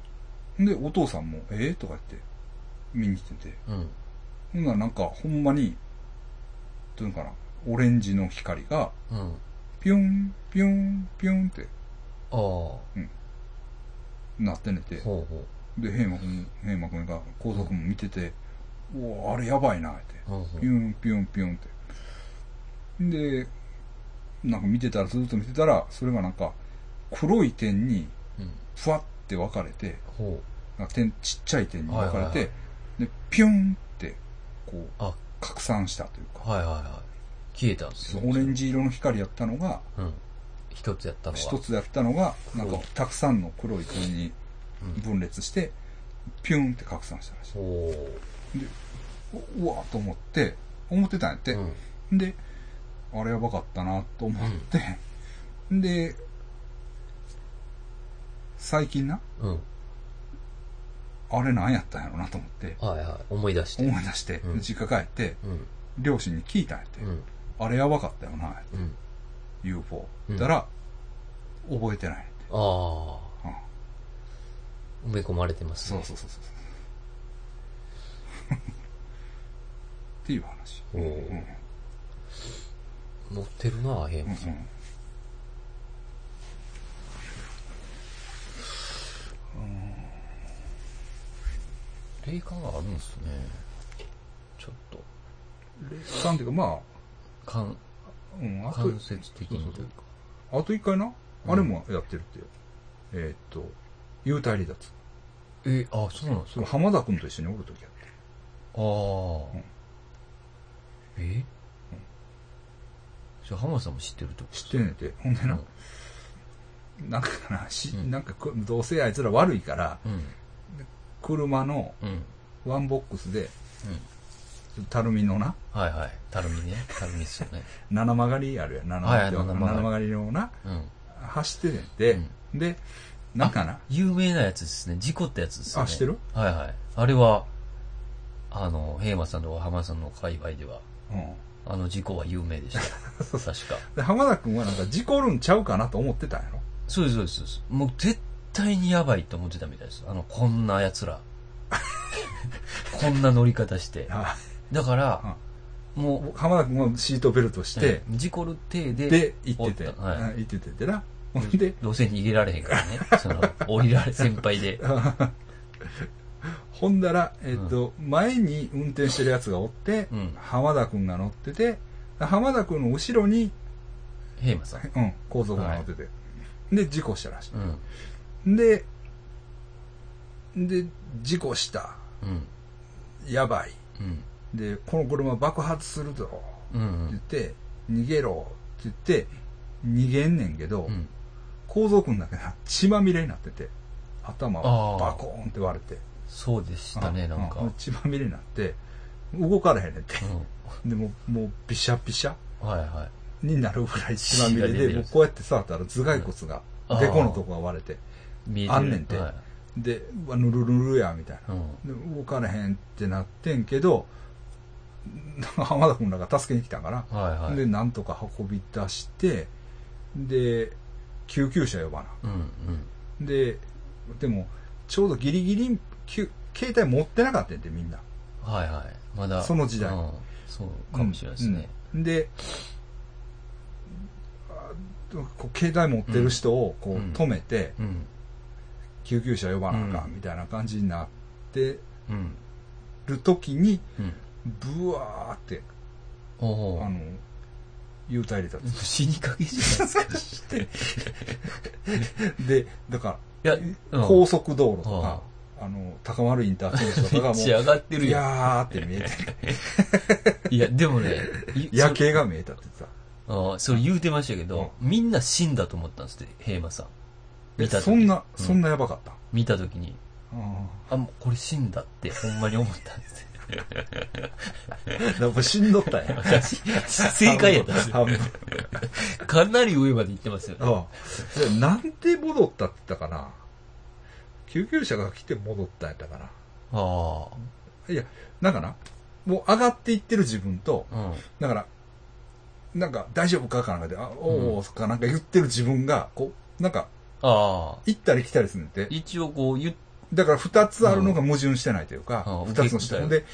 Speaker 2: な。で、お父さんも、えー、とか言って、見に来てて。
Speaker 1: うん。
Speaker 2: ほんならなんか、ほんまに、どういうのかな、オレンジの光が、
Speaker 1: うん。
Speaker 2: ピュン、ピュン、ピュンって
Speaker 1: ああ。ほ
Speaker 2: なってねて
Speaker 1: う、ほ
Speaker 2: で、平馬君、平馬君が、後続も見てて、うわあれやばいな、って。
Speaker 1: う。うん。
Speaker 2: ピュン、ピュン、ピュンって。で、なんか見てたら、ずっと見てたら、それがなんか、黒い点に、
Speaker 1: うん。
Speaker 2: ふわって分かれて、
Speaker 1: ほ
Speaker 2: なんか点、ちっちゃい点に分かれ
Speaker 1: はいはいはい
Speaker 2: て、で、ピュンって、こう、
Speaker 1: あ
Speaker 2: 拡散したという
Speaker 1: う。
Speaker 2: か、
Speaker 1: はいはいはい。消えたんですよ。
Speaker 2: オレン。ジ色の光やったのが、
Speaker 1: うん。一つやったのは。
Speaker 2: 一。つやったのが、なんか
Speaker 1: うん、
Speaker 2: たくさんの黒い点に
Speaker 1: うん。
Speaker 2: 分裂して、ピュンって拡散したらしい。
Speaker 1: ほ
Speaker 2: ううわーと思って、思ってたんやっ
Speaker 1: う。
Speaker 2: て
Speaker 1: う。ん。
Speaker 2: で、あれやばかったなと思って、で、最近な、
Speaker 1: うん。
Speaker 2: あれなんやったんやろなと思って、
Speaker 1: はいはい。思い出して。
Speaker 2: 思い出して、
Speaker 1: うん
Speaker 2: 実家帰って、
Speaker 1: うん。
Speaker 2: 両親に聞いたんやって、
Speaker 1: うん。
Speaker 2: あれやばかったよな、
Speaker 1: うん。
Speaker 2: UFO。
Speaker 1: うん
Speaker 2: たら、覚えてないんやって。
Speaker 1: あ
Speaker 2: う
Speaker 1: あ。
Speaker 2: ん
Speaker 1: 埋め込まれてます
Speaker 2: そう
Speaker 1: ね。
Speaker 2: そうそうそう。 っていう話。
Speaker 1: おー
Speaker 2: うん
Speaker 1: 持ってるな、ヘイマさん。霊感があるんですね。ちょっと。
Speaker 2: 霊感っていうか、まあ、
Speaker 1: 感、
Speaker 2: うん、あと、
Speaker 1: 間接的
Speaker 2: そ
Speaker 1: に
Speaker 2: う
Speaker 1: と
Speaker 2: そ
Speaker 1: いううか。
Speaker 2: そうあと一回な、あれもやってるってよ。えーっと、幽体離脱。
Speaker 1: え、あ、そうなんです
Speaker 2: それ
Speaker 1: か。
Speaker 2: 浜田君と一緒におるときやって。
Speaker 1: ああ。えじゃあ、浜田さんも知ってるってこと
Speaker 2: 知ってんねんて。ほんでな、なんかな、し、
Speaker 1: うん
Speaker 2: なんかこ、どうせあいつら悪いから、
Speaker 1: うん。
Speaker 2: 車の
Speaker 1: うん。うん。
Speaker 2: ワンボックスで、たるみのな、
Speaker 1: はいはい。たるみね。たるみっすよ ね。
Speaker 2: 七曲がりあるやん。七
Speaker 1: はい
Speaker 2: ってわかる
Speaker 1: 七曲がり
Speaker 2: 七曲がりのな、
Speaker 1: うん。
Speaker 2: 走ってねんて、で、なんかな、
Speaker 1: 有名なやつですね。事故ったやつですよね。
Speaker 2: あ知ってる
Speaker 1: はいはい。あれは、あの、平馬さんとか浜田さんの界隈では、
Speaker 2: うん。
Speaker 1: あの事故は有名でし た。確か。
Speaker 2: で、浜田君はなんか事故るんちゃうかなと思ってたんやろ
Speaker 1: そうです、そうですそうです。もう絶対にやばいと思ってたみたいです。あの、こんな 奴ら。こんな乗り方して。
Speaker 2: あ
Speaker 1: だから、も
Speaker 2: 浜田君はシートベルトし
Speaker 1: う、
Speaker 2: て、
Speaker 1: うん事故る体で、
Speaker 2: で、行ってて、
Speaker 1: おったはい
Speaker 2: うん行っててってな。ほんで、
Speaker 1: どうせ逃げられへんか らね。その、降りられ、先輩で。
Speaker 2: ほんだら、えっと、前に運転してるやつがおって、
Speaker 1: うん
Speaker 2: 浜田君が乗ってて、浜田君の後ろに、
Speaker 1: 平馬さん。
Speaker 2: うん、後続が乗ってて。で、事故したらしい。
Speaker 1: うん。
Speaker 2: で、で、事故した。
Speaker 1: うん。
Speaker 2: やばい。
Speaker 1: うん。
Speaker 2: で、この車爆発するぞ。
Speaker 1: う
Speaker 2: って言っ
Speaker 1: ん。
Speaker 2: て、逃げろ。って言って、逃げんねんけど、
Speaker 1: うん。
Speaker 2: 構造君だけな、血まみれになってて、頭
Speaker 1: あ
Speaker 2: を
Speaker 1: ー
Speaker 2: バコーンって割れて。
Speaker 1: そうでしたね、
Speaker 2: あ
Speaker 1: なんか。
Speaker 2: あ
Speaker 1: うん。
Speaker 2: 血まみれになって、動かれへんねんって。でも、もう、びしゃびしゃ。
Speaker 1: はいはい。
Speaker 2: になるぐらい血まみれ
Speaker 1: 血が出
Speaker 2: で、
Speaker 1: てる
Speaker 2: もうこうやって触ったら頭蓋骨
Speaker 1: うん
Speaker 2: が、
Speaker 1: あー
Speaker 2: でこのとこが割れて、
Speaker 1: 見え
Speaker 2: あんねんて
Speaker 1: はい
Speaker 2: で、うわ、ぬるぬるや、みたいな
Speaker 1: う。ん。
Speaker 2: で動かれへんってなってんけど、浜田君らが助けに来たんから、
Speaker 1: はいはい。
Speaker 2: で、なんとか運び出して、で、救急車呼ばな。
Speaker 1: うん
Speaker 2: で、でも、ちょうどギリギリ、きゅ携帯持ってなかったんやて、みんな。
Speaker 1: うん。はいはい。まだ。
Speaker 2: その時代
Speaker 1: うんそうかもしれないですね。
Speaker 2: うん。うんで、あこう携帯持ってる人をこう
Speaker 1: うん
Speaker 2: 止めて、
Speaker 1: うん。
Speaker 2: 救急車呼ばなあか
Speaker 1: うん
Speaker 2: んみたいな感じになって
Speaker 1: うん。
Speaker 2: る時に、
Speaker 1: うん。
Speaker 2: ブワーって、
Speaker 1: お
Speaker 2: あ
Speaker 1: お
Speaker 2: の。、幽体離脱。
Speaker 1: 死にかけじゃないですか。
Speaker 2: で、だか
Speaker 1: いや、
Speaker 2: ら、
Speaker 1: こ
Speaker 2: 高速道路とか、あの、高丸インターチェンジとかが も
Speaker 1: う、仕上がって
Speaker 2: う、
Speaker 1: る
Speaker 2: い
Speaker 1: や
Speaker 2: やーって見えて、
Speaker 1: ん。いや、でもね、い
Speaker 2: 夜景が見えたってさ。
Speaker 1: ああ、それ言うてましたけど、みんな死んだと思ったんですって、平馬さん。
Speaker 2: え
Speaker 1: 見た時
Speaker 2: そんな、
Speaker 1: うん
Speaker 2: そんなやばかった。
Speaker 1: 見たときに、
Speaker 2: あ
Speaker 1: あ、もうこれ死んだって、ほんまに思った んですよ。
Speaker 2: あ。やっぱ死んどったん や。
Speaker 1: 私正解やったんですよ。
Speaker 2: 半分半分
Speaker 1: かなり上まで行ってますよね。
Speaker 2: ああでなんで戻ったって言ったかな救急車が来て戻ったんやったかな
Speaker 1: あ
Speaker 2: いや、なんかな、もう上がっていってる自分と、
Speaker 1: あ。うん。
Speaker 2: だから、なんか大丈夫かかなんかで、あ
Speaker 1: うん
Speaker 2: おお、そっかなんか言ってる自分が、こう、なんか、
Speaker 1: ああ。
Speaker 2: 行ったり来たりするんで、
Speaker 1: 一応こう言っ
Speaker 2: だから二つあるのが矛盾してないという
Speaker 1: うん
Speaker 2: か
Speaker 1: ああ、
Speaker 2: 二、つの視
Speaker 1: 受
Speaker 2: 点
Speaker 1: け
Speaker 2: で、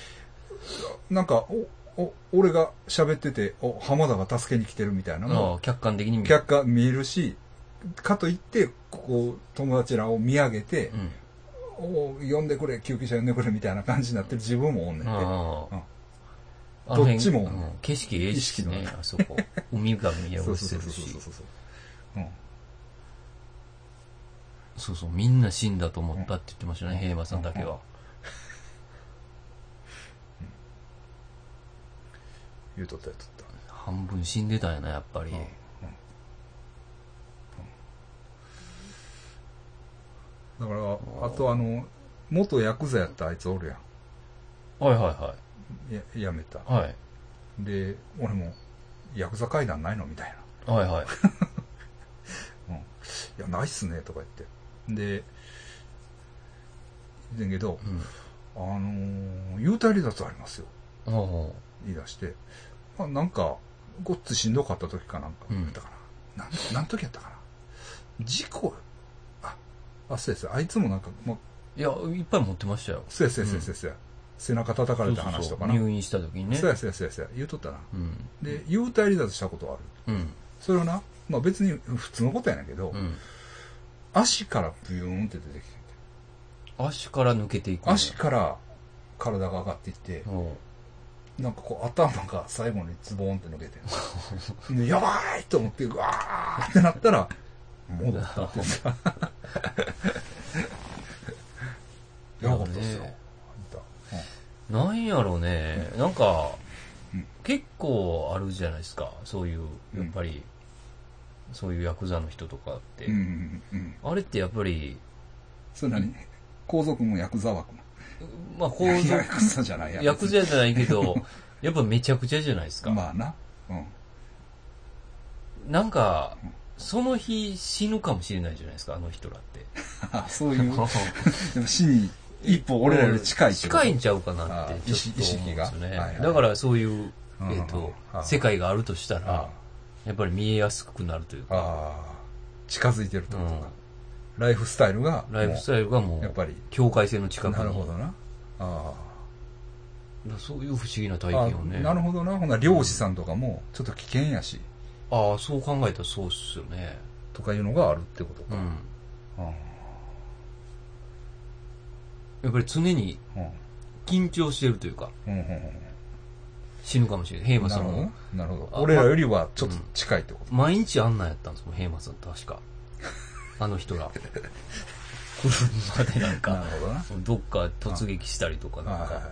Speaker 2: なんか、お、お、俺が喋ってて、お、浜田が助けに来てるみたいなのも
Speaker 1: ああ客観的に見る。
Speaker 2: 客観見えるし、かといって、ここ、友達らを見上げて
Speaker 1: う、ん。
Speaker 2: お呼んでくれ、救急車呼んでくれみたいな感じになってる自分もおんねんて。
Speaker 1: あ
Speaker 2: うん
Speaker 1: あ。あの辺
Speaker 2: どっちも
Speaker 1: うん景色ええし
Speaker 2: 意
Speaker 1: ね
Speaker 2: 識、
Speaker 1: あそこ。海が見下
Speaker 2: そ
Speaker 1: ろ
Speaker 2: うそ
Speaker 1: せ
Speaker 2: う
Speaker 1: る
Speaker 2: そう
Speaker 1: し
Speaker 2: そう。そうそう。うん。
Speaker 1: そうそう、みんな死んだと思ったって言ってましたね、平馬さんだけは。
Speaker 2: 言うとった言うとった。
Speaker 1: 半分死んでたんやな、やっぱり。
Speaker 2: だから、あとあの、元ヤクザやったあいつおるや
Speaker 1: はいは
Speaker 2: ん。や、やめた。
Speaker 1: いはい。はい。
Speaker 2: で、俺も、ヤクザ会談ないのみたいな。
Speaker 1: はいはい。
Speaker 2: うん。いや、ないっすね、とか言って。で、だけど、
Speaker 1: うん。
Speaker 2: あのー、幽体離脱ありますよ。
Speaker 1: おう
Speaker 2: 言い出して。まあ、なんか、ごっつしんどかった時かなんか、
Speaker 1: うん
Speaker 2: やったかな。なん、なん時やったかな。事故、あ、あ、そうです。あいつもなんか、まあ、
Speaker 1: いや、いっぱい持ってましたよ。
Speaker 2: そうやそうやそうやそうやそうや、背中叩かれた話とかな。
Speaker 1: そうそうそう入院した時にね。
Speaker 2: そうやそうやそうやそうや言うとったな。
Speaker 1: うん。
Speaker 2: で、幽体離脱したことはある。
Speaker 1: うん。
Speaker 2: それはな、まあ別に普通のことやねんけど、
Speaker 1: うん。
Speaker 2: 足からブヨーンって出てきてんて
Speaker 1: 足から抜けていくんだ。
Speaker 2: 足から体が上がっていって、
Speaker 1: おう
Speaker 2: なんかこう頭が最後にズボーンって抜けて んでやばいと思って、うわーってなったら、戻ったってさ。 やばかったっすよ。う
Speaker 1: ね
Speaker 2: ん
Speaker 1: なんやろうね、なんか、
Speaker 2: うん
Speaker 1: 結構あるじゃないですか、そういう、
Speaker 2: うん
Speaker 1: やっぱり、そういうヤクザの人とかって。
Speaker 2: うんうんうんうん。
Speaker 1: あれってやっぱり、
Speaker 2: それ何皇族もヤクザ枠な
Speaker 1: まあ、こう、
Speaker 2: いやヤクザじゃない
Speaker 1: ヤクザじゃないけど、やっぱめちゃくちゃじゃないですか。
Speaker 2: まあな。うん。
Speaker 1: なんか、その日死ぬかもしれないじゃないですか、あの人らって。
Speaker 2: そういう、 でも死に一歩俺らより近いってこと
Speaker 1: 近いんちゃうかなっ
Speaker 2: あ
Speaker 1: て
Speaker 2: ー
Speaker 1: ちょっと思うんで
Speaker 2: 意識が
Speaker 1: すよね、
Speaker 2: はいはい
Speaker 1: だからそういう、
Speaker 2: う
Speaker 1: え
Speaker 2: ん
Speaker 1: ーと
Speaker 2: あー
Speaker 1: 世界があるとしたら
Speaker 2: あ
Speaker 1: やっぱり見えやすくなるという
Speaker 2: あ
Speaker 1: か、
Speaker 2: ああ、近づいてるってこと
Speaker 1: うん
Speaker 2: か。ライフスタイルが、
Speaker 1: ライフスタイルがも
Speaker 2: もうやっ
Speaker 1: う
Speaker 2: ぱり、
Speaker 1: 境界線の近くに
Speaker 2: なるほどな。あ
Speaker 1: だからそういう不思議な
Speaker 2: あ
Speaker 1: 体
Speaker 2: ああ、
Speaker 1: 験をね
Speaker 2: なるほどな。ほな、漁師さんとかも、ちょっと危険やし、
Speaker 1: ああそう考えたらそうっすよね
Speaker 2: とかいうのがあるってこと
Speaker 1: う
Speaker 2: か。
Speaker 1: ん
Speaker 2: うん
Speaker 1: やっぱり常に
Speaker 2: うん
Speaker 1: 緊張してるというか
Speaker 2: うんうんうん
Speaker 1: 死ぬかもしれない平馬
Speaker 2: な
Speaker 1: さ
Speaker 2: る
Speaker 1: ん
Speaker 2: ほど
Speaker 1: も
Speaker 2: な。なるほ
Speaker 1: あ
Speaker 2: ど。俺らよりは、ちょっと近いってこと
Speaker 1: 毎日あんなんやったんですもん平馬さん 確かあの人ら車でなん
Speaker 2: か。な
Speaker 1: か
Speaker 2: るほどな。
Speaker 1: どっか突撃したりとかな
Speaker 2: は
Speaker 1: ん
Speaker 2: いはい
Speaker 1: か
Speaker 2: はい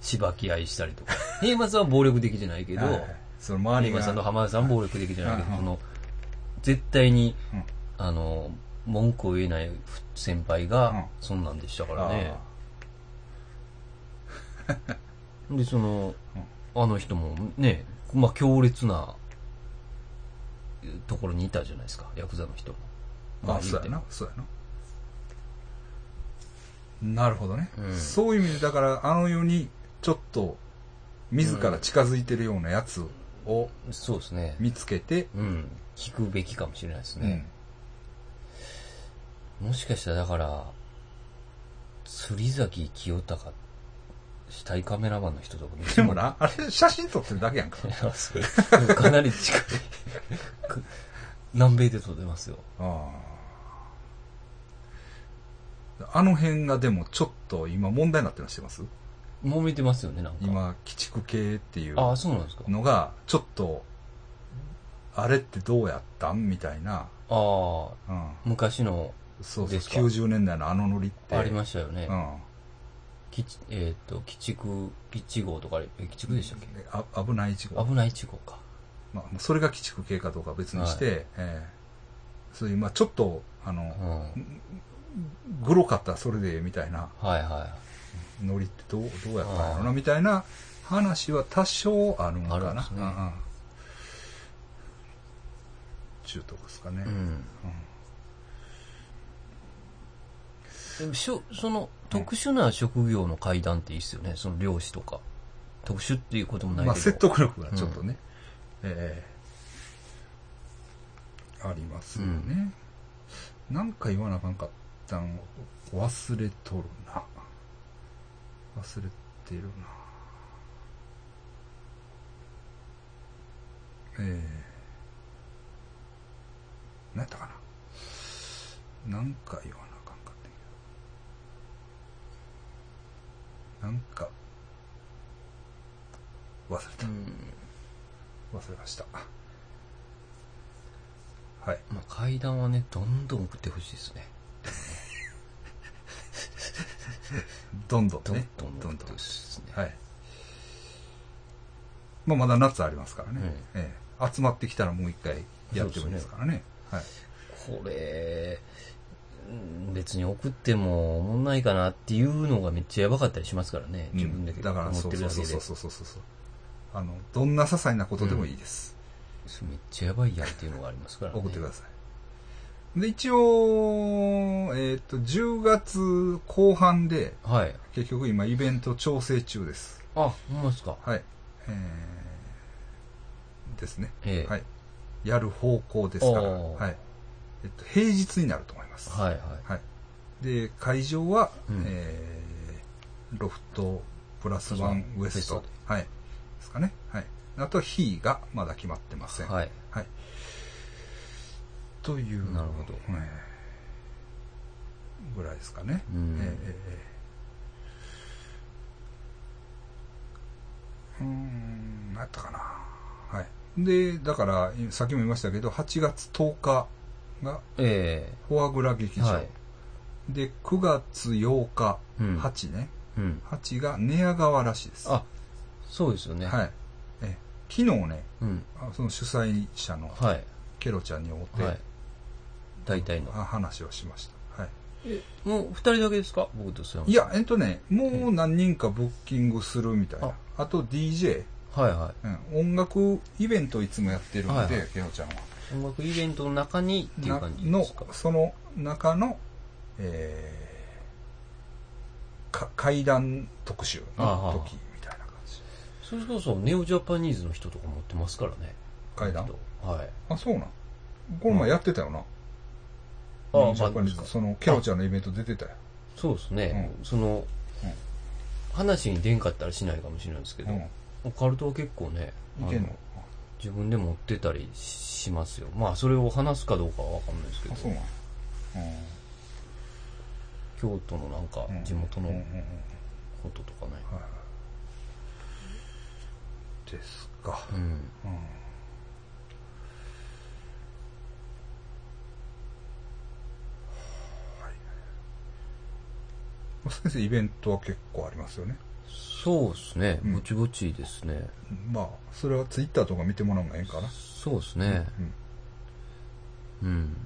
Speaker 1: しばき合いしたりとか。 平松は暴力的じゃないけど
Speaker 2: はい、はいその周
Speaker 1: 平
Speaker 2: りが
Speaker 1: 松さんと浜田さんは暴力的じゃないけ
Speaker 2: うん
Speaker 1: ど、
Speaker 2: うん
Speaker 1: その、絶対に
Speaker 2: うん、
Speaker 1: あの、文句を言えない先輩が、
Speaker 2: う
Speaker 1: そんなんでしたからね
Speaker 2: あ。
Speaker 1: で、その
Speaker 2: うん、
Speaker 1: あの人もね、まあ強烈なところにいたじゃないですか、ヤクザの人も。
Speaker 2: あ
Speaker 1: 言
Speaker 2: そう
Speaker 1: て
Speaker 2: や
Speaker 1: も
Speaker 2: な。そうやな。なるほどね。
Speaker 1: うん
Speaker 2: そういう意味で、だから、あの世に、ちょっと、自ら近づいてるようなやつを
Speaker 1: そうですね。
Speaker 2: 見つけて、
Speaker 1: うん。聞くべきかもしれないです
Speaker 2: うん。
Speaker 1: ね。もしかしたらだから、釣り崎清隆、死体カメラマンの人とか見
Speaker 2: で
Speaker 1: て
Speaker 2: もな、あれ、写真撮ってるだけやんか。
Speaker 1: ます。 かなり近い。く南米で撮ってますよ。
Speaker 2: ああ。あの辺がでも、ちょっと今問題になってるの知ってます
Speaker 1: もう見てますよね、なんか。
Speaker 2: 今、鬼畜系っていう
Speaker 1: ああ、そうなんですか。
Speaker 2: のが、ちょっと、あれってどうやったんみたいな。
Speaker 1: ああ、
Speaker 2: うん。
Speaker 1: 昔の
Speaker 2: そうそう、
Speaker 1: ですか
Speaker 2: 90年代のあのノリって。
Speaker 1: ありましたよね。
Speaker 2: うん。
Speaker 1: きちえっ、と、鬼畜、鬼畜号とかあれ、え鬼畜でしたっけ、
Speaker 2: あ危ない事故。
Speaker 1: 危ない1号か。
Speaker 2: まあ、それが鬼畜系かどうかは別にして、えーそういう、まあ、ちょっと、あの
Speaker 1: う、ん。はい
Speaker 2: グロかったらそれで、みたいな、
Speaker 1: は
Speaker 2: ノリってどう、どうやったんやろな、みたいな話は多少あるんか
Speaker 1: あるんで
Speaker 2: な。
Speaker 1: すね
Speaker 2: うんうん中東ですかね
Speaker 1: い。う。ん。でもしょその、特殊な職業の階段っていいっすよね。その漁師とか。特殊っていうこともないけど。
Speaker 2: まあ、説得力がちょっとね、えーありますよね、なんか言わなあかんかったんを忘れとるな忘れてるなえー、何やったかななんか言わなあかんかったんやけどなんか忘れた
Speaker 1: うん。
Speaker 2: 忘れましたはい
Speaker 1: まあ、階段はね、どんどん送ってほしいですね。
Speaker 2: どんどん
Speaker 1: どん
Speaker 2: ね
Speaker 1: どん
Speaker 2: ど
Speaker 1: 送っ
Speaker 2: ん
Speaker 1: て
Speaker 2: ど
Speaker 1: ほしいですね。
Speaker 2: んはい、まあ、まだ夏ありますからね、
Speaker 1: うん
Speaker 2: ええ集まってきたらもう一回やってもいいですからねはい
Speaker 1: これ、うん別に送ってもおもんないかなっていうのがめっちゃやばかったりしますからね。自分だけ
Speaker 2: うんだから
Speaker 1: 思
Speaker 2: そ
Speaker 1: っ
Speaker 2: う
Speaker 1: てる
Speaker 2: そう
Speaker 1: だけ
Speaker 2: そう
Speaker 1: で。
Speaker 2: そうそうそうそうあのどんな些細なことでもいいです、
Speaker 1: それめっちゃやばいやんっていうのがありますからね。
Speaker 2: 送ってくださいで一応、えっと10月後半で
Speaker 1: はい。
Speaker 2: 結局今イベント調整中です
Speaker 1: あ、ほんまですか。
Speaker 2: はいえーですね
Speaker 1: ええ。
Speaker 2: はい。やる方向ですから、
Speaker 1: おー
Speaker 2: はい。えっと、平日になると思います。
Speaker 1: はい、はい。
Speaker 2: はい。で、会場は、
Speaker 1: うん
Speaker 2: えー、ロフトプラスワンウエス
Speaker 1: ウエ
Speaker 2: ト
Speaker 1: ス。
Speaker 2: はい。ですかね。はい。あと、日がまだ決まってません。。
Speaker 1: はいい。
Speaker 2: という。
Speaker 1: なるほど
Speaker 2: えーぐらいですかね。
Speaker 1: う
Speaker 2: えーえー
Speaker 1: ん。
Speaker 2: えーうーん、なんやったかな。はい。で、だから、さっきも言いましたけど、8月10日が
Speaker 1: ええ
Speaker 2: フォアグラ劇場。
Speaker 1: はい。
Speaker 2: で、9月8日、
Speaker 1: うん
Speaker 2: 8ね。
Speaker 1: うん。
Speaker 2: 8が寝屋川らしいです。
Speaker 1: あ、そうですよね。。
Speaker 2: はいい。え昨日ね、
Speaker 1: うん。
Speaker 2: あその主催者の
Speaker 1: はい。
Speaker 2: ケロちゃんに会って、
Speaker 1: はい。大体の。
Speaker 2: あ話をしました。はい。
Speaker 1: もう二人だけですか僕とそう
Speaker 2: いや、えっとね、もう何人かブッキングするみたいな
Speaker 1: あ。
Speaker 2: あと DJ、
Speaker 1: はいは
Speaker 2: うん、音楽イベントをいつもやってるの
Speaker 1: はいは
Speaker 2: で、ケロちゃんは。
Speaker 1: い。音楽イベントの中にっていう
Speaker 2: な
Speaker 1: 感じで
Speaker 2: の
Speaker 1: すか、
Speaker 2: その中の、えー、か階段特集の時みたいな感じ。
Speaker 1: それこそネオジャパニーズの人とか持ってますからね。
Speaker 2: 階段
Speaker 1: はい。
Speaker 2: あ、そうなん。この前やってたよな。
Speaker 1: あ
Speaker 2: うんジャパニーズ
Speaker 1: まあ
Speaker 2: その、ケロちゃんのイベント出てたよ。
Speaker 1: そうですね。その、
Speaker 2: うん
Speaker 1: 話に出んかったらしないかもしれないですけ
Speaker 2: う
Speaker 1: ど、
Speaker 2: ん。
Speaker 1: オカルトは結構ね、
Speaker 2: いけんの
Speaker 1: 自分で持ってたりしますよ。まあ、それを話すかどうかはわかんないですけど
Speaker 2: あ、、そうなん。
Speaker 1: 京都のなんか
Speaker 2: うん、
Speaker 1: 地元の
Speaker 2: うんうんうん
Speaker 1: こととかね。
Speaker 2: はい。ですか。
Speaker 1: うん。
Speaker 2: 先生、イベントは結構ありますよね。
Speaker 1: そうですね。
Speaker 2: うん
Speaker 1: ぼちぼちですね。
Speaker 2: まあ、それはツイッターとか見てもらうのがいいかな。
Speaker 1: そうですね。
Speaker 2: うん
Speaker 1: うん。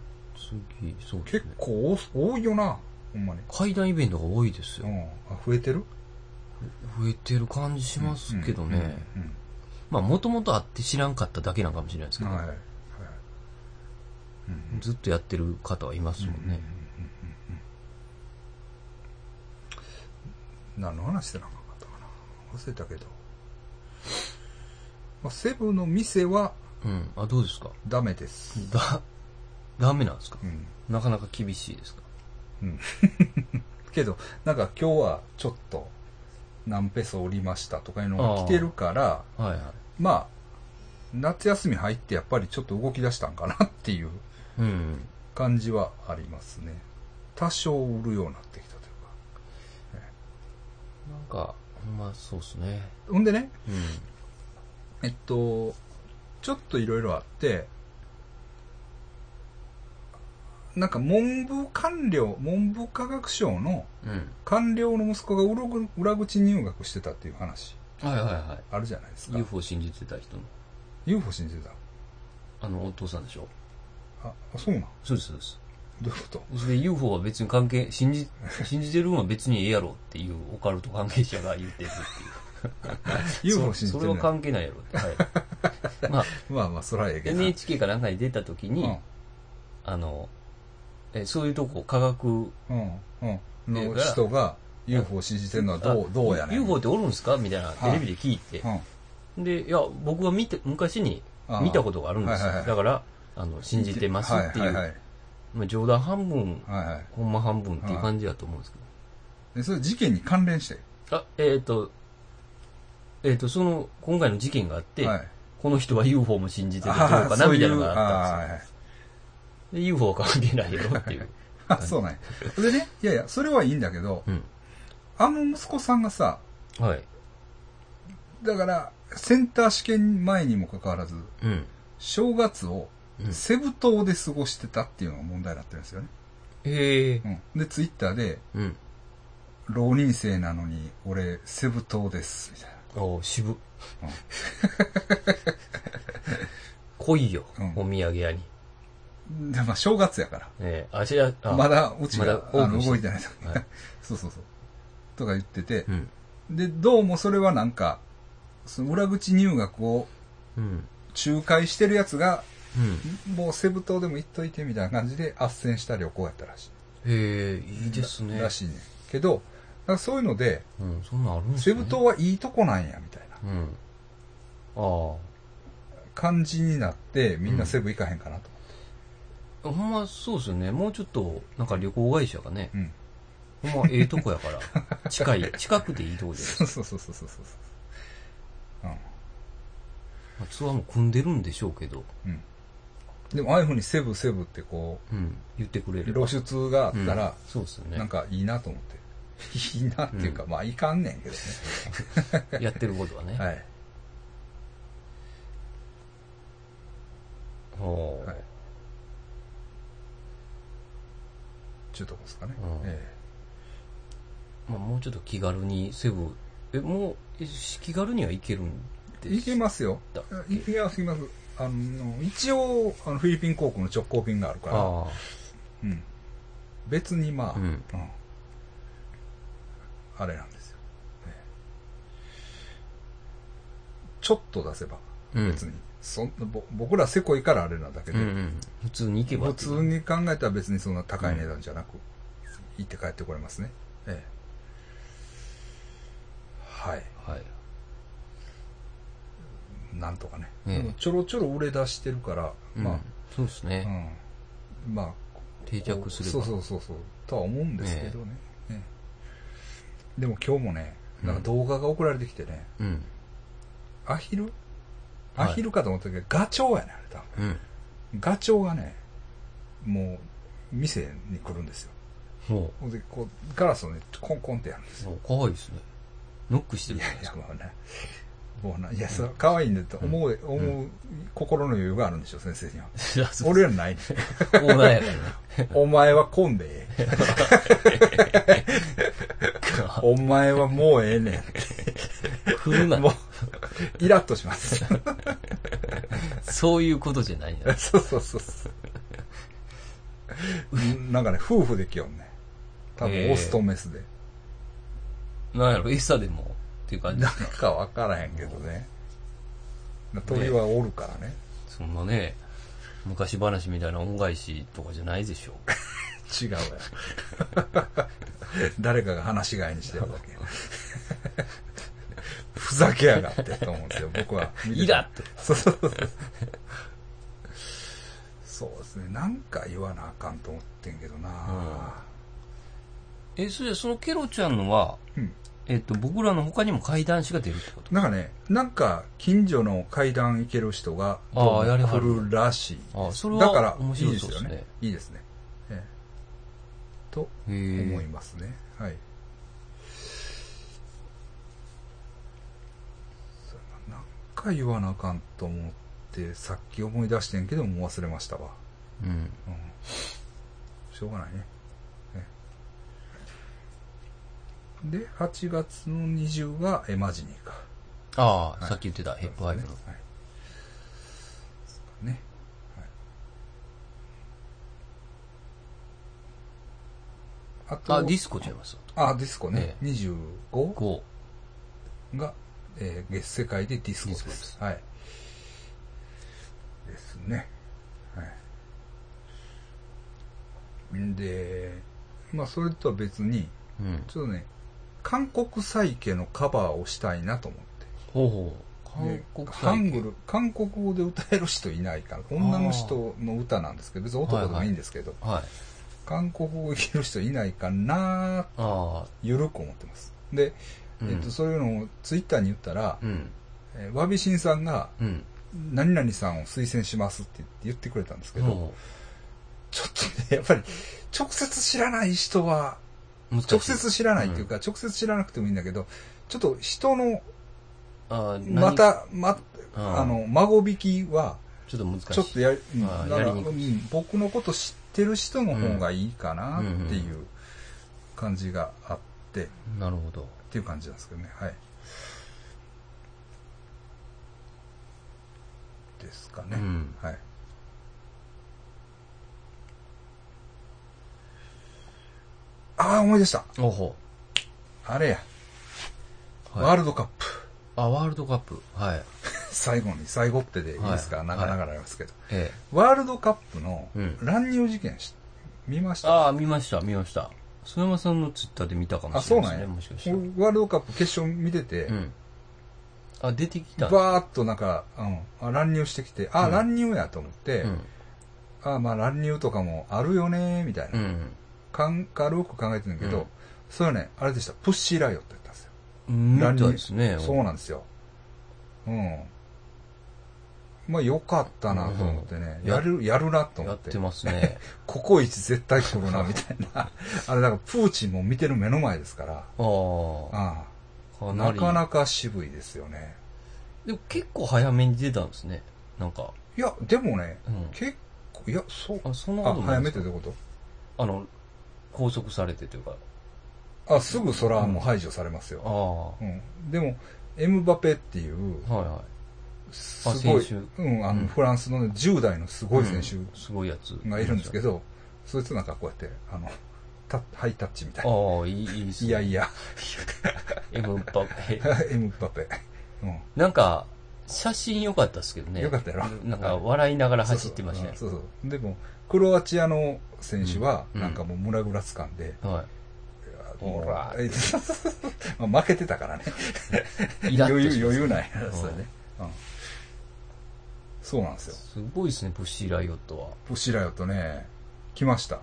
Speaker 1: 次、そうです
Speaker 2: 結
Speaker 1: ね。
Speaker 2: 構多す多いよな、ほんまに。
Speaker 1: 階段イベントが多いです
Speaker 2: う
Speaker 1: よ。
Speaker 2: ん。あ、増えてる
Speaker 1: 増えてる感じしますけどね。
Speaker 2: うん。うん
Speaker 1: まあ、もともとあって知らんかっただけなんかもしれないですけど、
Speaker 2: はい。はいうん
Speaker 1: ずっとやってる方はいますもんね。
Speaker 2: 何の話してなかったかな忘れたけど、まあ、セブの店は
Speaker 1: うん。あ、どうですか
Speaker 2: ダメです、
Speaker 1: だ、ダメなんですか
Speaker 2: うん
Speaker 1: なかなか厳しいですか
Speaker 2: うん、けどなんか今日はちょっと何ペソ折りましたとかいうのが来てるから
Speaker 1: はいはい。
Speaker 2: まあ夏休み入ってやっぱりちょっと動き出したんかなっていう
Speaker 1: うん。
Speaker 2: 感じはありますね多少売るようになってきたというか
Speaker 1: なんか、ほんまそうっすね。
Speaker 2: ほんでね
Speaker 1: う
Speaker 2: えっと、ちょっといろいろあって、なんか文部官僚、文部科学省の
Speaker 1: ん。うん。
Speaker 2: 官僚の息子が裏ぐ裏口入学してたっていう話
Speaker 1: はいはいは
Speaker 2: あるじゃないです
Speaker 1: い。
Speaker 2: か。
Speaker 1: UFO 信じてた人の、
Speaker 2: UFO 信じて
Speaker 1: あの、お父さんでしょ
Speaker 2: た。あ、あそうなん
Speaker 1: そうです、そうです。
Speaker 2: どういうこと
Speaker 1: それで UFO は別に関係、信じ、 信じてるのは別にええやろっていうオカルト関係者が言ってるっていう。
Speaker 2: ?UFO 信じ
Speaker 1: そ
Speaker 2: て
Speaker 1: それ
Speaker 2: る
Speaker 1: は関係ないやろって。 はい。まあ、
Speaker 2: まあまあ、そらええけど。
Speaker 1: NHK かなんかに出た時に、あの、えそういうとこ科学、
Speaker 2: うん、うん、うん。
Speaker 1: っていう
Speaker 2: の
Speaker 1: か
Speaker 2: 人が UFO 信じてるのはどう、どうやねん。
Speaker 1: UFO っておるんすかみたいなテレビで聞いて
Speaker 2: う。ん。
Speaker 1: で、いや、僕は見て、昔に
Speaker 2: ああ
Speaker 1: 見たことがあるんです
Speaker 2: はい
Speaker 1: よ。
Speaker 2: はいはい
Speaker 1: だから、あの、信じてますっていう、
Speaker 2: はいはい
Speaker 1: まあ、冗談半分、
Speaker 2: はい。はいはい
Speaker 1: ほんま半分っていう感じだと思うんですけど。
Speaker 2: でそれ事件に関連して。
Speaker 1: あ、えっ、と、えっ、と、その、今回の事件があって、
Speaker 2: はい
Speaker 1: この人は UFO も信じてるんち
Speaker 2: あ
Speaker 1: ゃう
Speaker 2: ー
Speaker 1: かな、
Speaker 2: そう
Speaker 1: み
Speaker 2: い
Speaker 1: た
Speaker 2: う
Speaker 1: いなのがあったんですよ。
Speaker 2: あー
Speaker 1: で UFO は関係ないよっていう。
Speaker 2: あ、そうなんや。でね、いやいや、それはいいんだけど、
Speaker 1: うん。
Speaker 2: あの息子さんがさ、
Speaker 1: はい。
Speaker 2: だから、センター試験前にもかかわらず、
Speaker 1: うん。
Speaker 2: 正月を
Speaker 1: うん
Speaker 2: セブ島で過ごしてたっていうのが問題になってるんですよね。
Speaker 1: へえ。
Speaker 2: うん、で、ツイッターで、
Speaker 1: うん。
Speaker 2: 浪人生なのに、俺、セブ島です、みたい
Speaker 1: おー渋。来いよ、
Speaker 2: うん
Speaker 1: お土産屋に。
Speaker 2: な。で、まあ、正月やから。
Speaker 1: えー、あちら、あ
Speaker 2: まだ、うち
Speaker 1: まだ
Speaker 2: が、
Speaker 1: オー
Speaker 2: あ
Speaker 1: プン
Speaker 2: の、
Speaker 1: して
Speaker 2: 動いてないと。
Speaker 1: はい
Speaker 2: そうそうそう。とか言ってて
Speaker 1: う、ん。
Speaker 2: で、どうもそれはなんか、その裏口入学を
Speaker 1: うん。
Speaker 2: 仲介してるやつが
Speaker 1: うん。
Speaker 2: もうセブ島でも行っといてみたいな感じで斡旋した旅行やったらし
Speaker 1: へえ、い
Speaker 2: い。
Speaker 1: いですね。
Speaker 2: らしいねんけど、なんかそういうので、
Speaker 1: うん、そんなんあるんです
Speaker 2: セ
Speaker 1: ね。
Speaker 2: ブ島はいいとこなんや、みたいな
Speaker 1: うん。あ
Speaker 2: 感じになって、みんなセブ行かへんかなと。
Speaker 1: あ。ほんまそうですよね。もうちょっと、なんか旅行会社がね、
Speaker 2: うん。
Speaker 1: ほんまええとこ やから、近い、近くでいいとこじゃないです
Speaker 2: そうそうそうそうそうそう。
Speaker 1: まあツアーも組んでるんでしょうけど、
Speaker 2: うん。うん。でも、ああいうふうにセブセブってこ
Speaker 1: うん、言ってくれ
Speaker 2: う、
Speaker 1: れば。
Speaker 2: 露出があったら、
Speaker 1: そうですよね。
Speaker 2: なんかいいなと思って。 いいなっていうか、まあ、いかんねんけどね。
Speaker 1: やってることはね。
Speaker 2: はい。
Speaker 1: ほう
Speaker 2: はい。ちゅうとこですかね。
Speaker 1: うん
Speaker 2: え
Speaker 1: まあ、もうちょっと気軽に、セブ、え、もう、え気軽には行けるん
Speaker 2: え
Speaker 1: です
Speaker 2: いけますよ。
Speaker 1: だっ
Speaker 2: いきます、いきます。あの、一応、あのフィリピン航空の直行便があるから、
Speaker 1: あ
Speaker 2: うん、別にまあ、
Speaker 1: あ、うん。
Speaker 2: うんあれなんですよ。ええちょっと出せば、
Speaker 1: うん。
Speaker 2: 別に。そんなぼ僕らセコいからあれなんだけ
Speaker 1: う
Speaker 2: ど、
Speaker 1: んうん。普通に行けば
Speaker 2: 普
Speaker 1: っていう
Speaker 2: 通に考えたら別にそんな高い値段じゃなく、行って帰ってこれますね。ええはい。
Speaker 1: はい。
Speaker 2: なんとかね。
Speaker 1: ええ
Speaker 2: でもちょろちょろ売れ出してるから、
Speaker 1: うん
Speaker 2: まあ、
Speaker 1: そうですね。
Speaker 2: うん、まあ
Speaker 1: 定着すれば。
Speaker 2: そうそうそうそうとは思うんですけどね、ええでも今日もねなんか動画が送られてきてね、
Speaker 1: うん。
Speaker 2: アヒル
Speaker 1: は
Speaker 2: ア
Speaker 1: い
Speaker 2: ヒルかと思ったけど、ガチョウやねあれ多
Speaker 1: うん。
Speaker 2: 分ガチョウがねもう店に来るんですよ
Speaker 1: も
Speaker 2: ほんでこうガラスをねコンコンってやるんです
Speaker 1: う、
Speaker 2: よ
Speaker 1: もう可愛いですね。ノックして
Speaker 2: い
Speaker 1: るじゃ
Speaker 2: や
Speaker 1: ない
Speaker 2: い
Speaker 1: です
Speaker 2: や
Speaker 1: か。
Speaker 2: もうねもうないやそれは可愛いんだと思う、思う心の余裕があるんでしょ先生には
Speaker 1: そう
Speaker 2: 俺らにないね
Speaker 1: オーナーやからね。
Speaker 2: お前は混んでええ。お前はもうええね。
Speaker 1: 振るなん
Speaker 2: もう、イラッとします。
Speaker 1: そういうことじゃないんだ。
Speaker 2: そうそうそうそう。なんかね、夫婦できよんね。多
Speaker 1: ええ
Speaker 2: 分、オスとメスで。
Speaker 1: なんやろ、餌でも、っていう感じ
Speaker 2: な。んかわからへんけどね。鳥はおるからね。
Speaker 1: そんなね、昔話みたいな恩返しとかじゃないでしょう。
Speaker 2: 違うや誰かが話し飼いにしてるだけふざけやがってと思うんですよ僕は見てて
Speaker 1: イラっと
Speaker 2: そうそうそうそうですねなんか言わなあかんと思ってんけどな
Speaker 1: え、それでそのケロちゃんのは、
Speaker 2: うん
Speaker 1: えっと、僕らの他にも怪談師が出るってこと
Speaker 2: なんかねなんか近所の階段行ける人が
Speaker 1: あー
Speaker 2: どうも
Speaker 1: やりは
Speaker 2: 来
Speaker 1: る
Speaker 2: るらしい
Speaker 1: あそれ
Speaker 2: だから
Speaker 1: は面
Speaker 2: いい
Speaker 1: 白
Speaker 2: で
Speaker 1: そう
Speaker 2: すよ
Speaker 1: ですね。
Speaker 2: ねいいですね、ええと
Speaker 1: へ
Speaker 2: 思い
Speaker 1: え。
Speaker 2: ますね、はいそうやななんか言わなあかんと思ってさっき思い出してんけどもう忘れましたわ、
Speaker 1: うん。
Speaker 2: うん、しょうがないねねで8月の20がエマジニーか
Speaker 1: ああ、
Speaker 2: はい
Speaker 1: さっき言ってた、ヘップハイブの
Speaker 2: ね。はいですかねはいあと
Speaker 1: あ、ディスコちゃいます。
Speaker 2: あ、ディスコね。25
Speaker 1: 5。
Speaker 2: が、えー月世界でディスコです。
Speaker 1: ディスコです
Speaker 2: はい。ですね。はい。んで、まあ、それとは別に、
Speaker 1: うん。
Speaker 2: ちょっとね、韓国再家のカバーをしたいなと思って。
Speaker 1: ほうほう。韓
Speaker 2: で
Speaker 1: 国再
Speaker 2: ハング
Speaker 1: 建
Speaker 2: ル、韓国語で歌える人いないから、女の人の歌なんですけど、別に男でもいいんですけど、
Speaker 1: はい。
Speaker 2: 韓国語を聴ける人いないかなー
Speaker 1: ああ、
Speaker 2: ゆるく思ってます。で、
Speaker 1: うん
Speaker 2: えっと、そういうのをツイッターに言ったら、
Speaker 1: うん。
Speaker 2: えーわびしんさんが、
Speaker 1: うん。
Speaker 2: 何々さんを推薦しますって言って言ってくれたんですけど、
Speaker 1: ほ
Speaker 2: ちょっとね、やっぱり、直接知らない人は、
Speaker 1: う難しい
Speaker 2: 直接知らないっていうか、直接知らなくてもいいんだけど、ちょっと人の、
Speaker 1: ああ
Speaker 2: ま、た、ま、
Speaker 1: あ
Speaker 2: あの、孫引きは、
Speaker 1: 何ちょっと難しい。
Speaker 2: ちょっとやり、うん
Speaker 1: あー
Speaker 2: だから
Speaker 1: やりにくい
Speaker 2: うん僕のこと知ってる人の方がいいかなっていう感じがあって、
Speaker 1: なるほど。
Speaker 2: っていう感じなんですけどね。はい。ですかね。
Speaker 1: うん
Speaker 2: はい。ああ、思い出した。
Speaker 1: おほ
Speaker 2: あれや。
Speaker 1: う。
Speaker 2: ワー
Speaker 1: い。
Speaker 2: ルドカップ。
Speaker 1: あ、ワールドカップ。はい。
Speaker 2: 最後に、最後ってでいいですか、
Speaker 1: はい
Speaker 2: なかなかなりますけど。
Speaker 1: ええ。
Speaker 2: ワールドカップの
Speaker 1: うん
Speaker 2: 乱入事件し、見ました
Speaker 1: ああ、見ました、見ました。曽山さんのツイッターで見たかも
Speaker 2: あ、
Speaker 1: し
Speaker 2: そ
Speaker 1: れ
Speaker 2: う
Speaker 1: な
Speaker 2: ないん
Speaker 1: で
Speaker 2: や。
Speaker 1: すね、
Speaker 2: ワ
Speaker 1: もしかしたら。
Speaker 2: ールドカップ決勝見てて、
Speaker 1: うん。あ、出てきた。
Speaker 2: バーっとなんか、うん、あ乱入してきて、あ、
Speaker 1: うん
Speaker 2: 乱入やと思って、
Speaker 1: うん。
Speaker 2: あまあ乱入とかもあるよねみたいな、かん軽く考えてるんだけど、
Speaker 1: うん
Speaker 2: それはねあれでしたプッシーライオットやったんですよ、
Speaker 1: うん。見た
Speaker 2: 乱入
Speaker 1: いですね。
Speaker 2: そうなんですようんまあよかったなと思ってね、
Speaker 1: うん
Speaker 2: やるやるなと思
Speaker 1: や
Speaker 2: っ
Speaker 1: っててます ね。
Speaker 2: ココイチ絶対来るなみたいな あれだからプーチンも見てる目の前ですから
Speaker 1: ああ。
Speaker 2: あ
Speaker 1: か
Speaker 2: あ
Speaker 1: な
Speaker 2: な
Speaker 1: り。
Speaker 2: かなか渋いですよね
Speaker 1: でも結構早めに出たんですね。なんか。
Speaker 2: いやでもね、
Speaker 1: うん
Speaker 2: 結構いやそう
Speaker 1: あ、そんなこ
Speaker 2: あ
Speaker 1: とない
Speaker 2: 早め
Speaker 1: で
Speaker 2: て
Speaker 1: す
Speaker 2: ってこ
Speaker 1: か
Speaker 2: と
Speaker 1: あの、拘束されてというか。
Speaker 2: あすぐそれはもう排除されますよ、
Speaker 1: ああ。は
Speaker 2: うん、でもエムバペっていう
Speaker 1: いは
Speaker 2: すごい、
Speaker 1: 選
Speaker 2: うん、あ
Speaker 1: うん
Speaker 2: のフランスの、ね、10代のす
Speaker 1: い。
Speaker 2: ごい選
Speaker 1: うん
Speaker 2: 手
Speaker 1: すごいやつ。
Speaker 2: がいるんですけ
Speaker 1: ど。
Speaker 2: ど、そいつなんかこうやってあのタハイタッチみたいな
Speaker 1: ああ、いい、いいっす
Speaker 2: い
Speaker 1: ね。
Speaker 2: やいや
Speaker 1: エムバペ。
Speaker 2: エムバペ、うん、
Speaker 1: なんか、写真良かったですけどね。
Speaker 2: よかったやろ
Speaker 1: なんか、笑いながら走ってましたよ。
Speaker 2: そうそううんそうそうでもクロアチアの選手は
Speaker 1: うん
Speaker 2: なんかもう胸ぐらつかんで、
Speaker 1: はほら
Speaker 2: もうえ まあ負けてたからね
Speaker 1: い。イラッ
Speaker 2: 余
Speaker 1: と
Speaker 2: 裕
Speaker 1: します
Speaker 2: 余裕ない
Speaker 1: ん
Speaker 2: そうだね、うん、そうなんですよ
Speaker 1: すごいですね、プッシーライオットは。
Speaker 2: ポシラよとね来ました
Speaker 1: うん。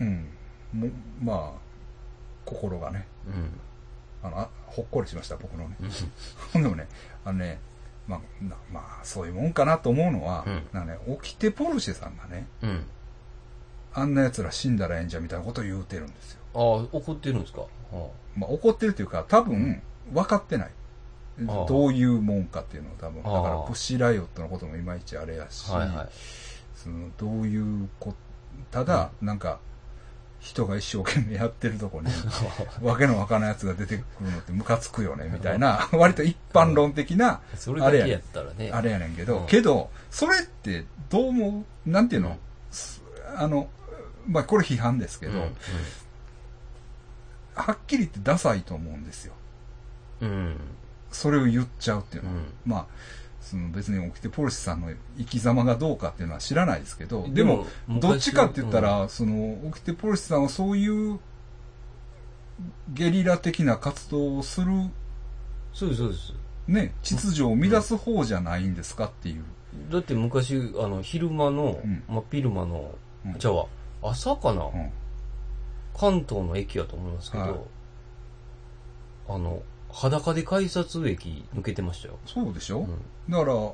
Speaker 2: うんもまあ心がね
Speaker 1: うん。
Speaker 2: あのあほっこりしました僕のねでもねあのねまあなまあそういうもんかなと思うのは、
Speaker 1: うん
Speaker 2: なんかねオキテポルシェさんがね
Speaker 1: うん。
Speaker 2: あんな奴ら死んだらええんじゃみたいなことを言うてるんですよ、
Speaker 1: ああ、怒ってるんですか。は
Speaker 2: まあ、怒ってるというか多分分かってない
Speaker 1: ああ
Speaker 2: どういうもんかっていうのを多分だ
Speaker 1: ああ
Speaker 2: からプッシーライオットのこともいまいちあれやし、
Speaker 1: あはいはい。
Speaker 2: そのどういうこただ、なんか人が一生懸命やってるとこにわけのわからないやつが出てくるのってムカつくよねみたいな割と一般論的な
Speaker 1: それだけやったらね。
Speaker 2: あれやねんけど、
Speaker 1: うん
Speaker 2: けどそれってどう思うなんていうの、
Speaker 1: うん
Speaker 2: すあのまあこれ批判ですけ
Speaker 1: うん
Speaker 2: ど、はっきり言ってダサいと思うんですよ
Speaker 1: うん。うん。
Speaker 2: それを言っちゃうっていう
Speaker 1: う
Speaker 2: のは、
Speaker 1: ん
Speaker 2: まあその別に起きてポルシェさんの生き様がどうかっていうのは知らないですけど、で
Speaker 1: でも
Speaker 2: も、どっちかって言ったら、
Speaker 1: う
Speaker 2: その、起きてポルシェさんはそういうゲリラ的な活動をする、
Speaker 1: そうです、そうです。
Speaker 2: ね、秩序を乱す方じゃないんですかっていう。
Speaker 1: だって昔、あの、昼間の、
Speaker 2: うん
Speaker 1: まあ、昼間の
Speaker 2: うん、
Speaker 1: じゃあ、朝かな、
Speaker 2: うん
Speaker 1: 関東の駅やと思いますけど、
Speaker 2: はい
Speaker 1: あの、裸で改札駅抜けてましたよ。
Speaker 2: そうでしょ、
Speaker 1: うん
Speaker 2: だから、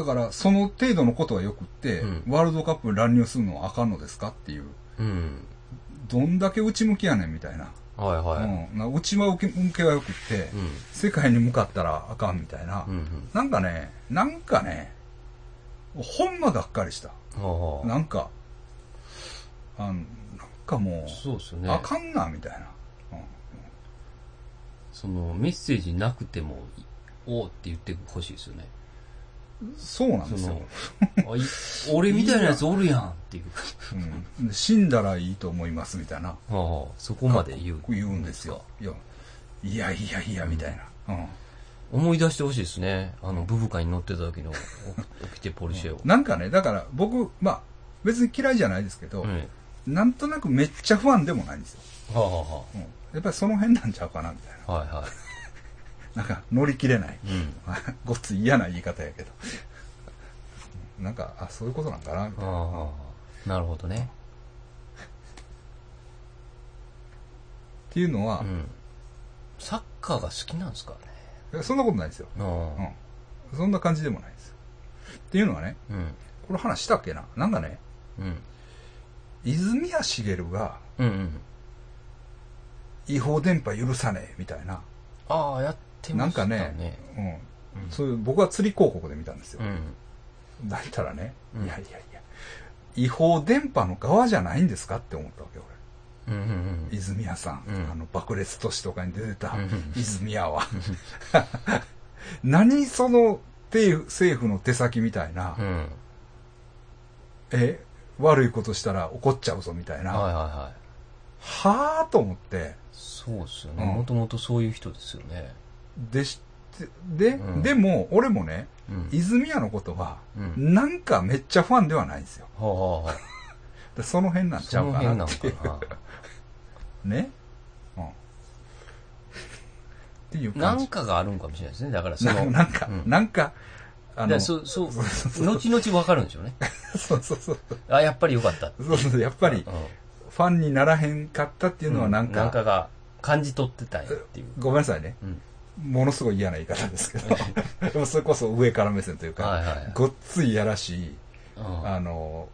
Speaker 2: だから、その程度のことはよくって、
Speaker 1: うん
Speaker 2: ワールドカップに乱入するのはあかんのですかっていう。
Speaker 1: うん。
Speaker 2: どんだけ内向きやねんみたいな。
Speaker 1: はいはい。
Speaker 2: うん。な内は受け向けはよくって、
Speaker 1: うん。
Speaker 2: 世界に向かったらあかんみたいな。
Speaker 1: うん。うん。
Speaker 2: なんかね、なんかね、ほんまがっかりした。
Speaker 1: はあは
Speaker 2: なんか、あの、なんかも
Speaker 1: あ、
Speaker 2: う、
Speaker 1: そうですよね。
Speaker 2: あかんな、みたいな。
Speaker 1: その、メッセージなくても、おーって言ってほしいですよね。
Speaker 2: うんそうなん
Speaker 1: そ
Speaker 2: ですよ
Speaker 1: の。、 あい俺みたいなやつおるやんっていう。
Speaker 2: うん、死んだらいいと思います、みたいな。
Speaker 1: はあ、そこまで言う。
Speaker 2: 言うんですよ。いや、いやいやいや、みたいな。うん。
Speaker 1: 思い出してほしいですね。あの、ブブカに乗ってた時の、お起きてポル シェを。
Speaker 2: なんかね、だから僕、まあ、別に嫌いじゃないですけど、
Speaker 1: うん。は
Speaker 2: なんとなくめっちゃ不安でもないんですよ。
Speaker 1: あ、は
Speaker 2: うん、やっぱりその辺なんちゃうかな、みたいな。
Speaker 1: あはあ、はいは
Speaker 2: なんか乗り切れない。
Speaker 1: い。うん。
Speaker 2: ごっつい嫌な言い方やけど。なんか、あ、そういうことなんかな、みたいな。
Speaker 1: ああ、なるほどね。
Speaker 2: っていうのは
Speaker 1: う、ん。サッカーが好きなんですかね。
Speaker 2: いやそんなことないですよ。
Speaker 1: あ
Speaker 2: う
Speaker 1: あ。
Speaker 2: ん。そんな感じでもないですよ。っていうのはね、
Speaker 1: うん。
Speaker 2: これ話したっけななんかね、
Speaker 1: うん。
Speaker 2: 泉谷しげるが
Speaker 1: うんうん。
Speaker 2: 違法電波許さねえ、みたいな。
Speaker 1: ああ、やって
Speaker 2: な
Speaker 1: ま
Speaker 2: ん
Speaker 1: した
Speaker 2: か
Speaker 1: ね。
Speaker 2: ね、うん
Speaker 1: うん
Speaker 2: そういう僕は釣り広告で見たんですよ
Speaker 1: う。ん。
Speaker 2: だったらね、
Speaker 1: うん
Speaker 2: いやいやいや、違法電波の側じゃないんですかって思ったわけよ、
Speaker 1: うんうんうん
Speaker 2: 俺。。泉谷さん、
Speaker 1: うん
Speaker 2: あの、爆裂都市とかに出てた、
Speaker 1: うん
Speaker 2: 泉谷は。 何その手政府の手先みたいな、
Speaker 1: うん。
Speaker 2: え、悪いことしたら怒っちゃうぞみたいな、
Speaker 1: はいはいはい。
Speaker 2: はぁと思って、
Speaker 1: そうですよね。
Speaker 2: うん
Speaker 1: もともとそういう人ですよね。
Speaker 2: でし、で、
Speaker 1: うん
Speaker 2: でも、俺もね、
Speaker 1: うん。
Speaker 2: 泉谷のことは、
Speaker 1: うん。
Speaker 2: なんかめっちゃファンではないんですよ。
Speaker 1: はあはあは
Speaker 2: でその辺な
Speaker 1: あ。
Speaker 2: んちゃ
Speaker 1: そうの
Speaker 2: か
Speaker 1: 辺
Speaker 2: な
Speaker 1: な
Speaker 2: っ
Speaker 1: の
Speaker 2: ていう。
Speaker 1: か
Speaker 2: ね、うん、っていう
Speaker 1: な。な
Speaker 2: 感
Speaker 1: ん
Speaker 2: じ。
Speaker 1: かがあるんかもしれないですね。だからそ
Speaker 2: な
Speaker 1: の。
Speaker 2: なんか、
Speaker 1: うん
Speaker 2: なんか、あ
Speaker 1: だか
Speaker 2: の、
Speaker 1: ら
Speaker 2: そう
Speaker 1: そう、そ う、
Speaker 2: そうそう
Speaker 1: 後々わかるんでしょ うね。
Speaker 2: そうそうそう
Speaker 1: あ、やっぱりよかったって。
Speaker 2: そうそう、やっぱり
Speaker 1: う
Speaker 2: フ
Speaker 1: ん
Speaker 2: ァンにならへんかったっていうのはなんか、
Speaker 1: なんかが感じ取ってたんやっていう。
Speaker 2: ごめんなさいね、
Speaker 1: うん
Speaker 2: ものすごい嫌な言い方ですけど、 でもそれこそ上から目線というか、
Speaker 1: はいはいはい
Speaker 2: ごっついやらしい、
Speaker 1: うん
Speaker 2: あの、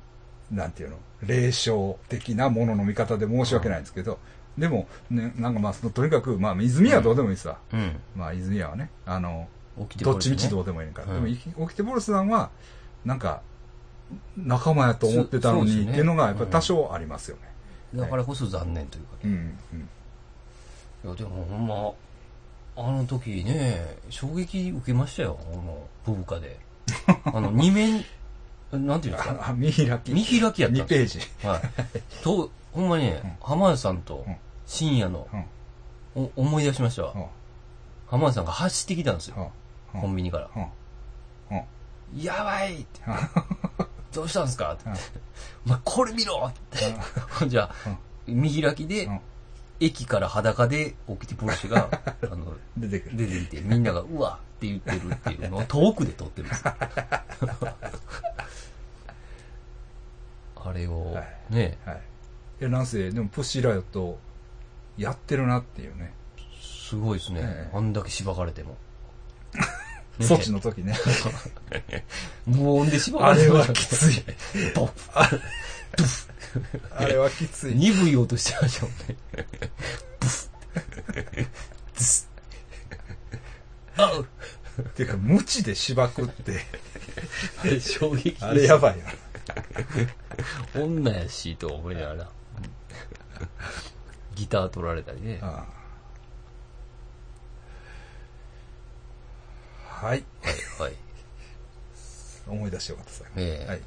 Speaker 2: なんていうの、霊障的なものの見方で申し訳ないんですけど、でも、ね、なんかまあ、そのとにかく、まあ、泉谷はどうでもいいですわ。
Speaker 1: うん。
Speaker 2: まあ、泉谷はね、あの、
Speaker 1: 起きて
Speaker 2: どっちみちど
Speaker 1: これ
Speaker 2: うでもいいから。
Speaker 1: うん
Speaker 2: でも、いき起きてボルスさんは、なんか、仲間やと思ってたの
Speaker 1: そそうで
Speaker 2: に、
Speaker 1: すね
Speaker 2: っていうのが、やっぱり多少ありますよね。
Speaker 1: ねだからこそ残念というか。
Speaker 2: うん、うん。
Speaker 1: いや、でもほんま、あの時ね、衝撃受けましたよ、あの、ブブ カで。あの、二面、なんていうんですか、
Speaker 2: あ、見開き。
Speaker 1: 見開きやった
Speaker 2: 2
Speaker 1: んで
Speaker 2: ページ。
Speaker 1: すよ。はい。と、ほんまにね、浜田さんと
Speaker 2: うん
Speaker 1: 深夜の
Speaker 2: うん、
Speaker 1: お思い出しましたわ
Speaker 2: うん、うん、
Speaker 1: 浜田さんが走ってきたんですよ、
Speaker 2: うん
Speaker 1: コンビニから。
Speaker 2: うん、うん。
Speaker 1: やばいって。どうしたんですかって。お前これ見ろって。ほんじゃあ、見開きで
Speaker 2: うん、
Speaker 1: 駅から裸で起きてポルシェが、あの、
Speaker 2: 出てくる。
Speaker 1: 出てきて、みんなが、うわって言ってるっていうのを遠くで撮ってるんですよあれを
Speaker 2: は、
Speaker 1: ね、
Speaker 2: はい。いや、なんせ、でも、プッシーライト、やってるなっていうね。
Speaker 1: すごいですね
Speaker 2: え。え
Speaker 1: あんだけしばかれても。ね
Speaker 2: 措置の時ね。
Speaker 1: 無音でしばか
Speaker 2: あ
Speaker 1: れ
Speaker 2: れ
Speaker 1: て
Speaker 2: はきつい。
Speaker 1: ボッ
Speaker 2: あれはきつい。
Speaker 1: 鈍い音してましたもんね。ブスッ。ズッ。あう
Speaker 2: っていうか、無知で芝くって、
Speaker 1: あれ衝撃です
Speaker 2: あれやばいよ。
Speaker 1: 女やしと思いながら。ギター取られたりね。
Speaker 2: ああはい。
Speaker 1: はい。
Speaker 2: 思い出してよかったですね。
Speaker 1: ええ
Speaker 2: はい。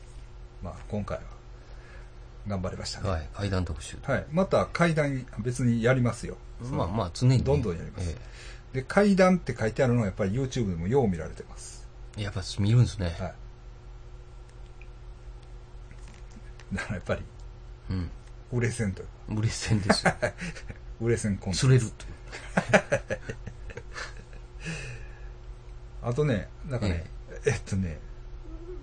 Speaker 2: まあ、今回は、頑張りましたね。
Speaker 1: はい、階段特集。
Speaker 2: はい。また階段、別にやりますよ。
Speaker 1: まあまあ、常にね、
Speaker 2: どんどんやります
Speaker 1: え
Speaker 2: で、階段って書いてあるのは、やっぱり YouTube でもよう見られてます。
Speaker 1: やっぱ見るんですね。
Speaker 2: はい。だからやっぱり、
Speaker 1: うん。
Speaker 2: 売れ線というか、
Speaker 1: 無理せんです よ。
Speaker 2: 売れ線コント。
Speaker 1: 釣れるという。
Speaker 2: あとね、なんかね、えっとね、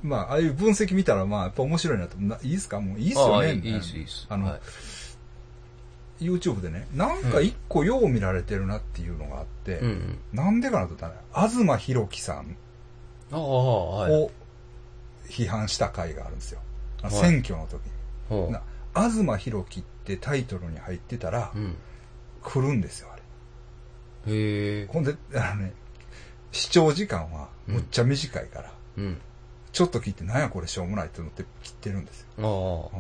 Speaker 2: まあ、ああいう分析見たら、まあ、やっぱ面白いなと。ないいですかもういいっすよ
Speaker 1: ああ
Speaker 2: ね。
Speaker 1: いいいいっすいいっす
Speaker 2: あの、
Speaker 1: はい
Speaker 2: YouTube でね、なんか一個よう見られてるなっていうのがあって、
Speaker 1: うんうん。
Speaker 2: なんでかなと思ったら、東博樹さん
Speaker 1: ああ、はい。
Speaker 2: を批判した回があるんですよ。あの
Speaker 1: はい
Speaker 2: 選挙の時に。
Speaker 1: ほう
Speaker 2: な東博樹ってタイトルに入ってたら
Speaker 1: う、ん。
Speaker 2: 来るんですよ、あれ。
Speaker 1: へえ。
Speaker 2: ほんで、あのね、視聴時間はむっちゃ短いから、
Speaker 1: うん。
Speaker 2: ちょっと聞いて、なんやこれしょうもないって思って切ってるんですよ。
Speaker 1: ああ。ほう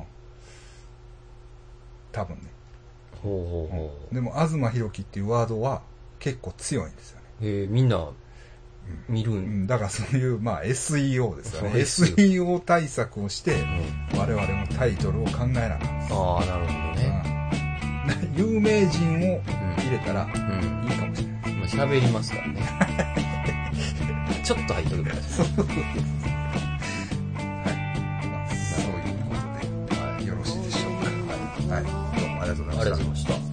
Speaker 2: 多分ね。
Speaker 1: ほうほう。
Speaker 2: でも、東博樹っていうワードは結構強いんですよね。
Speaker 1: へえ、みんな、見る。
Speaker 2: うんん、だからそういう、まあ SEO ですよね。
Speaker 1: そう
Speaker 2: SEO 対策をして、
Speaker 1: うん
Speaker 2: 我々もタイトルを考えなきゃい
Speaker 1: ああ、な
Speaker 2: けな
Speaker 1: るほどね。
Speaker 2: い。うん有名人を入れたら
Speaker 1: う
Speaker 2: い
Speaker 1: ん。
Speaker 2: いかもしれない。
Speaker 1: まあ喋りますからね。 ちょっと入っとるからです。
Speaker 2: まあそういうこと
Speaker 1: はい。
Speaker 2: で、よろしいでしょうか。はい。どうもありがとうございま
Speaker 1: あり
Speaker 2: した
Speaker 1: がとうござい。ました。